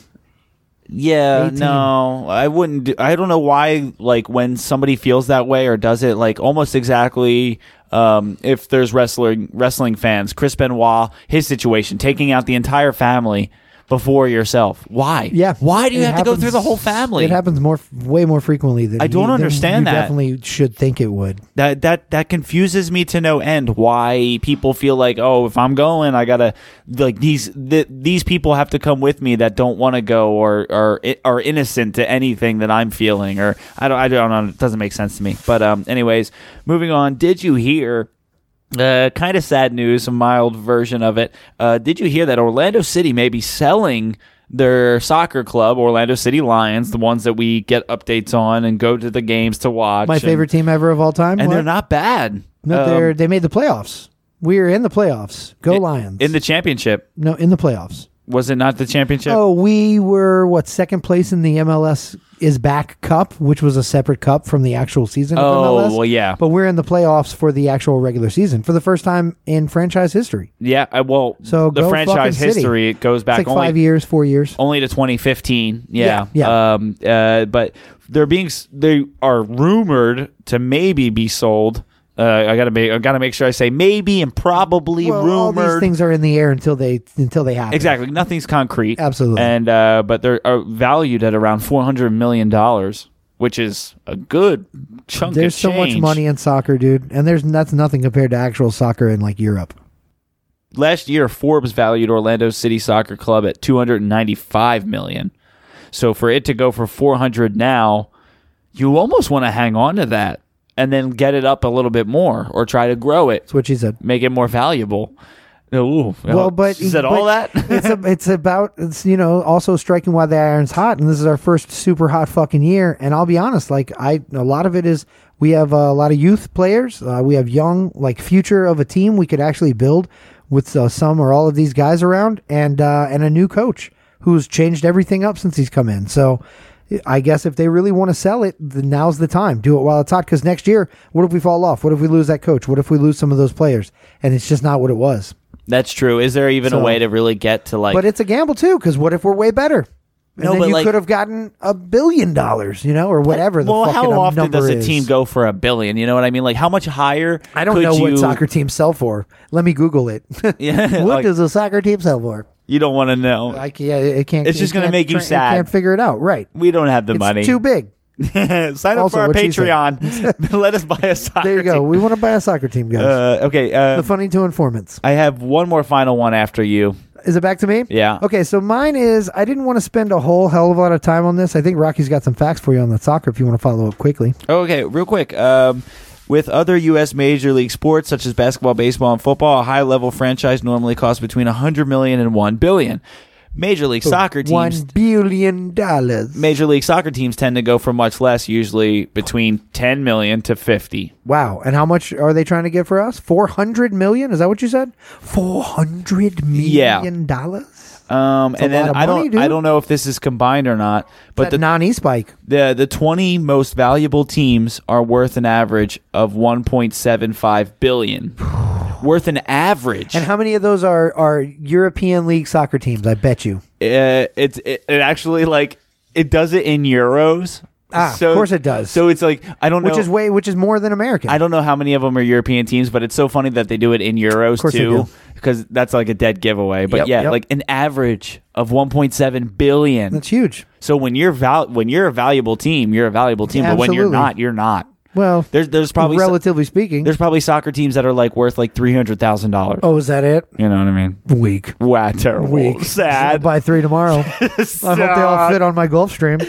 B: Yeah,
C: 18.
B: no, I wouldn't. Do, I don't know why. Like when somebody feels that way or does it, like almost exactly. Um, if there's wrestling wrestling fans, Chris Benoit, his situation, taking out the entire family before yourself. Why?
C: Yeah,
B: Why do you
C: it
B: have to go through the
C: happens-
B: whole family?
C: It happens more, way more frequently than
B: I don't
C: you- than
B: understand
C: you
B: that.
C: Definitely should think it would.
B: that that that confuses me to no end why people feel like oh if i'm going i gotta like these th- these people have to come with me that don't want to go or or i- are innocent to anything that i'm feeling or i don't i don't know it doesn't make sense to me but um anyways moving on did you hear uh, kind of sad news, a mild version of it. Uh, did you hear that Orlando City may be selling their soccer club, Orlando City Lions, the ones that we get updates on and go to the games to watch?
C: My
B: and-
C: favorite team ever of all time.
B: and
C: What?
B: they're not bad.
C: No,
B: Um,
C: they're they made the playoffs. We're in the playoffs. Go Lions.
B: in the championship.
C: no, in the playoffs.
B: Was it not the championship?
C: Oh, we were what second place in the MLS is back cup, which was a separate cup from the actual season. Of
B: Oh,
C: MLS.
B: well, yeah.
C: But we're in the playoffs for the actual regular season for the first time in franchise history.
B: Yeah. I, well,
C: So
B: the
C: go
B: franchise
C: fucking City.
B: history it goes back
C: it's like
B: only
C: five years, four years.
B: only to 2015. Yeah.
C: Yeah, yeah.
B: Um, uh, but they're being s- they are rumored to maybe be sold. Uh, I gotta make I gotta make sure I say maybe and probably
C: Well, all
B: rumored.
C: these things are in the air until they until they happen.
B: Exactly. Nothing's concrete.
C: Absolutely.
B: And uh, but they're uh, valued at around four hundred million dollars, which is a good chunk.
C: There's
B: of
C: so much
B: change.
C: money in soccer, dude, and there's that's nothing compared to actual soccer in like Europe.
B: Last year, Forbes valued Orlando City Soccer Club at two hundred ninety-five million. So for it to go for four hundred now, you almost want to hang on to that and then get it up a little bit more, or try to grow it,
C: That's what she said.
B: make it more valuable. Ooh,
C: Well, but
B: is that
C: but
B: all that?
C: it's a, it's about it's you know also striking while the iron's hot, and this is our first super hot fucking year. And I'll be honest, like I a lot of it is we have a lot of youth players, uh, we have young like future of a team we could actually build with uh, some or all of these guys around, and uh, and a new coach who's changed everything up since he's come in. So. I guess if they really want to sell it, then now's the time. Do it while it's hot. Because next year, what if we fall off? What if we lose that coach? What if we lose some of those players? And it's just not what it was.
B: That's true. Is there even a
C: So-
B: way to really get to like?
C: But it's a gamble too, because what if we're way better? And
B: No,
C: then
B: but
C: you
B: like-
C: could have gotten a billion dollars, you know, or whatever the
B: well,
C: fucking
B: how
C: um,
B: often
C: number
B: does a
C: is.
B: team go for a billion? You know what I mean? Like, how much higher?
C: I don't
B: could
C: know
B: you-
C: what soccer teams sell for. Let me Google it.
B: Yeah,
C: what
B: like,
C: does a soccer team sell for?
B: you don't want to know.
C: I can't. It can't.
B: It's
C: it
B: just gonna
C: can't
B: make you
C: tra- it
B: sad.
C: Can't figure it out. Right.
B: we don't have the
C: It's
B: money.
C: too big.
B: Sign up
C: Also,
B: for our
C: what she said.
B: Patreon. Let us buy a soccer.
C: There you go.
B: team.
C: We want to buy a soccer team, guys.
B: Uh, okay. Uh,
C: the funny two informants.
B: I have one more final one after you.
C: Is it back to me?
B: Yeah.
C: Okay, so mine is I didn't want to spend a whole hell of a lot of time on this. I think Rocky's got some facts for you on the soccer if you want to follow up quickly.
B: Okay, real quick. Um, with other U.S. major league sports such as basketball, baseball, and football, a high-level franchise normally costs between 100 million and 1 billion. Major league soccer teams
C: Oh, One billion dollars.
B: Major League Soccer teams tend to go for much less, usually between 10 million to 50.
C: Wow. And how much are they trying to get for us? 400 million? Is that what you said? 400 million dollars?
B: Um, and
C: lot
B: then
C: of
B: I
C: money,
B: don't
C: dude.
B: I don't know if this is combined or not, but
C: But
B: the,
C: the non e-spike.
B: the the 20 most valuable teams are worth an average of 1.75 billion. worth an average.
C: And how many of those are are European League soccer teams? I bet you.
B: uh, it's it, it actually like it does it in euros.
C: Ah, of course it does.
B: So it's like I don't
C: Which
B: know
C: is way which is more than American.
B: I don't know how many of them are European teams, but it's so funny that they do it in euros
C: course they
B: too,
C: do.
B: because that's like a dead giveaway. But
C: Yep.
B: yeah,
C: Yep.
B: like an average of 1.7 billion.
C: That's huge.
B: so when you're val- when you're a valuable team, you're a valuable team. But when you're
C: Absolutely.
B: not, you're not.
C: Well,
B: There's there's probably so-
C: relatively speaking.
B: there's probably soccer teams that are like worth like three hundred thousand dollars.
C: Oh, is that it?
B: You know what I mean?
C: Week.
B: Wow, terrible.
C: Week. I'll
B: Oh, Sad.
C: buy three tomorrow. I hope they all fit on my golf stream.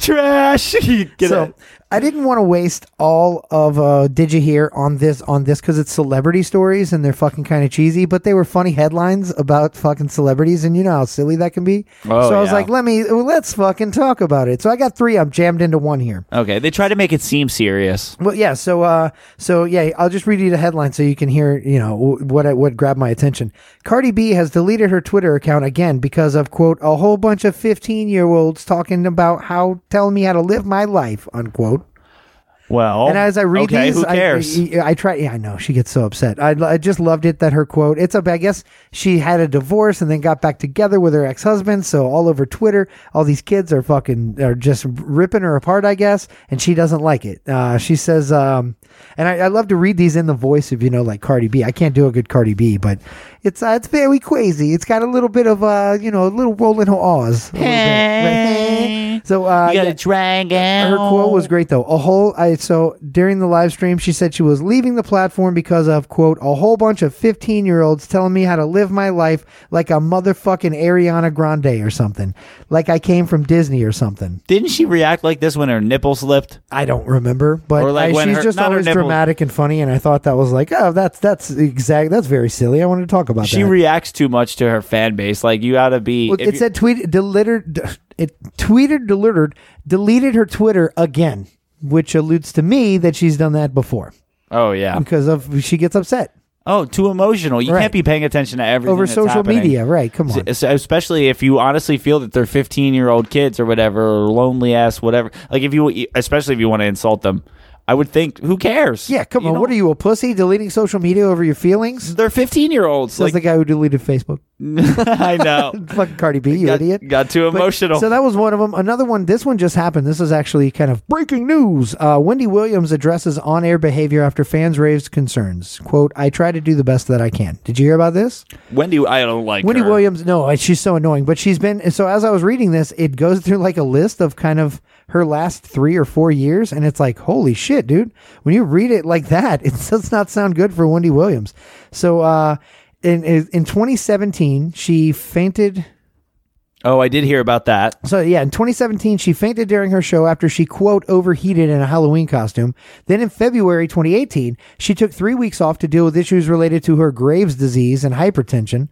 B: Trash. Get
C: so
B: it?
C: I didn't want to waste all of uh, Did You Hear on this on this because it's celebrity stories and they're fucking kind of cheesy, but they were funny headlines about fucking celebrities and you know how silly that can be.
B: Oh,
C: so I was
B: yeah.
C: like, let me well, let's fucking talk about it. So I got three. I'm jammed into one here.
B: Okay, they try to make it seem serious.
C: Well, yeah. So, uh, so yeah, I'll just read you the headline so you can hear, you know, wh- what I- what grabbed my attention. Cardi B has deleted her Twitter account again because of quote a whole bunch of 15 year olds talking about how telling me how to live my life unquote.
B: Well,
C: And as I read
B: okay,
C: these,
B: who
C: I- e-
B: cares?
C: I, I, try. Yeah, I know she gets so upset. I, I just loved it that her quote. It's a. I guess she had a divorce and then got back together with her ex husband. So all over Twitter, all these kids are fucking are just ripping her apart. I guess, and she doesn't like it. Uh, she says, um, and I, I love to read these in the voice of you know like Cardi B. I can't do a good Cardi B, but it's uh, it's very crazy. It's got a little bit of uh, you know a little rolling her R's. a little bit. So uh, yeah.
B: drag
C: Her quote was great though. A whole I so during the live stream she said she was leaving the platform because of quote a whole bunch of 15 year olds telling me how to live my life like a motherfucking Ariana Grande or something. Like I came from Disney or something.
B: Didn't she react like this when her nipple slipped?
C: I don't remember, but
B: Or like
C: I-
B: when
C: she's
B: her-
C: just
B: not her
C: always
B: nipple-
C: dramatic and funny and I thought that was like, oh, that's that's exact that's very silly. I wanted to talk about
B: She
C: that.
B: reacts too much to her fan base. Like you gotta be.
C: Well,
B: if
C: it
B: you-
C: said tweeted deleted d- it tweeted deleted deleted her Twitter again, which alludes to me that she's done that before.
B: oh yeah.
C: because of she gets upset.
B: oh, too emotional. You
C: Right.
B: can't be paying attention to everything
C: over
B: that's
C: social
B: happening.
C: media, right? Come on.
B: S- especially if you honestly feel that they're 15 year old kids or whatever or lonely ass whatever like if you e, especially if you want to insult them i would think who cares
C: Yeah, come on. What
B: don't-
C: are you, a pussy? Deleting social media over your feelings?
B: they're 15 year olds
C: Says
B: like
C: the guy who deleted Facebook.
B: i know
C: Fucking Cardi B, you
B: got,
C: idiot.
B: got too
C: But-
B: emotional
C: so that was one of them. Another one. This one just happened. This is actually kind of breaking news. Uh, Wendy Williams addresses on-air behavior after fans raised concerns. "Quote: I try to do the best that I can." Did you hear about this?
B: wendy i don't like
C: Wendy
B: her.
C: Williams. No, she's so annoying. But she's been. So as I was reading this, it goes through like a list of kind of her last three or four years, and it's like, holy shit, dude. When you read it like that, it does not sound good for Wendy Williams. So uh, in in 2017, she fainted.
B: oh i did hear about that
C: So yeah, in 2017, she fainted during her show after she quote overheated in a Halloween costume. Then in February 2018, she took three weeks off to deal with issues related to her Graves' disease and hypertension.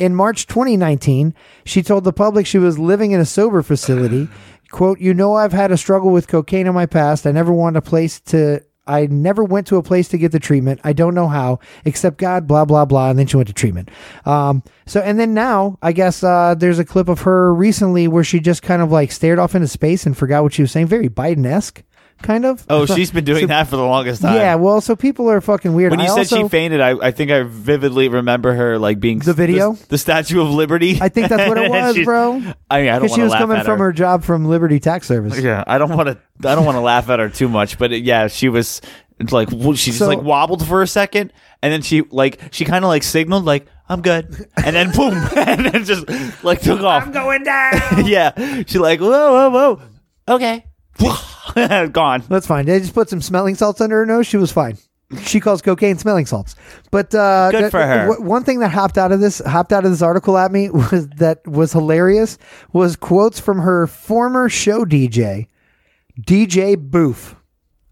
C: In March 2019, she told the public she was living in a sober facility. quote, "You know I've had a struggle with cocaine in my past. I never wanted a place to." I never went to a place to get the treatment. I don't know how, except God, blah, blah, blah. And then she went to treatment. Um, so, and then now, I guess uh, there's a clip of her recently where she just kind of like stared off into space and forgot what she was saying. Very Biden esque, kind of.
B: oh she's been doing that for the longest time
C: Yeah, well, so people are fucking weird.
B: when you
C: I
B: said
C: also-
B: she fainted, I, I think I vividly remember her like being
C: The video?
B: the, Statue of Liberty.
C: I think that's what it
B: And
C: was,
B: she's-
C: bro.
B: I mean, I don't
C: Because
B: want
C: she
B: to
C: was
B: laugh
C: coming
B: at Oh,
C: from her job from Liberty Tax Service.
B: Yeah, I don't want to. I don't want to laugh at her too much, but it, yeah, she was it's like wo- she just
C: So-
B: like wobbled for a second, and then she like she kind of like signaled like I'm good, and then boom, and then just like took off. I'm going down. yeah, she like whoa whoa whoa, okay, gone.
C: That's fine. They just put some smelling salts under her nose. She was fine. She calls cocaine smelling salts. But uh,
B: Good
C: that-
B: for her.
C: w- one thing that hopped out of this hopped out of this article at me was that was hilarious was quotes from her former show DJ, DJ Boof.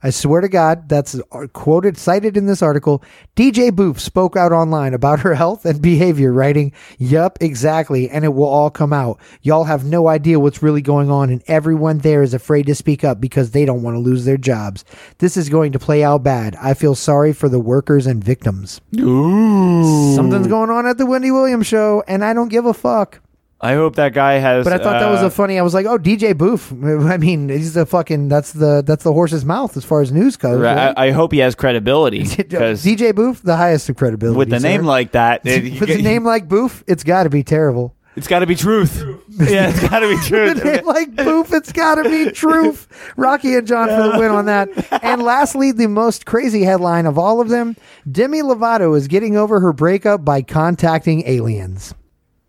C: I swear to God, that's uh, quoted, cited in this article. DJ Boof spoke out online about her health and behavior, writing, Yup, exactly, and it will all come out. Y'all have no idea what's really going on, and everyone there is afraid to speak up because they don't want to lose their jobs. This is going to play out bad. I feel sorry for the workers and victims. Something's going on at the Wendy Williams show, and I don't give a fuck.
B: I hope that guy has.
C: But I thought that was
B: uh,
C: a funny. I was like, "Oh, DJ Boof." I mean, he's the fucking. That's the that's the horse's mouth as far as news goes.
B: right,
C: right?
B: I, I hope he has credibility because
C: DJ Boof, the highest of credibility.
B: with a
C: sir.
B: name like that, it,
C: with a name like Boof, it's got to be terrible.
B: it's got to be truth. yeah, it's got to be
C: With
B: truth.
C: a name like Boof, it's got to be truth. Rocky and John for the win on that. And lastly, the most crazy headline of all of them: Demi Lovato is getting over her breakup by contacting aliens.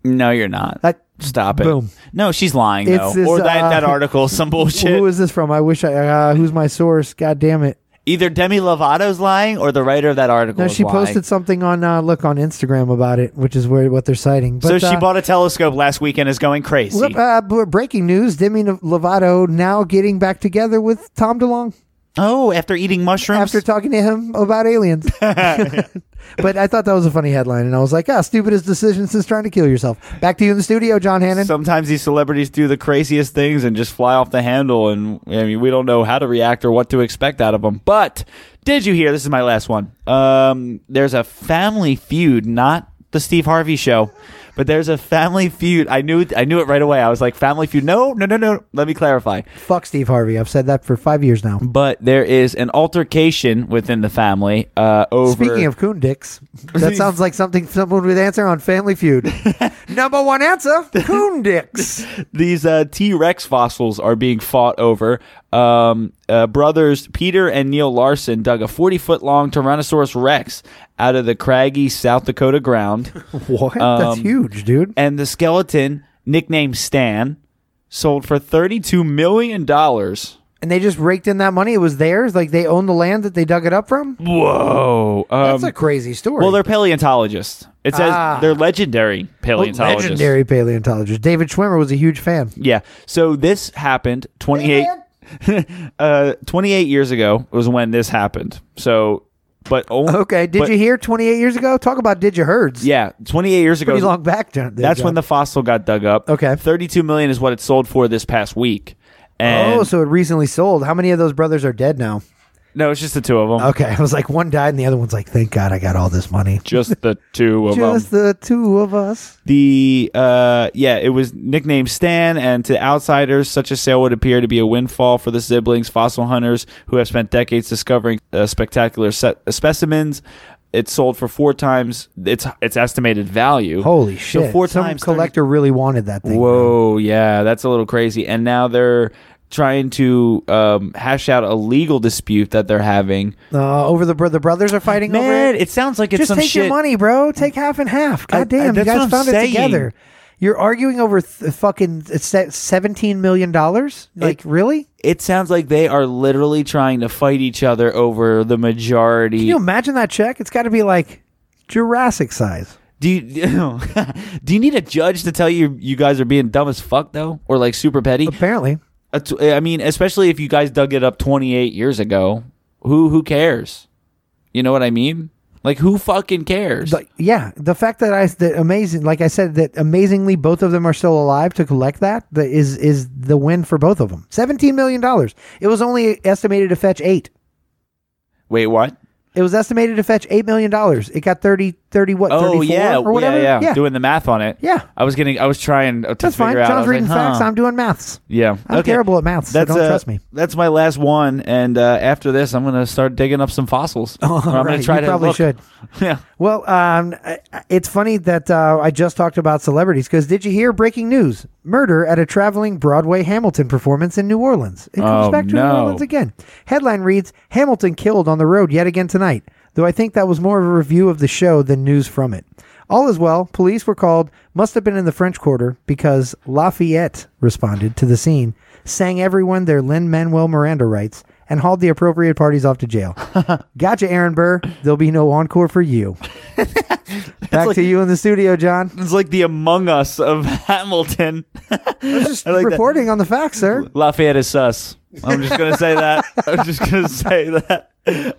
B: No, you're not.
C: That-
B: Stop it.
C: boom.
B: No, she's lying
C: It's
B: though.
C: this,
B: or that,
C: uh,
B: that article, some bullshit.
C: Who is this from? I wish I. Uh, who's my source? God damn it.
B: Either Demi Lovato's lying or the writer of that article.
C: No,
B: is
C: she
B: lying.
C: posted something on uh, look on Instagram about it, which is where what they're citing.
B: So
C: But,
B: she
C: uh,
B: bought a telescope last week and is going crazy.
C: look, uh, b- breaking news: Demi Lovato now getting back together with Tom DeLonge.
B: oh, after eating mushrooms.
C: after talking to him about aliens. but I thought that was a funny headline, and I was like, ah, stupidest decision since trying to kill yourself. Back to you in the studio, John Hannon.
B: Sometimes these celebrities do the craziest things and just fly off the handle, and I mean we don't know how to react or what to expect out of them. But did you hear? This is my last one. Um, there's a Family Feud, not the Steve Harvey Show, but there's a Family Feud. I knew I knew it right away. I was like Family Feud. No, no, no, no. Let me clarify.
C: Fuck Steve Harvey. I've said that for five years now.
B: But there is an altercation within the family uh, over.
C: Speaking of coon dicks, that sounds like something someone would answer on Family Feud. Number one answer: coon dicks.
B: these uh, T Rex fossils are being fought over. Um, uh, brothers Peter and Neil Larson dug a 40 foot long Tyrannosaurus Rex out of the craggy South Dakota ground,
C: What? That's
B: Um,
C: huge, dude.
B: and the skeleton, nicknamed Stan, sold for $32 million.
C: And they just raked in that money. It was theirs. Like they owned the land that they dug it up from.
B: Whoa.
C: That's a crazy story.
B: Um, well, they're paleontologists. It says
C: Ah.
B: they're legendary paleontologists.
C: legendary paleontologist. David Schwimmer was a huge fan.
B: Yeah. So this happened 28, uh, 28 years ago was when this happened. So, but only,
C: Okay, did
B: but-
C: you hear? Twenty eight years ago, talk about did you herds?
B: Yeah, 28 years ago.
C: pretty long back. John,
B: that's when the fossil got dug up.
C: Okay.
B: 32 million is what it sold for this past week. And
C: oh, so it recently sold. How many of those brothers are dead now?
B: No, it's just the two of them.
C: Okay, I was like, one died, and the other one's like, thank God I got all this money.
B: Just the two of them.
C: Just the two of us.
B: the uh yeah it was nicknamed stan and to outsiders such a sale would appear to be a windfall for the siblings fossil hunters who have spent decades discovering uh, spectacular se- specimens it sold for four times its its estimated value
C: Holy
B: So
C: shit!
B: four
C: Some
B: times 30
C: collector really wanted that thing.
B: Whoa, yeah, that's a little crazy. And now they're trying to um, hash out a legal dispute that they're having.
C: Uh, over the bro- the brothers are fighting over
B: Man,
C: it.
B: it sounds like it's
C: Just
B: some
C: take
B: shit.
C: your money, bro. Take half and half. God
B: I- I-
C: damn, you
B: that's what
C: guys
B: I'm
C: found it
B: saying.
C: together. You're arguing over th- fucking uh, se- seventeen million dollars. Like
B: It-
C: really?
B: It sounds like they are literally trying to fight each other over the majority.
C: Can you imagine that check? It's got to be like Jurassic size.
B: do you do you need a judge to tell you you guys are being dumb as fuck though, or like super petty?
C: Apparently,
B: A tw- I mean, especially if you guys dug it up 28 years ago. Who who cares? You know what I mean? Like who fucking cares?
C: But, yeah, the fact that I that amazing, like I said, that amazingly both of them are still alive to collect that that is is the win for both of them. Seventeen million dollars. It was only estimated to fetch eight.
B: Wait, what?
C: It was estimated to fetch eight million dollars. It got 30, 30 what?
B: Oh
C: 34
B: yeah,
C: or whatever.
B: yeah, yeah, Doing the math on it.
C: Yeah.
B: I was getting. I was trying to
C: That's fine.
B: figure out. I
C: John's
B: was
C: reading
B: like,
C: facts.
B: huh.
C: I'm doing maths.
B: yeah.
C: I'm
B: Okay.
C: terrible at math, so don't
B: uh,
C: trust me.
B: That's my last one, and uh, after this, I'm gonna start digging up some fossils. Or I'm gonna
C: right.
B: try
C: You
B: to
C: probably
B: look.
C: should.
B: yeah.
C: Well, um, I- I- it's funny that uh, I just talked about celebrities because did you hear breaking news? Murder at a traveling Broadway Hamilton performance in New Orleans. It comes
B: Oh,
C: back to New
B: no.
C: Orleans again. Headline reads Hamilton killed on the road yet again tonight, though I think that was more of a review of the show than news from it. All is well. Police were called, must have been in the French Quarter because Lafayette responded to the scene, sang everyone their Lin Manuel Miranda rights, and hauled the appropriate parties off to jail. gotcha, Aaron Burr. There'll be no encore for you. Back to you in the studio, John.
B: It's like the Among Us of Hamilton. I like that.
C: Reporting on the facts, sir.
B: Lafayette is sus. I'm just gonna say that. I'm just gonna say that.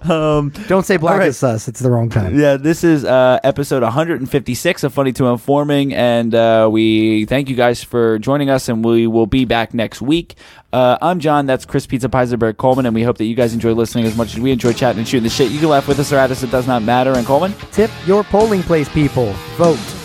B: Um,
C: Don't say black
B: All right.
C: is sus. It's the wrong time.
B: Yeah, this is uh, episode 156 of Funny to Informing, and uh, we thank you guys for joining us, and we will be back next week. Uh, I'm John, that's Chris Pizza Peisenberg Coleman, and we hope that you guys enjoy listening as much as we enjoy chatting and shooting the shit. You can laugh with us or at us, it does not matter. And Coleman?
C: Tip your polling place, people. Vote.
H: uh,